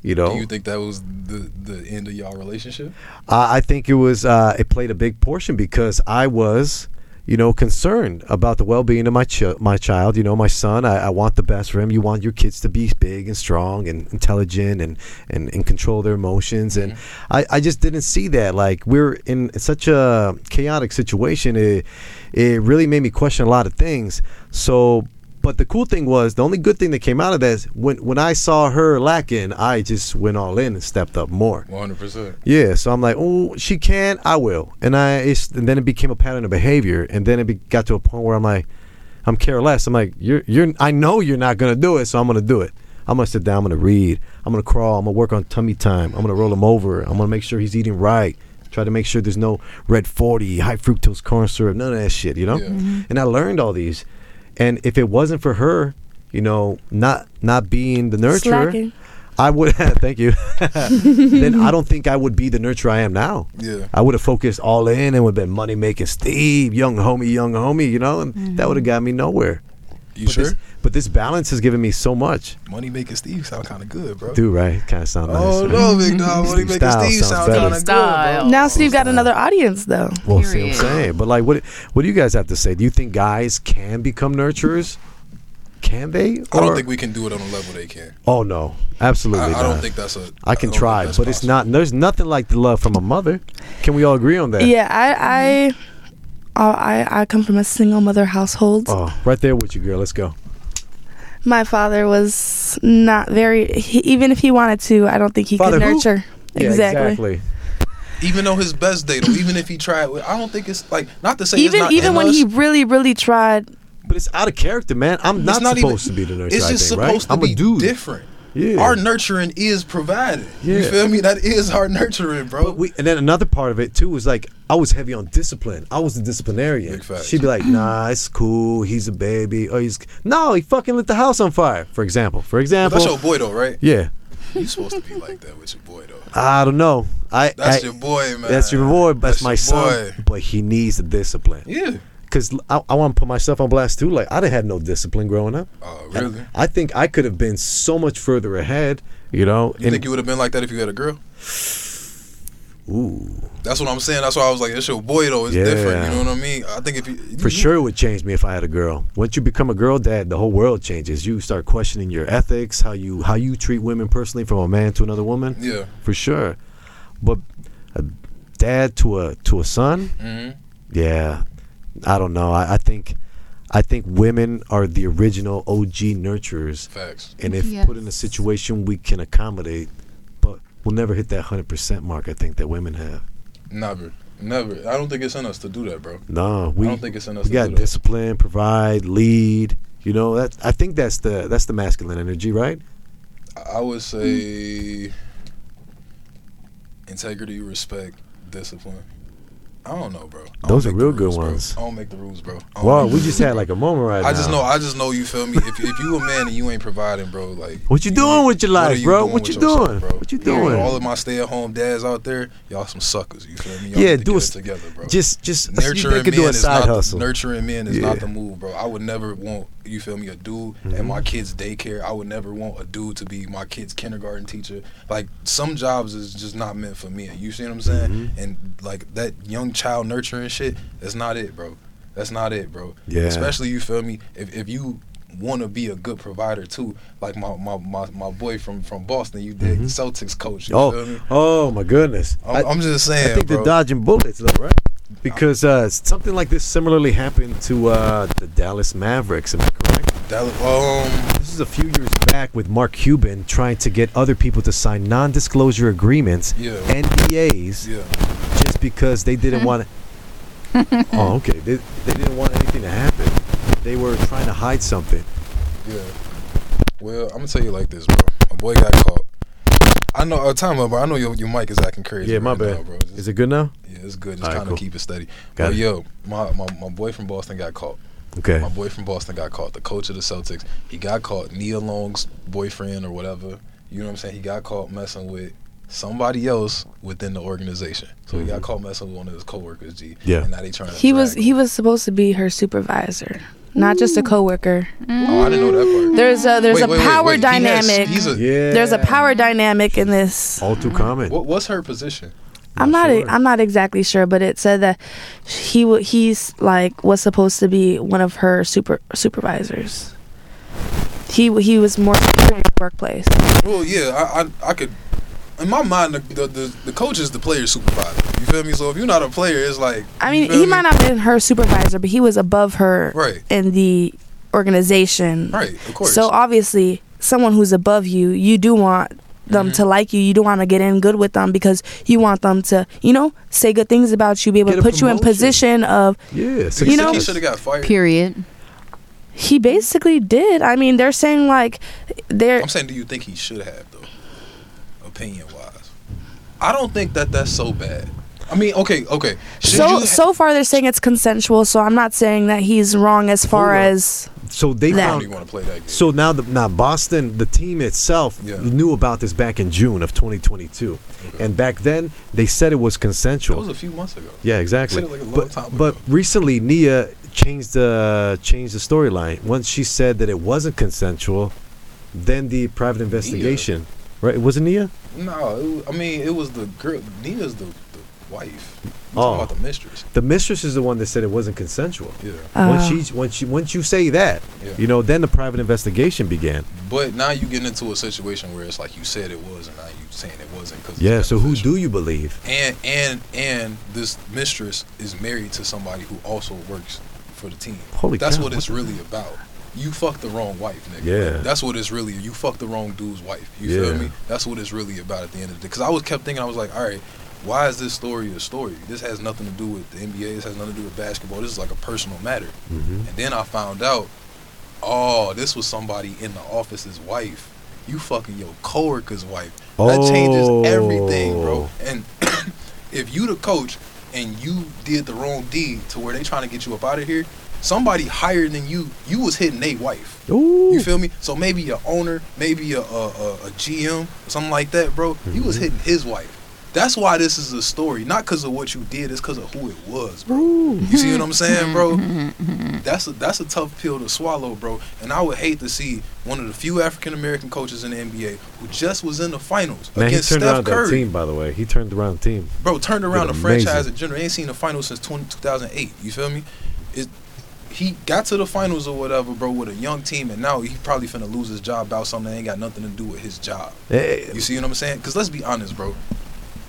[SPEAKER 2] you know
[SPEAKER 1] Do you think that was the the end of y'all relationship?
[SPEAKER 2] I I think it was uh, it played a big portion because I was you know, concerned about the well-being of my ch- my child. You know, my son. I, I want the best for him. You want your kids to be big and strong and intelligent and and, and control their emotions. And I, I just didn't see that. Like we're in such a chaotic situation. It it really made me question a lot of things. So. But the cool thing was the only good thing that came out of that is when when I saw her lacking, I just went all in and stepped up more.
[SPEAKER 1] One hundred percent.
[SPEAKER 2] Yeah, so I'm like, oh, she can, I will, and I. It's, and then it became a pattern of behavior, and then it be, got to a point where I'm like, I'm care less. I'm like, you're, you're. I know you're not gonna do it, so I'm gonna do it. I'm gonna sit down. I'm gonna read. I'm gonna crawl. I'm gonna work on tummy time. I'm gonna roll him over. I'm gonna make sure he's eating right. Try to make sure there's no red 40, high fructose corn syrup, none of that shit, you know.
[SPEAKER 1] Yeah.
[SPEAKER 2] And I learned all these, and if it wasn't for her, you know, not not being the nurturer.
[SPEAKER 4] Slacking.
[SPEAKER 2] I would thank you. then I don't think I would be the nurturer I am now.
[SPEAKER 1] Yeah.
[SPEAKER 2] I would have focused all in and would have been money making Steve, young homie, young homie, you know, and that would have got me nowhere.
[SPEAKER 1] You
[SPEAKER 2] but
[SPEAKER 1] sure?
[SPEAKER 2] This, but this balance has given me so much.
[SPEAKER 1] Money making Steve sound kind of good, bro.
[SPEAKER 2] Dude, right? Kind of sound nice.
[SPEAKER 1] Oh
[SPEAKER 2] right?
[SPEAKER 1] no, big dog. Money making
[SPEAKER 2] Style
[SPEAKER 1] Steve
[SPEAKER 2] sounds
[SPEAKER 1] sound
[SPEAKER 2] better.
[SPEAKER 1] kind of good, bro.
[SPEAKER 3] Style.
[SPEAKER 4] Now Steve got another audience though.
[SPEAKER 2] Well, see what I'm
[SPEAKER 3] Period.
[SPEAKER 2] saying. But like, what what do you guys have to say? Do you think guys can become nurturers? Can they?
[SPEAKER 1] I
[SPEAKER 2] Or-
[SPEAKER 1] don't think we can do it on the level they can.
[SPEAKER 2] oh no,
[SPEAKER 1] I,
[SPEAKER 2] absolutely
[SPEAKER 1] I don't
[SPEAKER 2] not.
[SPEAKER 1] think that's a.
[SPEAKER 2] I can
[SPEAKER 1] don't think
[SPEAKER 2] try,
[SPEAKER 1] that's
[SPEAKER 2] but it's
[SPEAKER 1] possible.
[SPEAKER 2] not. There's nothing like the love from a mother. Can we all agree on that?
[SPEAKER 4] Yeah, I I, uh, I I come from a single mother household.
[SPEAKER 2] Oh, right there with you, girl. Let's go.
[SPEAKER 4] My father was not very. He, even if he wanted to, I don't think he
[SPEAKER 2] Father
[SPEAKER 4] could
[SPEAKER 2] who?
[SPEAKER 4] nurture.
[SPEAKER 2] Yeah, exactly.
[SPEAKER 1] Even though his best day, though, even if he tried, I don't think it's like not to say it's
[SPEAKER 4] Even
[SPEAKER 1] not
[SPEAKER 4] even
[SPEAKER 1] in
[SPEAKER 4] when
[SPEAKER 1] us,
[SPEAKER 4] he really really tried,
[SPEAKER 2] But it's out of character, man. I'm
[SPEAKER 1] It's
[SPEAKER 2] not,
[SPEAKER 1] not
[SPEAKER 2] supposed
[SPEAKER 1] even-
[SPEAKER 2] to be the nurturer.
[SPEAKER 1] It's
[SPEAKER 2] I
[SPEAKER 1] just
[SPEAKER 2] think,
[SPEAKER 1] supposed
[SPEAKER 2] right? I'm
[SPEAKER 1] to be
[SPEAKER 2] a dude.
[SPEAKER 1] different.
[SPEAKER 2] Yeah.
[SPEAKER 1] Our nurturing is provided. You
[SPEAKER 2] Yeah.
[SPEAKER 1] feel me? That is our nurturing, bro.
[SPEAKER 2] But we, and then another part of it too was like I was heavy on discipline. I was the disciplinarian.
[SPEAKER 1] Big facts.
[SPEAKER 2] She'd be like, "Nah, it's cool. He's a baby. Oh, he's no. He fucking lit the house on fire." For example. For example.
[SPEAKER 1] that's your boy, though, right?
[SPEAKER 2] yeah.
[SPEAKER 1] You supposed to be like that with your boy, though.
[SPEAKER 2] I don't know. I.
[SPEAKER 1] That's
[SPEAKER 2] I-
[SPEAKER 1] your boy, man.
[SPEAKER 2] That's your boy. That's, my
[SPEAKER 1] your
[SPEAKER 2] son. But he needs the discipline.
[SPEAKER 1] Yeah.
[SPEAKER 2] Cause I, I want to put myself on blast too. Like I didn't have no discipline growing up.
[SPEAKER 1] Oh, really? You
[SPEAKER 2] I think I could have been so much further ahead. You know. and-
[SPEAKER 1] think you would have been like that if you had a girl?
[SPEAKER 2] ooh.
[SPEAKER 1] That's what I'm saying. That's why I was like, it's your boy, though. It's
[SPEAKER 2] Yeah.
[SPEAKER 1] different. You know what I mean? I think if you
[SPEAKER 2] For
[SPEAKER 1] you-
[SPEAKER 2] sure, it would change me if I had a girl. Once you become a girl dad, the whole world changes. You start questioning your ethics, how you how you treat women personally, from a man to another woman.
[SPEAKER 1] Yeah.
[SPEAKER 2] for sure. But a dad to a to a son,
[SPEAKER 1] hmm
[SPEAKER 2] yeah, I don't know. I, I think I think women are the original OG nurturers,
[SPEAKER 1] Facts.
[SPEAKER 2] and if
[SPEAKER 3] Yes.
[SPEAKER 2] put in a situation we can accommodate, but we'll never hit that hundred percent mark. I think that women have.
[SPEAKER 1] Never. Never. I don't think it's in us to do that, bro.
[SPEAKER 2] No, we
[SPEAKER 1] I don't think it's in us
[SPEAKER 2] we
[SPEAKER 1] to
[SPEAKER 2] got
[SPEAKER 1] do that.
[SPEAKER 2] discipline, provide, lead. You know that I think that's the that's the masculine energy, right?
[SPEAKER 1] I would say integrity, respect, discipline. I don't know, bro. I don't
[SPEAKER 2] Those are
[SPEAKER 1] make the
[SPEAKER 2] real good
[SPEAKER 1] rules, bro.
[SPEAKER 2] ones.
[SPEAKER 1] I don't make the rules, bro. I don't
[SPEAKER 2] Wow,
[SPEAKER 1] make
[SPEAKER 2] we
[SPEAKER 1] the rules,
[SPEAKER 2] just had
[SPEAKER 1] bro.
[SPEAKER 2] like a moment right
[SPEAKER 1] Oh, I just
[SPEAKER 2] now.
[SPEAKER 1] know, I just know. You feel me? If, if you a man and you ain't providing, bro, like
[SPEAKER 2] What you doing with your
[SPEAKER 1] what are
[SPEAKER 2] life, bro?
[SPEAKER 1] doing
[SPEAKER 2] What
[SPEAKER 1] with
[SPEAKER 2] you
[SPEAKER 1] yourself,
[SPEAKER 2] doing?
[SPEAKER 1] bro?
[SPEAKER 2] What you
[SPEAKER 1] know,
[SPEAKER 2] doing?
[SPEAKER 1] All of my stay-at-home dads out there, y'all some suckers. You feel me? Y'all
[SPEAKER 2] Yeah,
[SPEAKER 1] need to
[SPEAKER 2] do
[SPEAKER 1] get
[SPEAKER 2] a
[SPEAKER 1] it
[SPEAKER 2] s-
[SPEAKER 1] together, bro.
[SPEAKER 2] Just just
[SPEAKER 1] Nurturing
[SPEAKER 2] they
[SPEAKER 1] men
[SPEAKER 2] could do a
[SPEAKER 1] is
[SPEAKER 2] side
[SPEAKER 1] not
[SPEAKER 2] hustle.
[SPEAKER 1] nurturing men is not
[SPEAKER 2] Yeah. Mm-hmm.
[SPEAKER 1] the move, bro. I would never want you feel me a dude and my kids daycare. I would never want a dude to be my kids kindergarten teacher. Like some jobs is just not meant for men. You see what I'm saying?
[SPEAKER 2] Mm-hmm.
[SPEAKER 1] And like that young child nurturing shit, that's not it, bro. That's not it, bro.
[SPEAKER 2] Yeah.
[SPEAKER 1] Especially you feel me if if you want to be a good provider too like my my, my, my boy from from boston you did celtics coach you feel me
[SPEAKER 2] Mm-hmm. oh, oh my goodness! I-
[SPEAKER 1] i'm, I'm just saying
[SPEAKER 2] I think
[SPEAKER 1] bro.
[SPEAKER 2] they're dodging bullets though, right? Because uh, something like this similarly happened to uh, the Dallas Mavericks. Am I correct?
[SPEAKER 1] That- um
[SPEAKER 2] This is a few years back with Mark Cuban trying to get other people to sign non-disclosure agreements,
[SPEAKER 1] Yeah.
[SPEAKER 2] NDAs,
[SPEAKER 1] yeah
[SPEAKER 2] just because they didn't want. oh, okay. They, they didn't want anything to happen. They were trying to hide something.
[SPEAKER 1] Yeah. Well, I'm gonna tell you like this, bro. My boy got caught. I know. Uh, time up, bro. I know your, your mic is acting crazy.
[SPEAKER 2] yeah, my
[SPEAKER 1] right
[SPEAKER 2] bad.
[SPEAKER 1] now, bro. Just-
[SPEAKER 2] Is it good now?
[SPEAKER 1] yeah, it's good. Just
[SPEAKER 2] Alright,
[SPEAKER 1] kind of
[SPEAKER 2] cool.
[SPEAKER 1] keep it steady.
[SPEAKER 2] Got
[SPEAKER 1] but
[SPEAKER 2] it.
[SPEAKER 1] yo, my, my my boy from Boston got caught.
[SPEAKER 2] Okay.
[SPEAKER 1] My boy from Boston got caught. The coach of the Celtics, he got caught. Nia Long's boyfriend or whatever. You know what I'm saying? He got caught messing with somebody else within the organization. So he got caught messing with one of his coworkers. G.
[SPEAKER 2] Mm-hmm. Yeah.
[SPEAKER 1] And now they trying to.
[SPEAKER 4] he was
[SPEAKER 1] drag
[SPEAKER 4] he
[SPEAKER 1] him.
[SPEAKER 4] was supposed to be her supervisor, not just a coworker.
[SPEAKER 1] Oh, I didn't know that part.
[SPEAKER 4] There's a there's
[SPEAKER 1] Wait,
[SPEAKER 4] a
[SPEAKER 1] wait, wait,
[SPEAKER 4] power
[SPEAKER 1] wait. He has-
[SPEAKER 4] dynamic.
[SPEAKER 1] he's a. Oh,
[SPEAKER 2] Yeah.
[SPEAKER 4] There's a power dynamic in this.
[SPEAKER 2] All too common.
[SPEAKER 1] What, what's her position?
[SPEAKER 4] I'm not.
[SPEAKER 2] sure.
[SPEAKER 4] I'm not exactly sure, but it said that he wa he's like was supposed to be one of her super supervisors. He w- he was more secure in the workplace.
[SPEAKER 1] Well, yeah, I, I, I could. In my mind, the, the, the, the coach is the player supervisor. You feel me? So if you're not a player, it's like.
[SPEAKER 4] I
[SPEAKER 1] you
[SPEAKER 4] mean,
[SPEAKER 1] feel
[SPEAKER 4] he
[SPEAKER 1] me?
[SPEAKER 4] might not have been her supervisor, but he was above her
[SPEAKER 1] Right.
[SPEAKER 4] in the organization.
[SPEAKER 1] Right, of course.
[SPEAKER 4] So obviously, someone who's above you, you do want them
[SPEAKER 1] Mm-hmm.
[SPEAKER 4] to like you. You do want to get in good with them because you want them to, you know, say good things about you, be able
[SPEAKER 2] Get
[SPEAKER 4] to
[SPEAKER 2] a
[SPEAKER 4] put you in
[SPEAKER 2] promotion.
[SPEAKER 4] position of
[SPEAKER 2] Yeah,
[SPEAKER 1] you
[SPEAKER 4] you
[SPEAKER 1] think
[SPEAKER 4] know-
[SPEAKER 1] he should have got fired.
[SPEAKER 3] Period.
[SPEAKER 4] he basically did. I mean, they're saying like they're
[SPEAKER 1] I'm saying, do you think he should have though? Opinion wise, I don't think that that's so bad. I mean, okay, okay. Should
[SPEAKER 4] so
[SPEAKER 1] you-
[SPEAKER 4] so far they're saying it's consensual. So I'm not saying that he's wrong as far
[SPEAKER 2] Hold on.
[SPEAKER 4] as
[SPEAKER 2] So they
[SPEAKER 1] I don't
[SPEAKER 2] found
[SPEAKER 1] even want to play that game.
[SPEAKER 2] So now, the, now Boston, the team itself
[SPEAKER 1] Yeah. Mm-hmm.
[SPEAKER 2] knew about this back in June of 2022, and back then they said it was
[SPEAKER 1] That
[SPEAKER 2] consensual.
[SPEAKER 1] was a few months ago.
[SPEAKER 2] yeah, exactly.
[SPEAKER 1] Said it like a long
[SPEAKER 2] but
[SPEAKER 1] time
[SPEAKER 2] but
[SPEAKER 1] ago.
[SPEAKER 2] recently, Nia changed the changed the storyline. Once she said that it wasn't consensual, then the private investigation. Right? Was it Nia?
[SPEAKER 1] No, it was, I mean it was the girl. Nia's the, the wife. I'm
[SPEAKER 2] Oh.
[SPEAKER 1] talking about the mistress.
[SPEAKER 2] The mistress is the one that said it wasn't consensual.
[SPEAKER 1] Yeah,
[SPEAKER 4] Ah.
[SPEAKER 2] Once she, once you, once you say that,
[SPEAKER 1] Yeah.
[SPEAKER 2] you know, then the private investigation began.
[SPEAKER 1] but now you get into a situation where it's like you said it was, and now you saying it wasn't. Cause it's
[SPEAKER 2] Yeah. So who
[SPEAKER 1] beneficial.
[SPEAKER 2] do you believe?
[SPEAKER 1] And and and this mistress is married to somebody who also works for the team.
[SPEAKER 2] Holy
[SPEAKER 1] That's
[SPEAKER 2] cow,
[SPEAKER 1] what
[SPEAKER 2] what
[SPEAKER 1] it's really about. You fuck the wrong wife, nigga.
[SPEAKER 2] Yeah.
[SPEAKER 1] That's what it's really. You fuck the wrong dude's wife. You
[SPEAKER 2] Yeah.
[SPEAKER 1] feel me? That's what it's really about at the end of the day. Because I was kept thinking, I was like, all right, why is this story a story? This has nothing to do with the NBA. This has nothing to do with basketball. This is like a personal matter.
[SPEAKER 2] Mm-hmm.
[SPEAKER 1] And then I found out, oh, this was somebody in the office's wife. You fucking your coworker's wife. That changes everything, bro. And if you the coach and you did the wrong deed to where they trying to get you up out of here, somebody higher than you, you was hitting they wife.
[SPEAKER 2] Ooh.
[SPEAKER 1] You feel me? So maybe your owner, maybe a, a, a, a GM, something like that, bro. You was hitting his wife. That's why this is a story, not because of what you did. It's because of who it was, bro. You see what I'm saying, bro?
[SPEAKER 2] Mm-hmm.
[SPEAKER 1] That's a, that's a tough pill to swallow, bro. And I would hate to see one of the few African American coaches in the NBA who just was in the finals
[SPEAKER 2] Man, he
[SPEAKER 1] against
[SPEAKER 2] turned
[SPEAKER 1] Steph
[SPEAKER 2] around
[SPEAKER 1] Curry,
[SPEAKER 2] that team, by the way. He turned around the team.
[SPEAKER 1] bro. Turned around the
[SPEAKER 2] Did
[SPEAKER 1] franchise
[SPEAKER 2] amazing.
[SPEAKER 1] in general. Ain't seen the finals since 20, 2008. You feel me? It, he got to the finals or whatever, bro, with a young team, and now he probably finna lose his job about something that ain't got nothing to do with his job.
[SPEAKER 2] Eh,
[SPEAKER 1] You see what I'm saying? Because let's be honest, bro.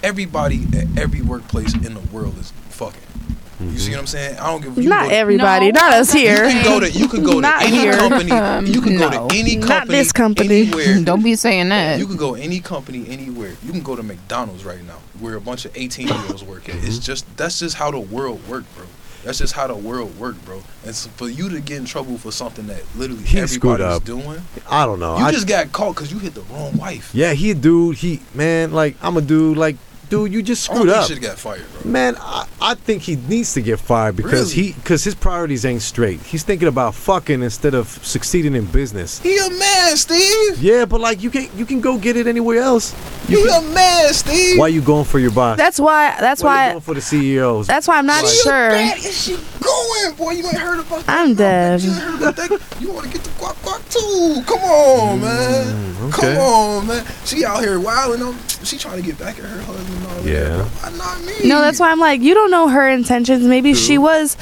[SPEAKER 1] Everybody at every workplace in the world is fucking. You
[SPEAKER 2] Mm-hmm.
[SPEAKER 1] see what I'm saying? I don't give a you
[SPEAKER 4] not
[SPEAKER 1] go to-
[SPEAKER 4] everybody,
[SPEAKER 3] No,
[SPEAKER 4] not
[SPEAKER 3] that's-
[SPEAKER 4] us here.
[SPEAKER 1] You can go to you can go
[SPEAKER 4] Not
[SPEAKER 1] to any
[SPEAKER 4] here.
[SPEAKER 1] company. You can
[SPEAKER 3] No.
[SPEAKER 1] go to any company.
[SPEAKER 4] Not this company.
[SPEAKER 1] Anywhere.
[SPEAKER 3] Don't be saying that.
[SPEAKER 1] You can go any company anywhere. You can go to McDonald's right now, where a bunch of 18 year olds work at.
[SPEAKER 2] Mm-hmm.
[SPEAKER 1] It's just that's just how the world work, bro. That's just how the world work, bro. And so for you to get in trouble for something that literally
[SPEAKER 2] He screwed
[SPEAKER 1] everybody's
[SPEAKER 2] up.
[SPEAKER 1] doing,
[SPEAKER 2] I don't know.
[SPEAKER 1] you
[SPEAKER 2] I,
[SPEAKER 1] just got caught because you hit the wrong wife.
[SPEAKER 2] yeah, he a dude. He man, like I'm a dude. Like dude, you just
[SPEAKER 1] I don't
[SPEAKER 2] screwed
[SPEAKER 1] think
[SPEAKER 2] up.
[SPEAKER 1] He should got fired, bro.
[SPEAKER 2] Man, I, I think he needs to get fired because
[SPEAKER 1] Really?
[SPEAKER 2] he because his priorities ain't straight. He's thinking about fucking instead of succeeding in business.
[SPEAKER 1] He a man, Steve.
[SPEAKER 2] Yeah, but like you can you can go get it anywhere else. You
[SPEAKER 1] He
[SPEAKER 2] can-
[SPEAKER 1] a man, Steve.
[SPEAKER 2] why you going for your boss?
[SPEAKER 4] That's why. That's
[SPEAKER 2] why you
[SPEAKER 4] why.
[SPEAKER 2] going for the E CEOs?
[SPEAKER 4] That's why I'm not
[SPEAKER 1] Where you
[SPEAKER 4] sure.
[SPEAKER 1] at? Is she going, boy? You ain't heard about that.
[SPEAKER 4] I'm dead.
[SPEAKER 1] You ain't heard about that. You want to get the guac guac too? Come on, man.
[SPEAKER 2] okay.
[SPEAKER 1] Come on, man. She out here wilding. On, she trying to get back at her husband. And all That,
[SPEAKER 2] Yeah.
[SPEAKER 1] bro. Why not me?
[SPEAKER 4] No, that's why I'm like, you don't know her intentions. Maybe she was,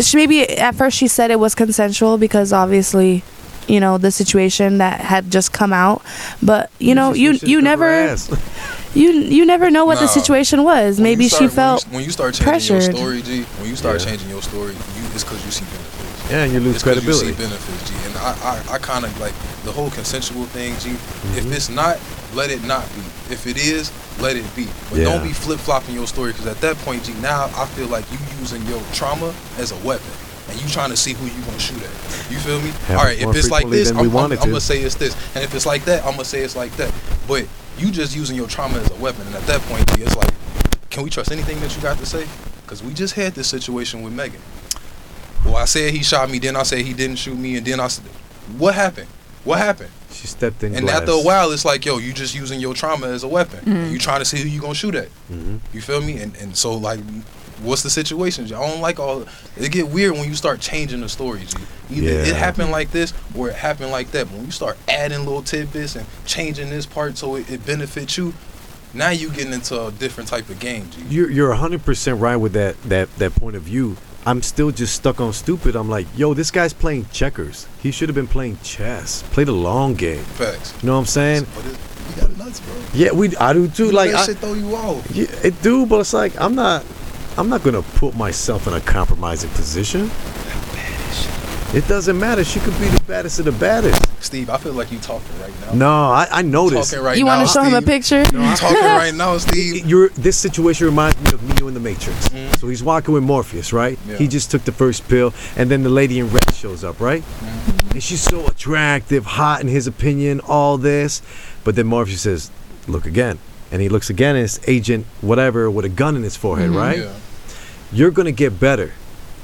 [SPEAKER 4] she maybe at first she said it was consensual because obviously, you know, the situation that had just come out. But you know,
[SPEAKER 2] She
[SPEAKER 4] you
[SPEAKER 2] should've
[SPEAKER 4] you
[SPEAKER 2] never
[SPEAKER 4] never
[SPEAKER 2] asked.
[SPEAKER 4] you you never know what the
[SPEAKER 1] No.
[SPEAKER 4] situation was.
[SPEAKER 1] When you
[SPEAKER 4] Maybe
[SPEAKER 1] start-
[SPEAKER 4] she
[SPEAKER 1] when you-
[SPEAKER 4] felt
[SPEAKER 1] when you, start changing
[SPEAKER 4] pressured.
[SPEAKER 1] your story, G. When you start
[SPEAKER 2] Yeah.
[SPEAKER 1] changing your story, you it's because you see benefits.
[SPEAKER 2] Yeah, and you lose
[SPEAKER 1] It's 'cause you see
[SPEAKER 2] credibility.
[SPEAKER 1] benefits, G. And I, I, I kind of like the whole consensual thing, G.
[SPEAKER 2] Mm-hmm.
[SPEAKER 1] If it's not, let it not be. If it is, let it be. But
[SPEAKER 2] Yeah.
[SPEAKER 1] don't be flip flopping your story because at that point, G, now I feel like you using your trauma as a weapon. And you trying to see who you gonna shoot at. You feel me?
[SPEAKER 2] Happens
[SPEAKER 1] All right.
[SPEAKER 2] more
[SPEAKER 1] If it's like
[SPEAKER 2] frequently
[SPEAKER 1] this,
[SPEAKER 2] than
[SPEAKER 1] I'm,
[SPEAKER 2] we
[SPEAKER 1] I'm,
[SPEAKER 2] want
[SPEAKER 1] I'm
[SPEAKER 2] it to.
[SPEAKER 1] gonna say it's this, and if it's like that, I'm gonna say it's like that. But you just using your trauma as a weapon, and at that point, G, it's like, can we trust anything that you got to say? Because we just had this situation with Megan. Well, I said he shot me, then I said he didn't shoot me, and then I said, what happened? What happened?
[SPEAKER 2] She stepped in.
[SPEAKER 1] And
[SPEAKER 2] glass.
[SPEAKER 1] after a while, it's like, yo, you just using your trauma as a weapon.
[SPEAKER 4] Mm-hmm.
[SPEAKER 1] You trying to see who you gonna shoot at.
[SPEAKER 2] Mhm.
[SPEAKER 1] You feel me? And and so like, what's the situation? G? I don't like all. It get weird when you start changing the story. G. Either
[SPEAKER 2] Yeah.
[SPEAKER 1] it happened like this or it happened like that. But when you start adding little tidbits and changing this part so it, it benefits you, Now you getting into a different type of game, G.
[SPEAKER 2] You're you're 100 percent right with that that that point of view. I'm still just stuck on stupid. I'm like, yo, this guy's playing checkers. He should have been playing chess. Play the long game.
[SPEAKER 1] Facts.
[SPEAKER 2] You know what I'm saying?
[SPEAKER 1] But it, you got nuts, bro.
[SPEAKER 2] Yeah, we I do too.
[SPEAKER 1] You
[SPEAKER 2] Like,
[SPEAKER 1] that
[SPEAKER 2] I,
[SPEAKER 1] shit throw you off.
[SPEAKER 2] yeah, it do, but it's like I'm not. I'm not gonna put myself in a compromising position. It doesn't matter. She could be the baddest of the baddest.
[SPEAKER 1] Steve, I feel like you talking right now.
[SPEAKER 2] No, I, I noticed.
[SPEAKER 1] talking right
[SPEAKER 4] you
[SPEAKER 1] now.
[SPEAKER 4] want to show him a
[SPEAKER 1] Steve.
[SPEAKER 4] picture?
[SPEAKER 1] You talking right now, Steve?
[SPEAKER 2] You're, this situation reminds me of Neo in the Matrix. So he's walking with Morpheus, right?
[SPEAKER 1] Yeah.
[SPEAKER 2] He just took the first pill, and then the lady in red shows up, right?
[SPEAKER 1] Mm-hmm.
[SPEAKER 2] And she's so attractive, hot in his opinion, all this. But then Morpheus says, Look again. And he looks again, and it's Agent whatever with a gun in his forehead, right?
[SPEAKER 1] Mm-hmm. Yeah.
[SPEAKER 2] You're going to get better.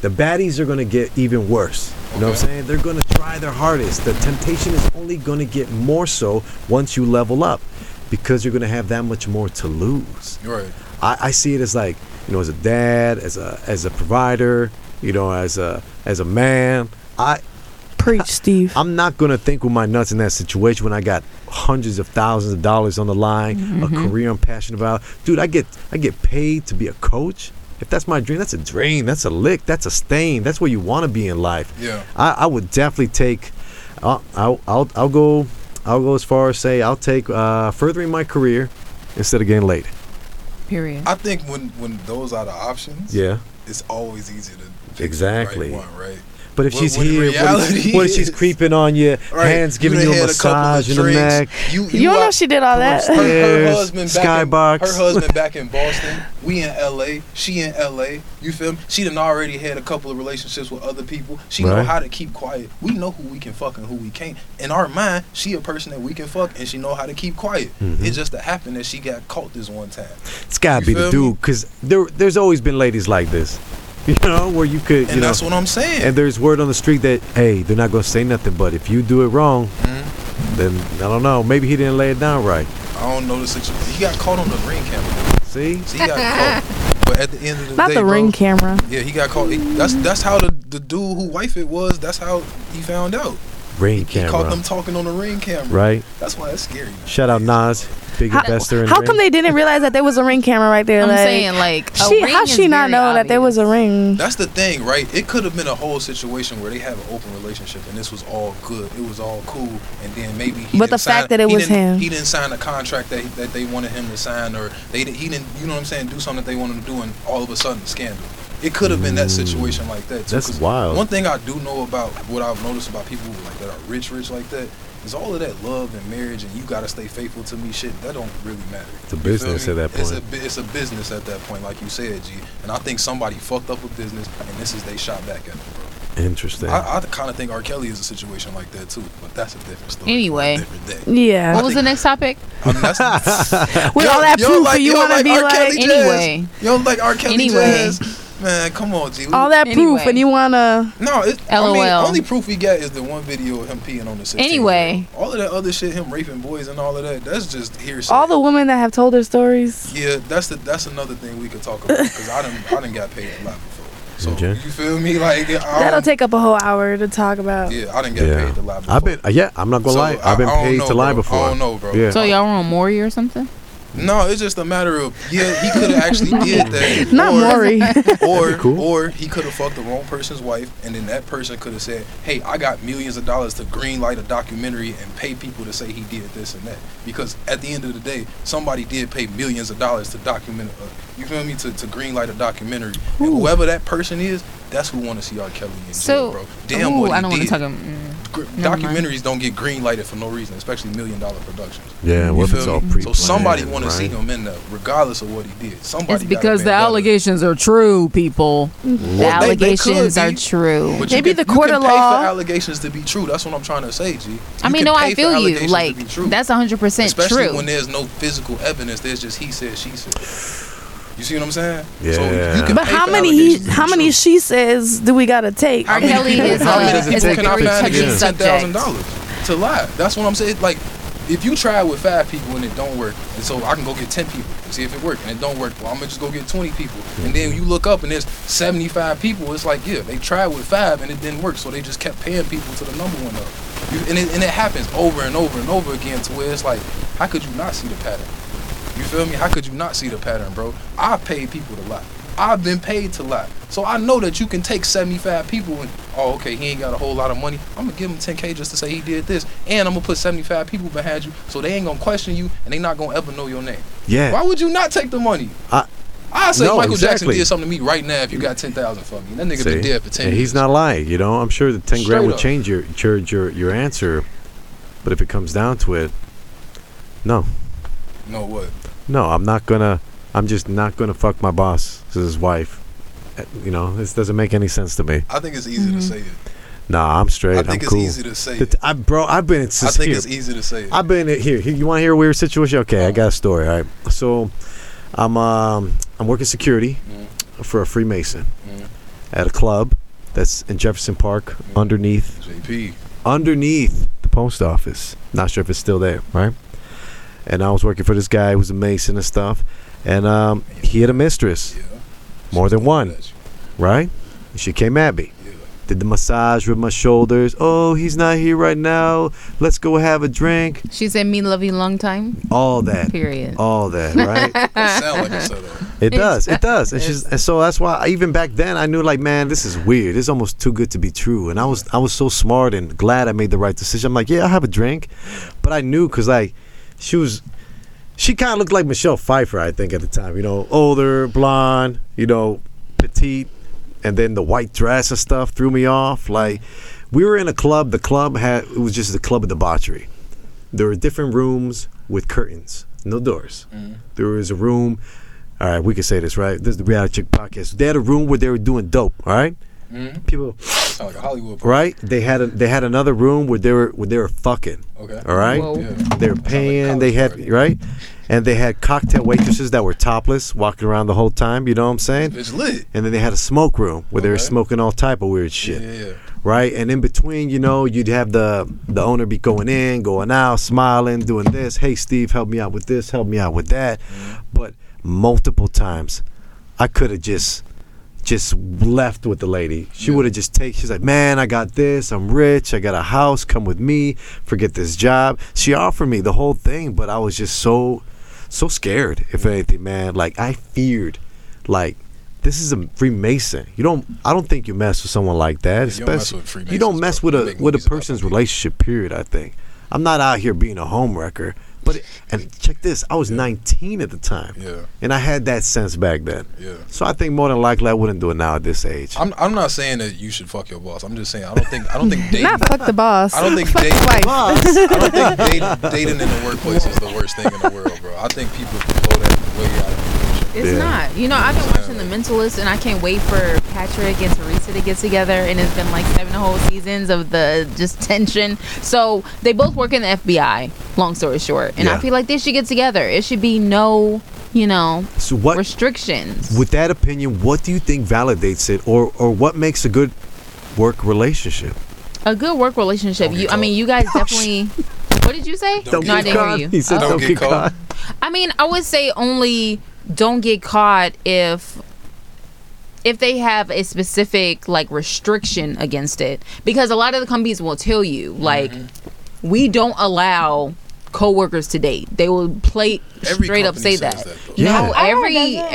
[SPEAKER 2] The baddies are going to get even worse. You know what
[SPEAKER 1] Okay.
[SPEAKER 2] I'm saying? They're going to try their hardest. The temptation is only going to get more so once you level up because you're going to have that much more to lose.
[SPEAKER 1] You're right.
[SPEAKER 2] I, I see it as like you know as a dad as a as a provider you know as a as a man i
[SPEAKER 4] Preach, Steve.
[SPEAKER 2] i'm not gonna think with my nuts in that situation when i got hundreds of thousands of dollars on the line a career i'm passionate about dude i get i get paid to be a coach if that's my dream that's a dream that's a lick that's a stain that's where you want to be in life
[SPEAKER 1] Yeah.
[SPEAKER 2] i, I would definitely take I'll, I'll i'll i'll go i'll go as far as say i'll take uh furthering my career instead of getting laid
[SPEAKER 3] Period.
[SPEAKER 1] I think when when those are the options,
[SPEAKER 2] yeah
[SPEAKER 1] it's always easier to pick
[SPEAKER 2] Exactly.
[SPEAKER 1] the right one, right?
[SPEAKER 2] But if
[SPEAKER 1] What-
[SPEAKER 2] she's
[SPEAKER 1] what
[SPEAKER 2] here, what
[SPEAKER 1] reality
[SPEAKER 2] if, what if she's
[SPEAKER 1] is.
[SPEAKER 2] creeping on you,
[SPEAKER 1] Right,
[SPEAKER 2] hands giving
[SPEAKER 1] done
[SPEAKER 2] you a
[SPEAKER 1] had couple of
[SPEAKER 2] massage in the
[SPEAKER 1] drinks.
[SPEAKER 2] neck?
[SPEAKER 1] You,
[SPEAKER 4] You don't know
[SPEAKER 1] out-
[SPEAKER 4] she did all that.
[SPEAKER 1] her, her
[SPEAKER 2] Upstairs,
[SPEAKER 1] husband
[SPEAKER 2] skybox.
[SPEAKER 1] back in, her husband back in Boston. We in LA. She in LA. You feel me? She done already had a couple of relationships with other people. She know
[SPEAKER 2] Right.
[SPEAKER 1] how to keep quiet. We know who we can fuck and who we can't. In our mind, she a person that we can fuck and she know how to keep quiet.
[SPEAKER 2] Mm-hmm.
[SPEAKER 1] It just that happened that she got caught this one time.
[SPEAKER 2] It's gotta
[SPEAKER 1] You
[SPEAKER 2] be the
[SPEAKER 1] feel me?
[SPEAKER 2] dude, cause there, there's always been ladies like this, you know, where you could,
[SPEAKER 1] And
[SPEAKER 2] you know,
[SPEAKER 1] that's what I'm saying.
[SPEAKER 2] and there's word on the street that hey, they're not gonna say nothing, but if you do it wrong,
[SPEAKER 1] Mm-hmm.
[SPEAKER 2] then I don't know, maybe he didn't lay it down right.
[SPEAKER 1] I don't know the situation. He got caught on the ring camera.
[SPEAKER 2] See,
[SPEAKER 1] So he got caught. But at the end of the
[SPEAKER 4] Not
[SPEAKER 1] day,
[SPEAKER 4] the ring
[SPEAKER 1] bro,
[SPEAKER 4] camera.
[SPEAKER 1] Yeah, he got caught. He- that's that's how the, the dude who wife it was. That's how he found out. He
[SPEAKER 2] ring
[SPEAKER 1] caught
[SPEAKER 2] camera,
[SPEAKER 1] them talking on the ring camera.
[SPEAKER 2] right?
[SPEAKER 1] That's why it's scary. man.
[SPEAKER 2] Shout out Nas, big
[SPEAKER 4] How,
[SPEAKER 2] investor in
[SPEAKER 4] how
[SPEAKER 2] ring.
[SPEAKER 4] come they didn't realize that there was a ring camera right there?
[SPEAKER 3] I'm
[SPEAKER 4] like,
[SPEAKER 3] saying like a
[SPEAKER 4] she,
[SPEAKER 3] ring
[SPEAKER 4] how
[SPEAKER 3] is
[SPEAKER 4] she not
[SPEAKER 3] very
[SPEAKER 4] know that there was a
[SPEAKER 3] obvious.
[SPEAKER 4] ring?
[SPEAKER 1] That's the thing, right? It could have been a whole situation where they have an open relationship and this was all good. It was all cool, and then maybe. He
[SPEAKER 4] But the
[SPEAKER 1] didn't sign-
[SPEAKER 4] fact that it
[SPEAKER 1] he
[SPEAKER 4] was
[SPEAKER 1] didn't-
[SPEAKER 4] him.
[SPEAKER 1] He didn't sign the contract that that they wanted him to sign, or they didn't, he didn't. You know what I'm saying? Do something that they wanted to do, and all of a sudden scandal. It could have been that situation like that. Too,
[SPEAKER 2] That's
[SPEAKER 1] 'cause
[SPEAKER 2] wild.
[SPEAKER 1] One thing I do know about what I've noticed about people who like that are rich, rich like that. Is all of that love and marriage and you gotta stay faithful to me shit that don't really matter.
[SPEAKER 2] It's a
[SPEAKER 1] You feel
[SPEAKER 2] business
[SPEAKER 1] me?
[SPEAKER 2] at that
[SPEAKER 1] It's
[SPEAKER 2] point.
[SPEAKER 1] a bu- it's a business at that point, like you said, G. And I think somebody fucked up a business, and this is they shot back at them, bro.
[SPEAKER 2] Interesting.
[SPEAKER 1] I, I kind of think R. Kelly is a situation like that too, but that's a different story.
[SPEAKER 3] Anyway.
[SPEAKER 1] for a different day.
[SPEAKER 4] Yeah.
[SPEAKER 3] What was the next topic?
[SPEAKER 1] I mean, that's,
[SPEAKER 4] With all that
[SPEAKER 1] don't
[SPEAKER 4] proof, you
[SPEAKER 1] don't
[SPEAKER 4] want to be
[SPEAKER 1] R.
[SPEAKER 4] like,
[SPEAKER 1] Kelly jazz?
[SPEAKER 3] anyway.
[SPEAKER 1] You don't like R. Kelly
[SPEAKER 3] Anyway.
[SPEAKER 1] jazz? Man, come on, G. We-
[SPEAKER 4] all that proof,
[SPEAKER 3] Anyway.
[SPEAKER 4] and you want to.
[SPEAKER 1] No, it, I mean,
[SPEAKER 3] LOL.
[SPEAKER 1] only proof we got is the one video of him peeing on the 16.
[SPEAKER 3] Anyway.
[SPEAKER 1] all of that other shit, him raping boys and all of that, that's just hearsay.
[SPEAKER 4] All the women that have told their stories.
[SPEAKER 1] Yeah, that's the that's another thing we could talk about because I didn't I didn't got paid a lot before. So
[SPEAKER 2] Okay.
[SPEAKER 1] you feel me? Like I
[SPEAKER 4] That'll
[SPEAKER 1] don't-
[SPEAKER 4] take up a whole hour to talk about.
[SPEAKER 1] um, Yeah, I didn't get
[SPEAKER 2] yeah,
[SPEAKER 1] paid a lot before.
[SPEAKER 2] I've been. Yeah, I'm not gonna
[SPEAKER 1] So,
[SPEAKER 2] lie.
[SPEAKER 1] I-
[SPEAKER 2] I've been
[SPEAKER 1] I don't
[SPEAKER 2] paid
[SPEAKER 1] know,
[SPEAKER 2] to lie
[SPEAKER 1] bro. I
[SPEAKER 2] before.
[SPEAKER 1] don't know, bro.
[SPEAKER 2] Yeah.
[SPEAKER 3] So y'all were on Maury or something?
[SPEAKER 1] No, it's just a matter of yeah, he could have actually did that.
[SPEAKER 4] Not
[SPEAKER 1] or,
[SPEAKER 4] Maury.
[SPEAKER 1] Or
[SPEAKER 2] cool.
[SPEAKER 1] or he could have fucked the wrong person's wife, and then that person could have said, "Hey, I got millions of dollars to green light a documentary and pay people to say he did this and that." Because at the end of the day, somebody did pay millions of dollars to document. Uh, you feel me? To to green light a documentary, and whoever that person is, that's who want to see R. Kelly in jail,
[SPEAKER 3] So
[SPEAKER 1] bro. Damn
[SPEAKER 3] Ooh,
[SPEAKER 1] what he
[SPEAKER 3] I don't want
[SPEAKER 1] did.
[SPEAKER 3] to talk. About, mm.
[SPEAKER 1] Gr-
[SPEAKER 3] Never mind.
[SPEAKER 1] documentaries don't get green lighted for no reason, especially million dollar productions.
[SPEAKER 2] Yeah,
[SPEAKER 1] You
[SPEAKER 2] what if
[SPEAKER 1] feel
[SPEAKER 2] it's
[SPEAKER 1] me?
[SPEAKER 2] all pre
[SPEAKER 1] So somebody want to see him in there, regardless of what he did. Somebody.
[SPEAKER 3] It's because
[SPEAKER 1] gotta
[SPEAKER 3] the
[SPEAKER 1] been better.
[SPEAKER 3] allegations are true, people. the
[SPEAKER 1] they- they
[SPEAKER 3] allegations
[SPEAKER 1] could
[SPEAKER 3] are
[SPEAKER 1] be,
[SPEAKER 3] true.
[SPEAKER 1] But you
[SPEAKER 4] Maybe
[SPEAKER 1] can-
[SPEAKER 4] the
[SPEAKER 1] you
[SPEAKER 4] court
[SPEAKER 1] can
[SPEAKER 4] of
[SPEAKER 1] pay for
[SPEAKER 4] law-
[SPEAKER 1] allegations to be true. That's what I'm trying to say, G. You
[SPEAKER 3] I mean,
[SPEAKER 1] can
[SPEAKER 3] no,
[SPEAKER 1] pay
[SPEAKER 3] I
[SPEAKER 1] for
[SPEAKER 3] feel you.
[SPEAKER 1] allegations to
[SPEAKER 3] Like
[SPEAKER 1] be true.
[SPEAKER 3] that's 100 percent
[SPEAKER 1] especially
[SPEAKER 3] true.
[SPEAKER 1] when there's no physical evidence. There's just he said, she said. You see what I'm saying?
[SPEAKER 2] Yeah.
[SPEAKER 4] But
[SPEAKER 1] pay
[SPEAKER 4] how
[SPEAKER 1] for
[SPEAKER 4] many he,
[SPEAKER 1] allegations to be
[SPEAKER 4] how many
[SPEAKER 1] true.
[SPEAKER 4] she says do we gotta take?
[SPEAKER 1] How
[SPEAKER 3] R.
[SPEAKER 1] many
[SPEAKER 3] Kelly
[SPEAKER 1] people-
[SPEAKER 3] is
[SPEAKER 2] How many
[SPEAKER 3] a,
[SPEAKER 2] does it
[SPEAKER 3] is
[SPEAKER 2] take
[SPEAKER 3] a
[SPEAKER 1] Can I
[SPEAKER 3] very
[SPEAKER 2] to
[SPEAKER 1] find
[SPEAKER 2] get
[SPEAKER 3] touchy
[SPEAKER 2] you
[SPEAKER 1] against ten thousand
[SPEAKER 3] subject.
[SPEAKER 1] dollars to lie? That's what I'm saying. Like, if you try with five people and it don't work, and so I can go get ten people and see if it works, and it don't work, well, I'm gonna just go get twenty people, and then you look up and there's seventy five people. It's like, yeah, they tried with five and it didn't work, so they just kept paying people to the number one up. You, and, it, and it happens over and over and over again to where it's like, how could you not see the pattern? You feel me? How could you not see the pattern, bro? I paid people to lie. I've been paid to lie. So I know that you can take 75 people and, oh, okay, he ain't got a whole lot of money. I'm going to give him 10K just to say he did this. And I'm going to put 75 people behind you so they ain't going to question you and they not going to ever know your name.
[SPEAKER 2] Yeah.
[SPEAKER 1] Why would you not take the money?
[SPEAKER 2] I-
[SPEAKER 1] I say
[SPEAKER 2] No,
[SPEAKER 1] Michael
[SPEAKER 2] exactly.
[SPEAKER 1] Jackson did something to me right now if you got 10,000 for me. That nigga
[SPEAKER 2] See?
[SPEAKER 1] been dead for 10
[SPEAKER 2] And
[SPEAKER 1] years.
[SPEAKER 2] he's not lying. You know, I'm sure the 10 grand
[SPEAKER 1] Straight
[SPEAKER 2] will
[SPEAKER 1] up.
[SPEAKER 2] change your, your your your answer, but if it comes down to it, no,
[SPEAKER 1] No, what?
[SPEAKER 2] no, I'm not gonna. I'm just not gonna fuck my boss, his wife. Uh, You know, this doesn't make any sense to me.
[SPEAKER 1] I think it's easy to say it.
[SPEAKER 2] Nah, I'm straight.
[SPEAKER 1] I think
[SPEAKER 2] I'm
[SPEAKER 1] it's
[SPEAKER 2] cool.
[SPEAKER 1] easy to say
[SPEAKER 2] The
[SPEAKER 1] it.
[SPEAKER 2] t- I, bro, I've been
[SPEAKER 1] I
[SPEAKER 2] in
[SPEAKER 1] think
[SPEAKER 2] here.
[SPEAKER 1] it's easy to say it.
[SPEAKER 2] I've been in- here. here you want to hear a weird situation? Okay, I got a story. All right, so I'm um I'm working security for a Freemason
[SPEAKER 1] Mm.
[SPEAKER 2] at a club that's in Jefferson Park, underneath
[SPEAKER 1] JP.
[SPEAKER 2] underneath the post office. Not sure if it's still there, right? And I was working for this guy who was a mason and stuff, and um, he had a mistress,
[SPEAKER 1] Yeah.
[SPEAKER 2] more than one,
[SPEAKER 1] That's-
[SPEAKER 2] right? And she came at me.
[SPEAKER 1] Yeah.
[SPEAKER 2] Did the massage with my shoulders. Oh, he's not here right now. Let's go have a drink.
[SPEAKER 3] She said, "Me love you long time."
[SPEAKER 2] All that.
[SPEAKER 3] Period.
[SPEAKER 2] All that, right?
[SPEAKER 1] That sound like a setup.
[SPEAKER 2] it does. It does. And she's and so that's why I- even back then I knew like, man, this is weird. It's almost too good to be true. And I was I was so smart and glad I made the right decision. I'm like, yeah, I'll have a drink. But I knew cuz like she was she kind of looked like Michelle Pfeiffer, I think, at the time. You know, older, blonde, you know, petite, and then the white dress and stuff threw me off. Like, we were in a club. The club had it was just the club of debauchery. There were different rooms with curtains, no doors.
[SPEAKER 1] Mm-hmm.
[SPEAKER 2] There was a room. All right, we can say this, right? This is the Reality Check podcast. They had a room where they were doing dope. All right?
[SPEAKER 1] Mm-hmm.
[SPEAKER 2] people,
[SPEAKER 1] Sound like a Hollywood. pro-
[SPEAKER 2] right? They had a, they had another room where they were where they were fucking.
[SPEAKER 1] Okay.
[SPEAKER 2] All right.
[SPEAKER 3] Whoa. Yeah.
[SPEAKER 2] They were paying. They had
[SPEAKER 1] party.
[SPEAKER 2] right, and they had cocktail waitresses that were topless walking around the whole time. You know what I'm saying?
[SPEAKER 1] It's lit.
[SPEAKER 2] And then they had a smoke room where they were
[SPEAKER 1] Okay.
[SPEAKER 2] smoking all type of weird shit.
[SPEAKER 1] Yeah.
[SPEAKER 2] Right, and in between, you know, you'd have the the owner be going in, going out, smiling, doing this. Hey, Steve, help me out with this. Help me out with that. But multiple times, I could have just just left with the lady. She
[SPEAKER 1] Yeah.
[SPEAKER 2] would have just take. She's like, "Man, I got this. I'm rich. I got a house. Come with me. Forget this job." She offered me the whole thing, but I was just so so scared. If anything, man, like I feared, like. This is a Freemason. You don't. I don't think you mess with someone like that.
[SPEAKER 1] you don't mess
[SPEAKER 2] especially-
[SPEAKER 1] with Freemasons,
[SPEAKER 2] you don't mess
[SPEAKER 1] bro.
[SPEAKER 2] with
[SPEAKER 1] They
[SPEAKER 2] a
[SPEAKER 1] make
[SPEAKER 2] with a
[SPEAKER 1] movies about
[SPEAKER 2] person's
[SPEAKER 1] them.
[SPEAKER 2] relationship. Period. I think. I'm not out here being a homewrecker. But it, and check this. I was 19 at the time.
[SPEAKER 1] Yeah.
[SPEAKER 2] And I had that sense back then.
[SPEAKER 1] Yeah.
[SPEAKER 2] So I think more than likely I wouldn't do it now at this age.
[SPEAKER 1] I'm, I'm not saying that you should fuck your boss. I'm just saying I don't think I don't think dating.
[SPEAKER 4] Not fuck the boss.
[SPEAKER 1] I don't think
[SPEAKER 4] fuck
[SPEAKER 1] dating.
[SPEAKER 4] his wife.
[SPEAKER 1] I don't think dating, dating in the workplace is the worst thing in the world, bro. I think people blow that way out. of proportion.
[SPEAKER 3] It's
[SPEAKER 2] Yeah.
[SPEAKER 3] not. You know, I've been watching The Mentalist, and I can't wait for Patrick and Teresa to get together. And it's been like seven whole seasons of the just tension. So they both work in the FBI. Long story short, and
[SPEAKER 2] Yeah.
[SPEAKER 3] I feel like they should get together. It should be no, you know,
[SPEAKER 2] So what
[SPEAKER 3] restrictions.
[SPEAKER 2] with that opinion, what do you think validates it or or what makes a good work relationship?
[SPEAKER 3] a good work relationship.
[SPEAKER 1] Don't get
[SPEAKER 3] You, I
[SPEAKER 1] caught.
[SPEAKER 3] mean, you guys definitely. What did you say?
[SPEAKER 1] Don't
[SPEAKER 3] no, I
[SPEAKER 1] get
[SPEAKER 3] didn't hear
[SPEAKER 2] caught.
[SPEAKER 3] you.
[SPEAKER 2] He said
[SPEAKER 3] Oh.
[SPEAKER 2] don't get caught.
[SPEAKER 3] I mean, I would say only don't get caught if if they have a specific like restriction against it because a lot of the companies will tell you
[SPEAKER 1] Mm-hmm.
[SPEAKER 3] like we don't allow coworkers to date. They will play
[SPEAKER 1] Every
[SPEAKER 3] straight up say
[SPEAKER 1] company
[SPEAKER 3] that.
[SPEAKER 1] says that, though.
[SPEAKER 2] Yeah.
[SPEAKER 3] No,
[SPEAKER 4] I know it
[SPEAKER 3] every
[SPEAKER 4] doesn't.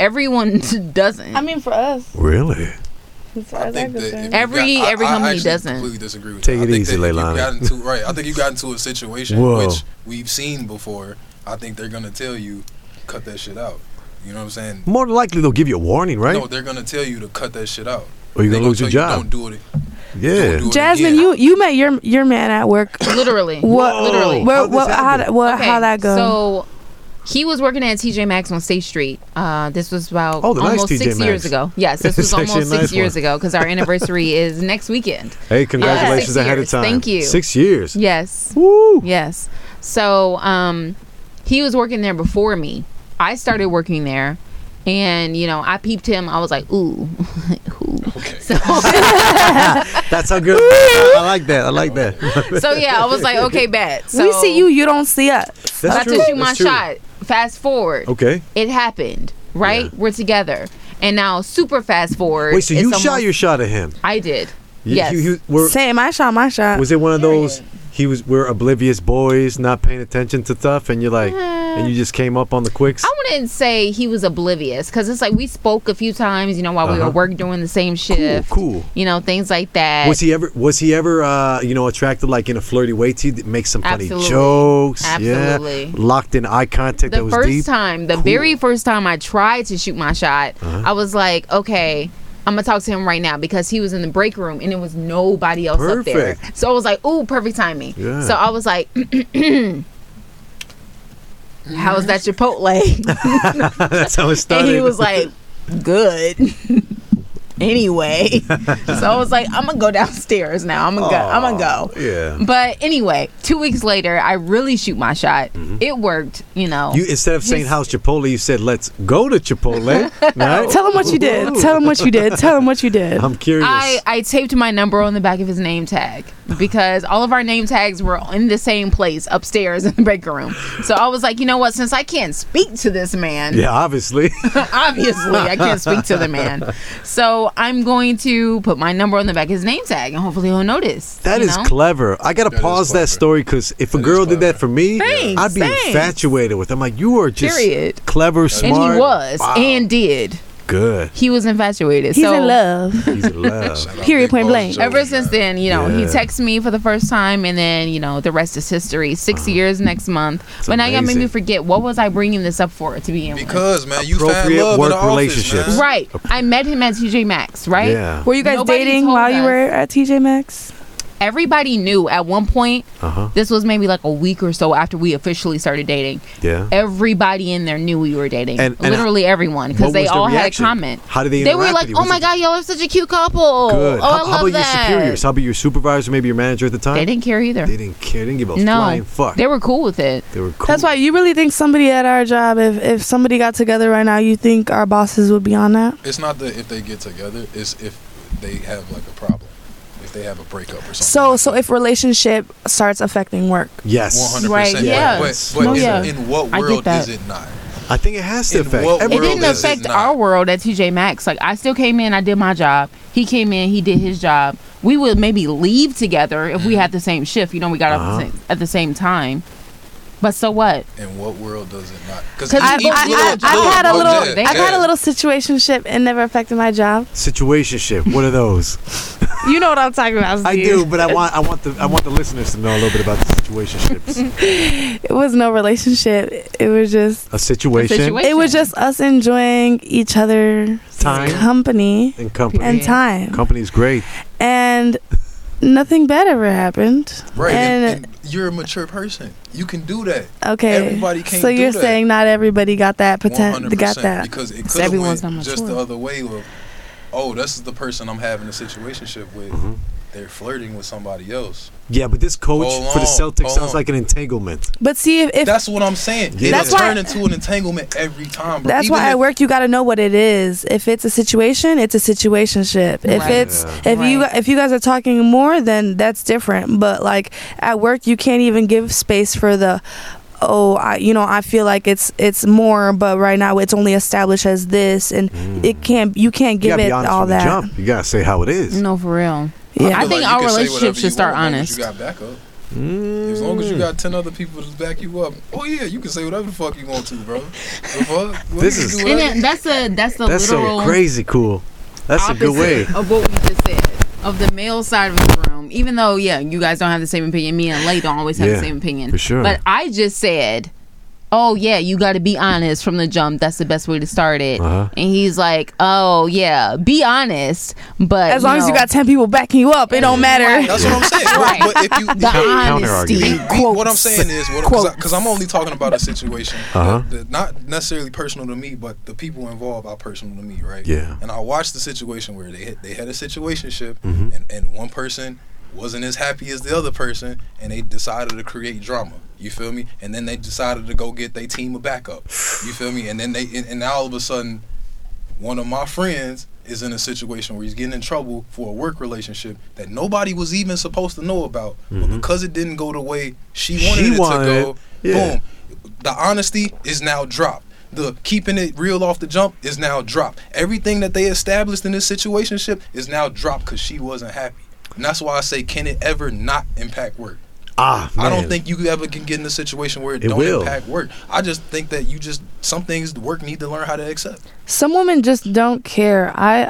[SPEAKER 3] everyone doesn't.
[SPEAKER 4] I mean, for us,
[SPEAKER 2] Really?
[SPEAKER 4] as far
[SPEAKER 1] I
[SPEAKER 4] as
[SPEAKER 1] think
[SPEAKER 4] I'm
[SPEAKER 1] that if
[SPEAKER 4] concerned.
[SPEAKER 1] you
[SPEAKER 3] Every-
[SPEAKER 1] got, I-
[SPEAKER 3] every
[SPEAKER 1] I,
[SPEAKER 3] company
[SPEAKER 1] actually
[SPEAKER 3] doesn't.
[SPEAKER 1] Completely disagree with
[SPEAKER 2] Take
[SPEAKER 1] that. I
[SPEAKER 2] it
[SPEAKER 1] think
[SPEAKER 2] easy,
[SPEAKER 1] that if you
[SPEAKER 2] Leilani.
[SPEAKER 1] got into right. I think you got into a situation
[SPEAKER 2] Whoa.
[SPEAKER 1] which we've seen before. I think they're gonna tell you cut that shit out. You know what I'm saying?
[SPEAKER 2] More than likely they'll give you a warning, right?
[SPEAKER 1] No, they're gonna tell you to cut that shit out.
[SPEAKER 2] Or you're
[SPEAKER 1] They
[SPEAKER 2] gonna lose your
[SPEAKER 1] tell
[SPEAKER 2] job.
[SPEAKER 1] You, don't do it.
[SPEAKER 2] yeah.
[SPEAKER 1] don't do it
[SPEAKER 4] Jasmine,
[SPEAKER 1] again.
[SPEAKER 4] you you met your your man at work.
[SPEAKER 3] Literally.
[SPEAKER 4] What?
[SPEAKER 3] Literally.
[SPEAKER 2] How
[SPEAKER 4] Where,
[SPEAKER 2] this
[SPEAKER 4] what, how,
[SPEAKER 2] happen?
[SPEAKER 4] that- what,
[SPEAKER 3] Okay,
[SPEAKER 4] how that go?
[SPEAKER 3] So he was working at TJ Maxx on State Street. Uh, this was about
[SPEAKER 2] Oh, the nice
[SPEAKER 3] almost
[SPEAKER 2] TJ
[SPEAKER 3] six
[SPEAKER 2] Maxx.
[SPEAKER 3] years ago. Yes, this was
[SPEAKER 2] It's actually a
[SPEAKER 3] almost
[SPEAKER 2] nice
[SPEAKER 3] six years
[SPEAKER 2] one.
[SPEAKER 3] ago because our anniversary is next weekend.
[SPEAKER 2] Hey, congratulations
[SPEAKER 3] six
[SPEAKER 2] ahead
[SPEAKER 3] years.
[SPEAKER 2] of time.
[SPEAKER 3] Thank you.
[SPEAKER 2] Six years.
[SPEAKER 3] Yes,
[SPEAKER 2] Woo!
[SPEAKER 3] yes. So um, he was working there before me. I started working there, and you know, I peeped him. I was like, ooh, ooh.
[SPEAKER 1] Okay.
[SPEAKER 3] So,
[SPEAKER 2] That's how good. I I like that. I like that.
[SPEAKER 3] so yeah, I was like, okay, bet. So
[SPEAKER 4] we see you, you don't see us.
[SPEAKER 2] That's
[SPEAKER 3] I
[SPEAKER 2] true.
[SPEAKER 3] took you my
[SPEAKER 2] That's true.
[SPEAKER 3] shot. Fast forward.
[SPEAKER 2] Okay.
[SPEAKER 3] it happened, right? We're together. And now super fast forward.
[SPEAKER 2] Wait, so
[SPEAKER 3] it's
[SPEAKER 2] you
[SPEAKER 3] almost-
[SPEAKER 2] shot your shot at him?
[SPEAKER 3] I did.
[SPEAKER 2] You-
[SPEAKER 3] yes.
[SPEAKER 2] you- you were-
[SPEAKER 4] Same, I shot my shot.
[SPEAKER 2] was it one of those? He was. We're oblivious boys, not paying attention to stuff, and you're like, and you just came up on the quicks.
[SPEAKER 3] Mm-hmm. I wouldn't say he was oblivious because it's like we spoke a few times, you know, while we were
[SPEAKER 2] Uh-huh.
[SPEAKER 3] at work doing the same shift.
[SPEAKER 2] cool.
[SPEAKER 3] You know, things like that.
[SPEAKER 2] Was he ever was he ever uh, you know attracted like in a flirty way to you? Did- Make some funny
[SPEAKER 3] Absolutely.
[SPEAKER 2] jokes, yeah.
[SPEAKER 3] Absolutely.
[SPEAKER 2] Locked in eye contact that
[SPEAKER 3] the
[SPEAKER 2] was
[SPEAKER 3] first
[SPEAKER 2] deep.
[SPEAKER 3] time, the
[SPEAKER 2] Cool. Uh-huh.
[SPEAKER 3] very first time I tried to shoot my shot, I was like, okay. I'm gonna talk to him right now because he was in the break room and there was nobody else up there.
[SPEAKER 2] Perfect.
[SPEAKER 3] So I was like, "Ooh, perfect timing."
[SPEAKER 2] Yeah.
[SPEAKER 3] So I was like, "How was that Chipotle?"
[SPEAKER 2] That's how it started.
[SPEAKER 3] and he was like, "Good." anyway, so I was like, "I'm gonna go downstairs now. I'm gonna go. I'm gonna go."
[SPEAKER 2] yeah.
[SPEAKER 3] But anyway, two weeks later, I really shoot my shot. It worked, you know.
[SPEAKER 2] Mm-hmm. You instead of saying how's Chipotle, you said let's go to Chipotle. right?
[SPEAKER 4] Tell him what you did. Tell him what you did. Tell him what you did.
[SPEAKER 2] I'm curious.
[SPEAKER 3] I, I taped my number on the back of his name tag because all of our name tags were in the same place upstairs in the breaker room. So I was like, you know what? Since I can't speak to this man,
[SPEAKER 2] yeah, obviously.
[SPEAKER 3] obviously I can't speak to the man. So I'm going to put my number on the back of his name tag and hopefully he'll notice.
[SPEAKER 2] That
[SPEAKER 3] you
[SPEAKER 2] is
[SPEAKER 3] know?
[SPEAKER 2] clever. I gotta
[SPEAKER 1] That is
[SPEAKER 2] pause
[SPEAKER 1] clever.
[SPEAKER 2] that story because if a
[SPEAKER 1] That is
[SPEAKER 2] girl did
[SPEAKER 1] clever.
[SPEAKER 2] that for me,
[SPEAKER 3] Thanks,
[SPEAKER 2] I'd be
[SPEAKER 3] thanks.
[SPEAKER 2] infatuated with. I'm like, you are just
[SPEAKER 3] Period.
[SPEAKER 2] clever,
[SPEAKER 3] And
[SPEAKER 2] smart.
[SPEAKER 3] he was
[SPEAKER 2] Wow.
[SPEAKER 3] and did.
[SPEAKER 2] good.
[SPEAKER 3] He was infatuated.
[SPEAKER 4] He's
[SPEAKER 3] so
[SPEAKER 4] in love.
[SPEAKER 2] He's in love.
[SPEAKER 1] Shout out
[SPEAKER 4] Period,
[SPEAKER 1] Big
[SPEAKER 4] point
[SPEAKER 1] Boss
[SPEAKER 4] blank.
[SPEAKER 1] Joey,
[SPEAKER 3] Ever since
[SPEAKER 1] man.
[SPEAKER 3] then, you know, he
[SPEAKER 2] Yeah.
[SPEAKER 3] texted me for the first time, and then you know the rest is history. 6 years next month, but now y'all made me
[SPEAKER 2] amazing.
[SPEAKER 3] forget what was I bringing this up for to begin with.
[SPEAKER 1] Because man, you found
[SPEAKER 2] Appropriate
[SPEAKER 1] love in
[SPEAKER 2] work
[SPEAKER 1] the office,
[SPEAKER 2] relationships.
[SPEAKER 1] man.
[SPEAKER 3] Right, I met him at TJ Maxx. Right,
[SPEAKER 2] Yeah.
[SPEAKER 4] Were you guys
[SPEAKER 3] Nobody
[SPEAKER 4] dating
[SPEAKER 3] told
[SPEAKER 4] while you
[SPEAKER 3] us.
[SPEAKER 4] were at TJ Maxx?
[SPEAKER 3] everybody knew at one point.
[SPEAKER 2] Uh huh.
[SPEAKER 3] This was maybe like a week or so after we officially started dating.
[SPEAKER 2] Yeah.
[SPEAKER 3] Everybody in there knew we were dating.
[SPEAKER 2] And- and
[SPEAKER 3] Literally everyone,
[SPEAKER 2] what
[SPEAKER 3] because they
[SPEAKER 2] was the
[SPEAKER 3] all had a
[SPEAKER 2] reaction?
[SPEAKER 3] comment.
[SPEAKER 2] How did they
[SPEAKER 3] They were
[SPEAKER 2] interact
[SPEAKER 3] like,
[SPEAKER 2] with you?
[SPEAKER 3] "Oh
[SPEAKER 2] Was
[SPEAKER 3] my
[SPEAKER 2] it
[SPEAKER 3] god, y'all are such a cute couple."
[SPEAKER 2] Good.
[SPEAKER 3] Oh,
[SPEAKER 2] how,
[SPEAKER 3] I love
[SPEAKER 2] how about
[SPEAKER 3] that.
[SPEAKER 2] your superiors? How about your supervisor? Maybe your manager at the time.
[SPEAKER 3] They didn't care either.
[SPEAKER 2] They didn't care. They didn't give a
[SPEAKER 3] no,
[SPEAKER 2] flying fuck.
[SPEAKER 3] they were cool with it.
[SPEAKER 2] They were cool.
[SPEAKER 4] That's why you really think somebody at our job, if, if somebody got together right now, you think our bosses would be on that?
[SPEAKER 1] It's not that if they get together, it's if they have like a problem, if they have a breakup or something.
[SPEAKER 4] So
[SPEAKER 1] like
[SPEAKER 4] so
[SPEAKER 1] that.
[SPEAKER 4] if relationship starts affecting work.
[SPEAKER 2] Yes.
[SPEAKER 1] 100%.
[SPEAKER 3] Right, yeah.
[SPEAKER 1] But, but
[SPEAKER 2] No,
[SPEAKER 1] in,
[SPEAKER 2] yeah.
[SPEAKER 1] in what
[SPEAKER 3] I get
[SPEAKER 1] world
[SPEAKER 3] that.
[SPEAKER 1] is it not?
[SPEAKER 2] I think it has to
[SPEAKER 1] In
[SPEAKER 2] affect.
[SPEAKER 1] what
[SPEAKER 2] every-
[SPEAKER 3] it
[SPEAKER 1] world
[SPEAKER 3] didn't
[SPEAKER 1] is it
[SPEAKER 3] affect
[SPEAKER 1] not?
[SPEAKER 3] our world at TJ Maxx. Like I still came in, I did my job. He came in, he did his job. We would maybe leave together if we had the same shift. You know, we got up
[SPEAKER 2] Uh-huh.
[SPEAKER 3] at the same, at the same time. But so what?
[SPEAKER 1] In what world does it not?
[SPEAKER 3] 'Cause
[SPEAKER 1] each
[SPEAKER 4] I've,
[SPEAKER 3] you
[SPEAKER 1] little-
[SPEAKER 4] I, I,
[SPEAKER 3] look,
[SPEAKER 4] I've
[SPEAKER 1] look,
[SPEAKER 4] had a
[SPEAKER 1] look,
[SPEAKER 4] little
[SPEAKER 1] yeah,
[SPEAKER 4] I've had
[SPEAKER 1] yeah.
[SPEAKER 4] a little situationship and never affected my job.
[SPEAKER 2] Situationship. What are those?
[SPEAKER 4] You know what I'm talking about.
[SPEAKER 2] I
[SPEAKER 4] Steve.
[SPEAKER 2] do, but I want I want the I want the listeners to know a little bit about the situationships.
[SPEAKER 4] It was no relationship. It was just
[SPEAKER 2] A situation,
[SPEAKER 3] situation.
[SPEAKER 4] it was just us enjoying each other's
[SPEAKER 2] Time.
[SPEAKER 4] company
[SPEAKER 2] and company.
[SPEAKER 4] and
[SPEAKER 3] Yeah.
[SPEAKER 4] time.
[SPEAKER 2] Company's great.
[SPEAKER 4] and nothing bad ever happened.
[SPEAKER 1] Right.
[SPEAKER 4] And-
[SPEAKER 1] And, and you're a mature person. You can do that.
[SPEAKER 4] Okay.
[SPEAKER 1] Everybody can't
[SPEAKER 4] so
[SPEAKER 1] do
[SPEAKER 4] you're
[SPEAKER 1] that.
[SPEAKER 4] saying not everybody got that pretend
[SPEAKER 1] 100%.
[SPEAKER 4] got that.
[SPEAKER 1] Because it
[SPEAKER 3] Because
[SPEAKER 1] could have
[SPEAKER 3] everyone's
[SPEAKER 1] went
[SPEAKER 3] not
[SPEAKER 1] just
[SPEAKER 3] mature.
[SPEAKER 1] the other way of, oh, this is the person I'm having a situationship with.
[SPEAKER 2] Mm-hmm.
[SPEAKER 1] They're flirting with somebody else.
[SPEAKER 2] Yeah, but this coach
[SPEAKER 1] Hold
[SPEAKER 2] for the
[SPEAKER 1] on,
[SPEAKER 2] Celtics
[SPEAKER 1] hold
[SPEAKER 2] sounds
[SPEAKER 1] on.
[SPEAKER 2] like an entanglement.
[SPEAKER 4] But see if, if
[SPEAKER 1] That's what I'm saying.
[SPEAKER 2] Yeah.
[SPEAKER 1] It
[SPEAKER 2] That's
[SPEAKER 1] is
[SPEAKER 4] why-
[SPEAKER 1] turned into an entanglement every time. Bro.
[SPEAKER 4] That's
[SPEAKER 1] Even
[SPEAKER 4] why
[SPEAKER 1] if-
[SPEAKER 4] at work you got to know what it is. If it's a situation, it's a situationship. If
[SPEAKER 3] Right.
[SPEAKER 4] it's
[SPEAKER 2] Yeah.
[SPEAKER 4] if you
[SPEAKER 3] Right.
[SPEAKER 4] if you guys are talking more, then that's different. But like at work, you can't even give space for the oh, I, you know, I feel like it's it's more, but right now it's only established as this, and it can't you can't
[SPEAKER 2] Mm. You
[SPEAKER 4] give
[SPEAKER 2] gotta
[SPEAKER 4] it
[SPEAKER 2] be honest
[SPEAKER 4] all
[SPEAKER 2] from the
[SPEAKER 4] that.
[SPEAKER 2] jump. You gotta say how it is.
[SPEAKER 3] no for real.
[SPEAKER 4] Yeah.
[SPEAKER 3] I
[SPEAKER 1] feel
[SPEAKER 3] think
[SPEAKER 1] you
[SPEAKER 3] our
[SPEAKER 1] can say
[SPEAKER 3] relationship
[SPEAKER 1] whatever
[SPEAKER 3] should
[SPEAKER 1] you
[SPEAKER 3] start
[SPEAKER 1] want, as long as
[SPEAKER 3] honest.
[SPEAKER 1] You got backup. As long as you got ten other people to back you up, oh yeah, you can say whatever the fuck you want to, bro. The fuck? What
[SPEAKER 2] This
[SPEAKER 1] you
[SPEAKER 2] is-
[SPEAKER 1] do
[SPEAKER 3] And
[SPEAKER 1] whatever-
[SPEAKER 3] then that's a that's the
[SPEAKER 2] That's
[SPEAKER 3] literal
[SPEAKER 2] so crazy cool. That's a good way.
[SPEAKER 3] opposite of what we just said of the male side of the room. Even though yeah, you guys don't have the same opinion. Me and Lay don't always have
[SPEAKER 2] Yeah,
[SPEAKER 3] the same opinion
[SPEAKER 2] for sure.
[SPEAKER 3] But I just said. Oh yeah, you got to be honest from the jump. That's the best way to start it.
[SPEAKER 2] Uh-huh.
[SPEAKER 3] And he's like, "Oh yeah, be honest, but
[SPEAKER 4] As long as you
[SPEAKER 3] know,
[SPEAKER 4] got ten people backing you up, it don't matter.
[SPEAKER 1] That's what I'm saying. But-
[SPEAKER 3] Right.
[SPEAKER 1] But if you,
[SPEAKER 3] the
[SPEAKER 2] Counter-argument.
[SPEAKER 3] honesty."
[SPEAKER 1] Be- What I'm saying is, because
[SPEAKER 4] Quotes.
[SPEAKER 1] I'm only talking about a situation,
[SPEAKER 2] Uh-huh.
[SPEAKER 1] that- that not necessarily personal to me, but the people involved are personal to me, right?
[SPEAKER 2] Yeah.
[SPEAKER 1] And I watched the situation where they had, they had a situationship,
[SPEAKER 2] Mm-hmm.
[SPEAKER 1] and, and one person wasn't as happy as the other person, and they decided to create drama. You feel me? And then they decided to go get their team of backup. You feel me? And then they and, and now all of a sudden, one of my friends is in a situation where he's getting in trouble for a work relationship that nobody was even supposed to know about, but because it didn't go the way she
[SPEAKER 2] Mm-hmm. She
[SPEAKER 1] wanted it
[SPEAKER 2] wanted
[SPEAKER 1] to
[SPEAKER 2] it.
[SPEAKER 1] go,
[SPEAKER 2] Yeah.
[SPEAKER 1] boom. The honesty is now dropped. The keeping it real off the jump is now dropped. Everything that they established in this situationship is now dropped because she wasn't happy. And that's why I say, can it ever not impact work?
[SPEAKER 2] Ah,
[SPEAKER 1] I don't
[SPEAKER 2] man.
[SPEAKER 1] think you ever can get in a situation where it,
[SPEAKER 2] It
[SPEAKER 1] don't
[SPEAKER 2] will.
[SPEAKER 1] impact work. I just think that you just some things work need to learn how to accept.
[SPEAKER 4] Some women just don't care. I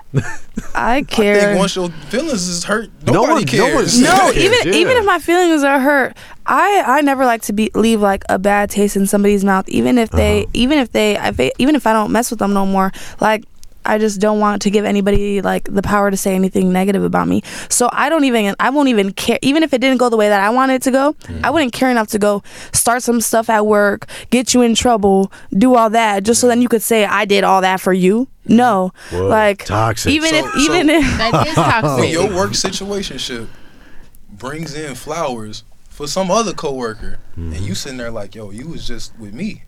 [SPEAKER 4] I care.
[SPEAKER 1] I think once your feelings is hurt,
[SPEAKER 2] No
[SPEAKER 1] nobody
[SPEAKER 2] one- no one
[SPEAKER 1] cares.
[SPEAKER 2] said
[SPEAKER 4] No,
[SPEAKER 2] Who
[SPEAKER 4] even
[SPEAKER 2] cares? Yeah.
[SPEAKER 4] even if my feelings are hurt, I I never like to be leave like a bad taste in somebody's mouth. Even if they, even if they, if they, even if I don't mess with them no more, like. I just don't want to give anybody like the power to say anything negative about me. So I don't even I won't even care even if it didn't go the way that I wanted it to go. I wouldn't care enough to go start some stuff at work, get you in trouble, do all that just so then you could say I did all that for you. No.
[SPEAKER 2] Whoa,
[SPEAKER 4] like
[SPEAKER 2] toxic.
[SPEAKER 4] even
[SPEAKER 1] So-
[SPEAKER 4] if
[SPEAKER 1] so-
[SPEAKER 4] even if
[SPEAKER 3] That is
[SPEAKER 1] when your
[SPEAKER 3] toxic.
[SPEAKER 1] work situationship brings in flowers for some other coworker,
[SPEAKER 2] Mm-hmm.
[SPEAKER 1] and you sitting there like, "Yo, you was just with me,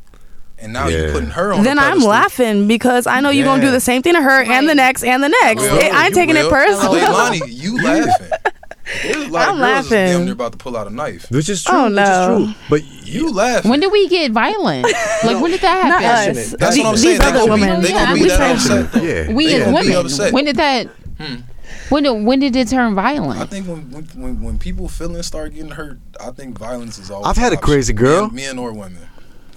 [SPEAKER 1] and now
[SPEAKER 2] Yeah.
[SPEAKER 1] you putting her on."
[SPEAKER 4] then
[SPEAKER 1] the
[SPEAKER 4] I'm
[SPEAKER 1] pedestal."
[SPEAKER 4] laughing because I know you're gonna do
[SPEAKER 1] Yeah.
[SPEAKER 4] the same thing to her and the
[SPEAKER 3] Right.
[SPEAKER 4] next and the next.
[SPEAKER 1] Will,
[SPEAKER 4] It- I ain't
[SPEAKER 1] you
[SPEAKER 4] taking it
[SPEAKER 1] will.
[SPEAKER 4] personal.
[SPEAKER 1] Leilani, you laughing? There's a lot
[SPEAKER 4] I'm
[SPEAKER 1] of girls that's damn
[SPEAKER 4] laughing.
[SPEAKER 1] near about to pull out a knife.
[SPEAKER 2] Which is true.
[SPEAKER 4] Oh,
[SPEAKER 2] Which
[SPEAKER 4] no.
[SPEAKER 2] is true. But you,
[SPEAKER 1] You laughing?
[SPEAKER 3] When did we get violent? Like when did
[SPEAKER 4] Not
[SPEAKER 3] that happen?
[SPEAKER 4] us.
[SPEAKER 1] that's
[SPEAKER 4] The-
[SPEAKER 1] what I'm
[SPEAKER 4] These
[SPEAKER 1] saying. They
[SPEAKER 4] other
[SPEAKER 1] gonna be-
[SPEAKER 4] women.
[SPEAKER 1] They
[SPEAKER 3] Yeah,
[SPEAKER 1] gonna be
[SPEAKER 3] we
[SPEAKER 1] that
[SPEAKER 3] say-
[SPEAKER 1] upset. though.
[SPEAKER 2] yeah,
[SPEAKER 3] We
[SPEAKER 1] They
[SPEAKER 3] as
[SPEAKER 1] gonna be
[SPEAKER 3] women.
[SPEAKER 1] upset.
[SPEAKER 3] When did that? When did when did it turn violent?
[SPEAKER 1] I think when when- when when people feelings start getting hurt, I think violence is always.
[SPEAKER 2] I've had
[SPEAKER 1] an
[SPEAKER 2] a crazy
[SPEAKER 1] option.
[SPEAKER 2] girl.
[SPEAKER 1] men, men or women.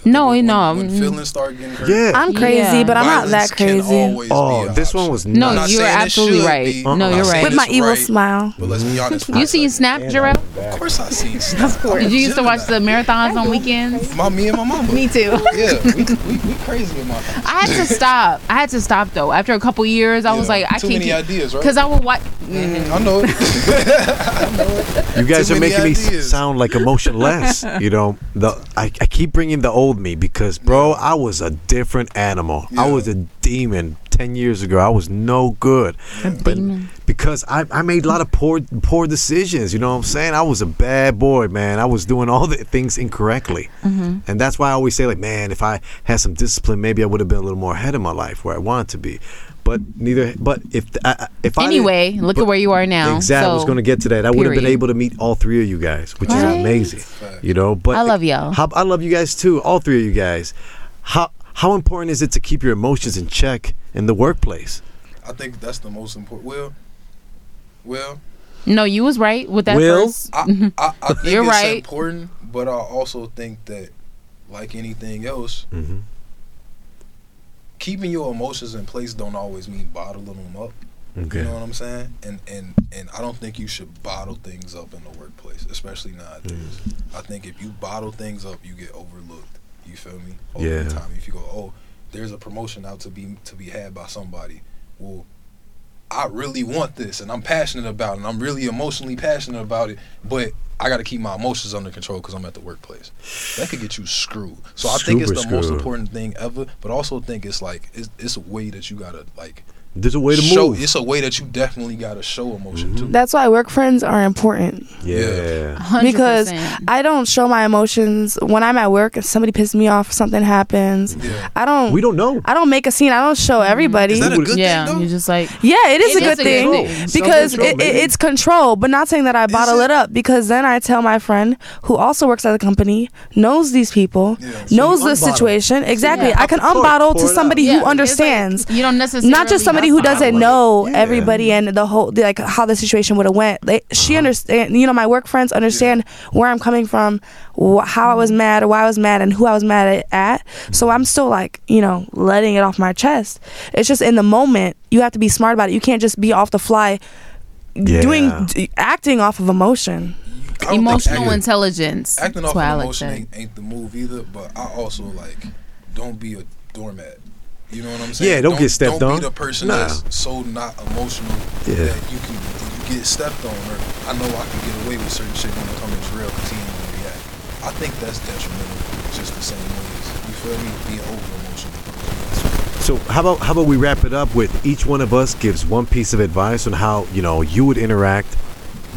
[SPEAKER 3] no,
[SPEAKER 1] when,
[SPEAKER 3] no,
[SPEAKER 1] When
[SPEAKER 3] mm,
[SPEAKER 1] feelings start getting hurt,
[SPEAKER 2] yeah.
[SPEAKER 4] I'm crazy,
[SPEAKER 3] Yeah.
[SPEAKER 4] but I'm not that
[SPEAKER 1] violence can
[SPEAKER 4] crazy.
[SPEAKER 1] always be
[SPEAKER 2] oh,
[SPEAKER 1] an
[SPEAKER 2] this one
[SPEAKER 1] option.
[SPEAKER 2] was
[SPEAKER 3] No,
[SPEAKER 1] I'm
[SPEAKER 2] nuts.
[SPEAKER 1] not
[SPEAKER 3] you're
[SPEAKER 1] saying it
[SPEAKER 3] absolutely
[SPEAKER 1] should
[SPEAKER 3] right.
[SPEAKER 1] be.
[SPEAKER 3] No,
[SPEAKER 1] I'm
[SPEAKER 3] you're
[SPEAKER 1] not saying
[SPEAKER 3] right.
[SPEAKER 4] With my
[SPEAKER 1] it's
[SPEAKER 4] evil
[SPEAKER 1] right,
[SPEAKER 4] smile.
[SPEAKER 1] But let's be honest.
[SPEAKER 3] You seen Snap, Jarrell?
[SPEAKER 1] Of course, I seen Snap. Of
[SPEAKER 3] Did you used to watch the marathons on weekends?
[SPEAKER 1] My me and my mama.
[SPEAKER 3] Me too.
[SPEAKER 1] Yeah, we, we, we crazy in my.
[SPEAKER 3] I had to stop. I had to stop though. After a couple years, I was
[SPEAKER 1] Yeah,
[SPEAKER 3] like, I
[SPEAKER 1] too
[SPEAKER 3] can't
[SPEAKER 1] many ideas, right? Mm-hmm.
[SPEAKER 3] Because I would watch.
[SPEAKER 1] I know.
[SPEAKER 2] You guys
[SPEAKER 1] Too
[SPEAKER 2] are
[SPEAKER 1] many
[SPEAKER 2] making me
[SPEAKER 1] ideas.
[SPEAKER 2] sound like emotionless. you know, the I, I keep bringing the old me because, bro, I was a different animal. I
[SPEAKER 1] Yeah.
[SPEAKER 2] was a demon ten years ago. I was no good, but because I, I made a lot of poor poor decisions. You know what I'm saying? I was a bad boy, man. I was doing all the things incorrectly,
[SPEAKER 3] Mm-hmm.
[SPEAKER 2] and that's why I always say, like, man, if I had some discipline, maybe I would have been a little more ahead in my life where I wanted to be. But neither. But if I, I- if I didn't-
[SPEAKER 3] Anyway, look at
[SPEAKER 2] but-
[SPEAKER 3] where you are now.
[SPEAKER 2] Exactly. I was
[SPEAKER 3] So,
[SPEAKER 2] going to get to that. I would have been
[SPEAKER 3] period.
[SPEAKER 2] able to meet all three of you guys, which
[SPEAKER 3] Right.
[SPEAKER 2] is amazing. You know, but
[SPEAKER 3] I love y'all.
[SPEAKER 2] How, I love you guys too. All three of you guys. How how important is it to keep your emotions in check in the workplace?
[SPEAKER 1] I think that's the most important. Well, well,
[SPEAKER 3] No, you was right with that
[SPEAKER 2] Will?
[SPEAKER 3] first. Mm-hmm.
[SPEAKER 1] I, I, I think
[SPEAKER 3] You're
[SPEAKER 1] it's
[SPEAKER 3] right.
[SPEAKER 1] important, but I also think that, like anything else,
[SPEAKER 2] Mhm.
[SPEAKER 1] keeping your emotions in place don't always mean bottling them up.
[SPEAKER 2] Okay.
[SPEAKER 1] You know what I'm saying? And and and I don't think you should bottle things up in the workplace, especially nowadays. I think if you bottle things up, you get overlooked. You feel me? Over
[SPEAKER 2] Yeah.
[SPEAKER 1] the time, if you go, oh, there's a promotion out to be to be had by somebody. Well, I really want this, and I'm passionate about, it, and I'm really emotionally passionate about it, but. I got to keep my emotions under control because I'm at the workplace. That could get you screwed. So I think it's
[SPEAKER 2] Super
[SPEAKER 1] the most
[SPEAKER 2] screwed.
[SPEAKER 1] important thing ever, but also think it's like it's, it's a way that you gotta like
[SPEAKER 2] There's a way to
[SPEAKER 1] show,
[SPEAKER 2] move. Mm-hmm.
[SPEAKER 1] It's a way that you definitely gotta show emotion too.
[SPEAKER 4] That's why work friends are important
[SPEAKER 2] Yeah.
[SPEAKER 3] 100%.
[SPEAKER 4] because I don't show my emotions when I'm at work. If somebody pisses me off, something happens.
[SPEAKER 1] Yeah.
[SPEAKER 4] I don't.
[SPEAKER 2] We don't know.
[SPEAKER 4] I don't make a scene. I don't show everybody.
[SPEAKER 1] Is that a good
[SPEAKER 3] yeah,
[SPEAKER 1] thing
[SPEAKER 3] you're
[SPEAKER 1] though?
[SPEAKER 3] just like
[SPEAKER 4] yeah, it is
[SPEAKER 3] It
[SPEAKER 4] a
[SPEAKER 3] is
[SPEAKER 4] good thing because
[SPEAKER 2] Self-control,
[SPEAKER 4] it, it,
[SPEAKER 2] baby.
[SPEAKER 4] it's control, but not saying that I bottle
[SPEAKER 1] it?
[SPEAKER 4] it? up because then I tell my friend who also works at the company, knows these people,
[SPEAKER 1] Yeah. So
[SPEAKER 2] you
[SPEAKER 4] knows the
[SPEAKER 2] unbottle.
[SPEAKER 4] situation. Exactly.
[SPEAKER 3] Yeah.
[SPEAKER 4] I can
[SPEAKER 2] Pour it-
[SPEAKER 4] unbottle
[SPEAKER 2] pour
[SPEAKER 4] to
[SPEAKER 2] it out.
[SPEAKER 4] somebody
[SPEAKER 3] Yeah, it's
[SPEAKER 4] who
[SPEAKER 3] like,
[SPEAKER 4] understands.
[SPEAKER 3] you don't necessarily
[SPEAKER 4] not just somebody who
[SPEAKER 3] have to
[SPEAKER 4] doesn't
[SPEAKER 2] bottle it.
[SPEAKER 4] know
[SPEAKER 2] Yeah.
[SPEAKER 4] everybody and the whole like how the situation would have went. Like,
[SPEAKER 2] Uh-huh.
[SPEAKER 4] she understand, you know, my work friends understand where I'm coming from, wh- how I was
[SPEAKER 2] Mm-hmm.
[SPEAKER 4] mad, or why I was mad, and who I was mad at. at. So I'm still like, you know, letting it off my chest. It's just in the moment you have to be smart about it. You can't just be off the fly,
[SPEAKER 2] Yeah.
[SPEAKER 4] doing d- acting off of emotion.
[SPEAKER 1] I don't
[SPEAKER 3] emotional
[SPEAKER 1] think
[SPEAKER 3] intelligence.
[SPEAKER 1] acting, acting
[SPEAKER 3] That's
[SPEAKER 1] off
[SPEAKER 3] what I
[SPEAKER 1] of
[SPEAKER 3] like
[SPEAKER 1] emotion
[SPEAKER 3] that.
[SPEAKER 1] ain't, ain't the move either. But I also like don't be a doormat. You know what I'm saying?
[SPEAKER 2] Yeah, don't get stepped
[SPEAKER 1] don't
[SPEAKER 2] on.
[SPEAKER 1] Be the person
[SPEAKER 2] Nah.
[SPEAKER 1] that's so not emotional
[SPEAKER 2] Yeah.
[SPEAKER 1] that you can you get stepped on. Or I know I can get away with certain shit when it comes real because he ain't gonna react. I think that's detrimental. Just the same way. as- You feel me? Being over emotional.
[SPEAKER 2] So how about how about we wrap it up with each one of us gives one piece of advice on how you know you would interact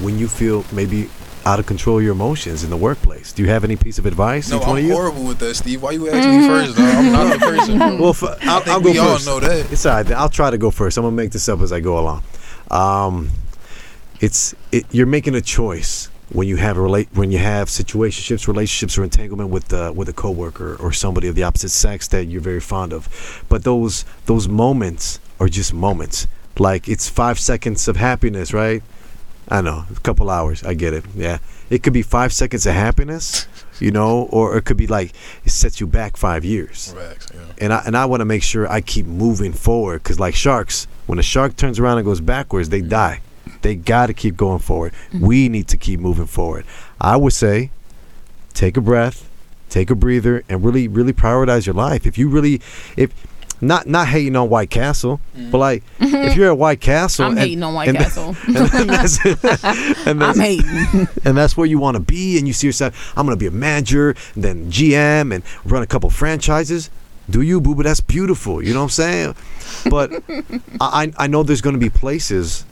[SPEAKER 2] when you feel maybe out of control of your emotions in the workplace. Do you have any piece of advice?
[SPEAKER 1] No,
[SPEAKER 2] each one
[SPEAKER 1] I'm
[SPEAKER 2] of you?
[SPEAKER 1] horrible with that, Steve. Why you asking me first? Though? I'm not the person. Bro.
[SPEAKER 2] Well, f- I'll,
[SPEAKER 1] think
[SPEAKER 2] I'll Mm. go
[SPEAKER 1] we all
[SPEAKER 2] first.
[SPEAKER 1] know that.
[SPEAKER 2] It's all right. I'll try to go first. I'm gonna make this up as I go along. Um, it's it, you're making a choice when you have a relate when you have situationships, relationships, or entanglement with uh, with a coworker or somebody of the opposite sex that you're very fond of. But those those moments are just moments. Like it's five seconds of happiness, right? I know, a couple hours. I get it. Yeah. It could be five seconds of happiness, you know, or it could be like it sets you back five years.
[SPEAKER 1] Facts, yeah.
[SPEAKER 2] And I and I want to make sure I keep moving forward because, like sharks, when a shark turns around and goes backwards, they die. They got to keep going forward.
[SPEAKER 3] Mm-hmm.
[SPEAKER 2] We need to keep moving forward. I would say, take a breath, take a breather, and really, really prioritize your life. If you really, if not not hating on White Castle, but like if you're at White Castle,
[SPEAKER 3] Mm-hmm. I'm hating on White
[SPEAKER 2] and-
[SPEAKER 3] Castle.
[SPEAKER 2] and then that's, and
[SPEAKER 3] I'm
[SPEAKER 2] that's,
[SPEAKER 3] hating.
[SPEAKER 2] and that's where you want to be. And you see yourself, I'm going to be a manager, and then GM, and run a couple franchises. Do you, boo? But that's beautiful. You know what I'm saying? But I, I I know there's going to be places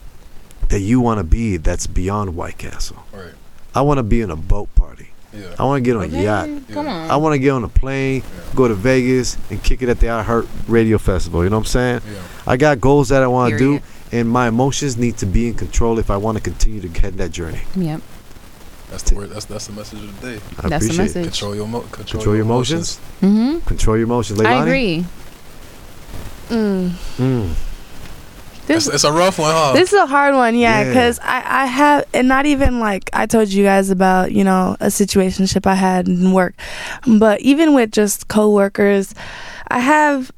[SPEAKER 2] that you want to be that's beyond White Castle.
[SPEAKER 1] Right.
[SPEAKER 2] I want to be in a boat party.
[SPEAKER 1] Yeah.
[SPEAKER 2] I want to get on a yacht.
[SPEAKER 3] Come on.
[SPEAKER 2] I want to get on a plane, go to Vegas, and kick it at the iHeart Radio Festival. You know what I'm saying?
[SPEAKER 1] Yeah.
[SPEAKER 2] I got goals that I want to do,
[SPEAKER 3] Period.
[SPEAKER 2] and my emotions need to be in control if I want to continue to head that journey.
[SPEAKER 3] Yep.
[SPEAKER 1] That's the word. That's that's the message of the day.
[SPEAKER 2] I
[SPEAKER 3] That's the
[SPEAKER 2] appreciate it.
[SPEAKER 3] message.
[SPEAKER 1] Control your mo- control,
[SPEAKER 2] Control your emotions.
[SPEAKER 3] Mm-hmm.
[SPEAKER 2] Control your emotions. Leilani?
[SPEAKER 3] I agree.
[SPEAKER 4] Mm.
[SPEAKER 2] Mm.
[SPEAKER 1] It's,
[SPEAKER 4] This
[SPEAKER 1] it's a rough one, huh?
[SPEAKER 4] This is a hard one, yeah,
[SPEAKER 2] Yeah.
[SPEAKER 4] because I, I have, and not even like I told you guys about, you know, a situationship I had in work, but even with just coworkers, I have,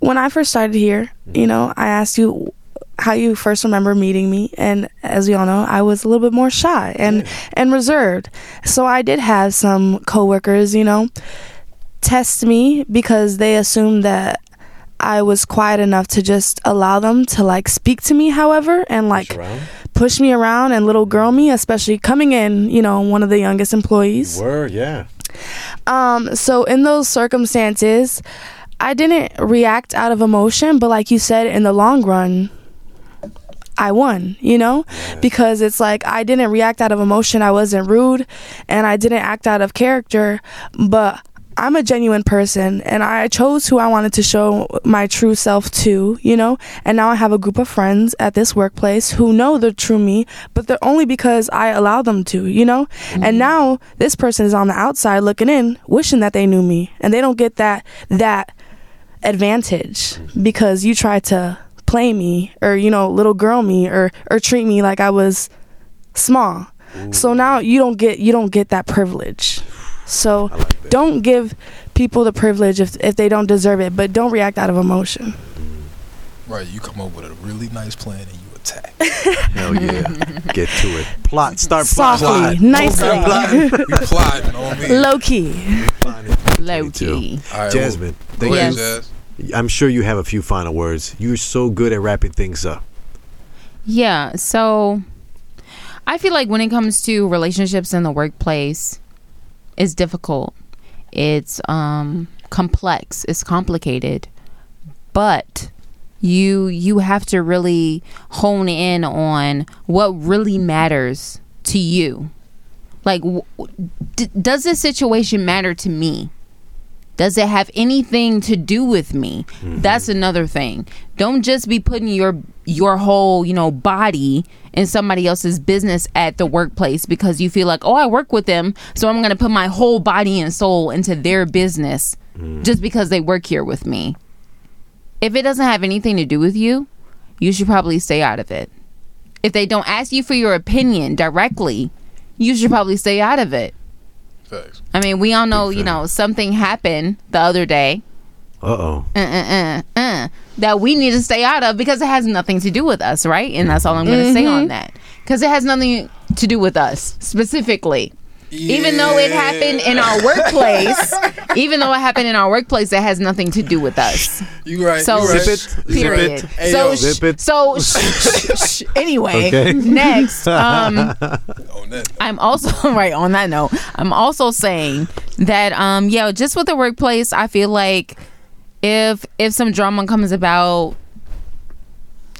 [SPEAKER 4] when I first started here, you know, I asked you how you first remember meeting me, and as we all know, I was a little bit more shy and and reserved, so I did have some coworkers, you know, test me because they assumed that I was quiet enough to just allow them to like speak to me, however, and like push me around and little girl me, especially coming in, you know, one of the youngest employees.
[SPEAKER 2] Word, yeah.
[SPEAKER 4] Um, so in those circumstances, I didn't react out of emotion, but like you said, in the long run, I won, you know? Because it's like I didn't react out of emotion, I wasn't rude, and I didn't act out of character, but I'm a genuine person and I chose who I wanted to show my true self to, you know? And now I have a group of friends at this workplace who know the true me, but they're only because I allow them to, you know? And now this person is on the outside looking in, wishing that they knew me, and they don't get that that advantage because you tried to play me or you know little girl me or or treat me like I was small. So now you don't get you don't get that privilege. So don't give people the privilege if if they don't deserve it, but don't react out of emotion.
[SPEAKER 1] Right. You come up with a really nice plan and you attack.
[SPEAKER 2] Hell Oh, yeah. Get to it. Plot. Start plot.
[SPEAKER 4] Softly.
[SPEAKER 2] plot.
[SPEAKER 4] Nicely.
[SPEAKER 1] You plotting. You plotting on me.
[SPEAKER 4] Low key.
[SPEAKER 3] Low
[SPEAKER 2] Me too.
[SPEAKER 3] key.
[SPEAKER 1] All right,
[SPEAKER 2] Jasmine,
[SPEAKER 1] Well,
[SPEAKER 2] thank
[SPEAKER 1] go ahead,
[SPEAKER 3] Yes.
[SPEAKER 1] Jazz.
[SPEAKER 2] you. I'm sure you have a few final words. You're so good at wrapping things up.
[SPEAKER 3] Yeah. So I feel like when it comes to relationships in the workplace, it's difficult. It's um complex. It's complicated. But you you have to really hone in on what really matters to you. Like w- w- d- does this situation matter to me? Does it have anything to do with me? That's another thing. Don't just be putting your your whole, you know, body in somebody else's business at the workplace because you feel like, "Oh, I work with them, so I'm going to put my whole body and soul into their business just because they work here with me." If it doesn't have anything to do with you, you should probably stay out of it. If they don't ask you for your opinion directly, you should probably stay out of it.
[SPEAKER 1] Facts.
[SPEAKER 3] I mean, we all know, you
[SPEAKER 2] fan.
[SPEAKER 3] know, something happened the other day
[SPEAKER 2] Uh oh.
[SPEAKER 3] uh, uh, uh, uh, that we need to stay out of because it has nothing to do with us, right? And that's all I'm going to say on that because it has nothing to do with us specifically. Even though it happened in our workplace, even though it happened in our workplace, it has nothing to do with us.
[SPEAKER 1] You right.
[SPEAKER 3] So,
[SPEAKER 1] you right.
[SPEAKER 2] Zip it. Zip
[SPEAKER 3] period.
[SPEAKER 2] it.
[SPEAKER 1] Hey,
[SPEAKER 3] so,
[SPEAKER 1] yo,
[SPEAKER 3] sh-
[SPEAKER 2] zip it.
[SPEAKER 3] so sh- sh- sh- anyway,
[SPEAKER 2] Okay.
[SPEAKER 3] next, um,
[SPEAKER 1] On that note.
[SPEAKER 3] I'm also right on that note. I'm also saying that um yeah, just with the workplace, I feel like if if some drama comes about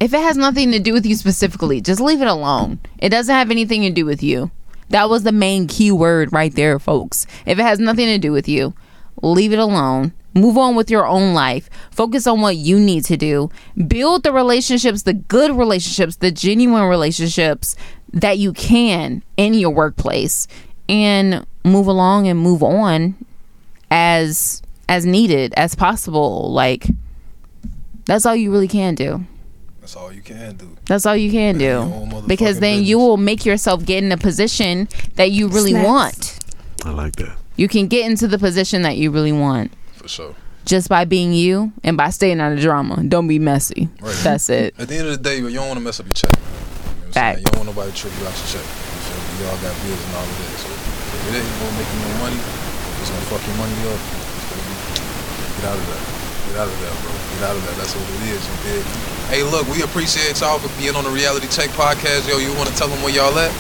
[SPEAKER 3] if it has nothing to do with you specifically, just leave it alone. It doesn't have anything to do with you. That was the main key word right there, folks. If it has nothing to do with you, leave it alone. Move on with your own life. Focus on what you need to do. Build the relationships, the good relationships, the genuine relationships that you can in your workplace and move along and move on as as needed as possible. Like that's all you really can do.
[SPEAKER 1] That's all you can do.
[SPEAKER 3] That's all you can
[SPEAKER 1] Your
[SPEAKER 3] do.
[SPEAKER 1] own motherfucking
[SPEAKER 3] Because then you
[SPEAKER 1] business.
[SPEAKER 3] will make yourself get in a position that you really
[SPEAKER 4] Snaps.
[SPEAKER 3] want.
[SPEAKER 2] I like that.
[SPEAKER 3] You can get into the position that you really want
[SPEAKER 1] For sure.
[SPEAKER 3] just by being you and by staying out of drama. Don't be messy.
[SPEAKER 1] Right.
[SPEAKER 3] That's it.
[SPEAKER 1] At the end of the day, you don't want to mess up your check. You know what I'm saying?
[SPEAKER 3] Fact.
[SPEAKER 1] You don't want nobody to trip you out your check. You feel me? Y'all got bills and all of that. So if it ain't gonna make you no money, it's gonna fuck your money up. You feel me? Get out of there. Get out of there, bro. Get out of there. That's what it is. You dig? Hey, look, we appreciate y'all for being on the Reality Check podcast. Yo, you want to tell them where y'all at?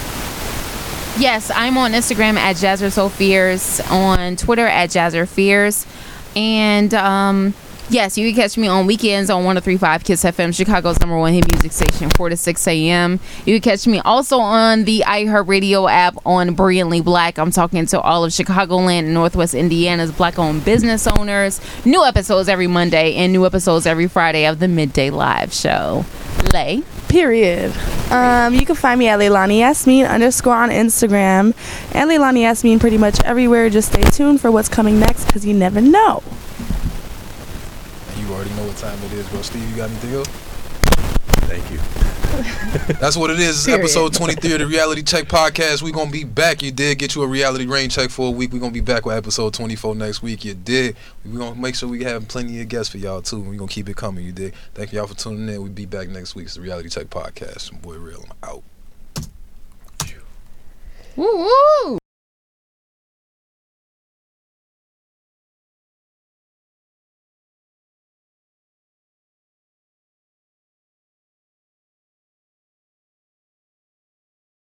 [SPEAKER 3] Yes, I'm on Instagram at Jazzer So Fears, on Twitter at Jazzer Fears, and um, yes, you can catch me on weekends on 103.5 Kiss FM, Chicago's number one hit music station, 4 to 6 a.m. You can catch me also on the iHeartRadio app on Brilliantly Black. I'm talking to all of Chicagoland and Northwest Indiana's black-owned business owners. New episodes every Monday and new episodes every Friday of the Midday Live show. Lay.
[SPEAKER 4] Period. Um, you can find me at Leilani Yasmin underscore on Instagram and Leilani Yasmin pretty much everywhere. Just stay tuned for what's coming next because you never know.
[SPEAKER 1] And you already know what time it is, bro. Steve, you got anything else?
[SPEAKER 2] Thank you.
[SPEAKER 1] That's what it is. It's
[SPEAKER 3] Period.
[SPEAKER 1] episode 23 of the Reality Check Podcast. We're going to be back. You did get you a reality rain check for a week. We're going to be back with episode 24 next week. You did. We're going to make sure we have plenty of guests for y'all, too. We're going to keep it coming. You did. Thank y'all for tuning in. We'll be back next week. It's the Reality Check Podcast. Your Boy Real. I'm out.
[SPEAKER 3] Woo-woo!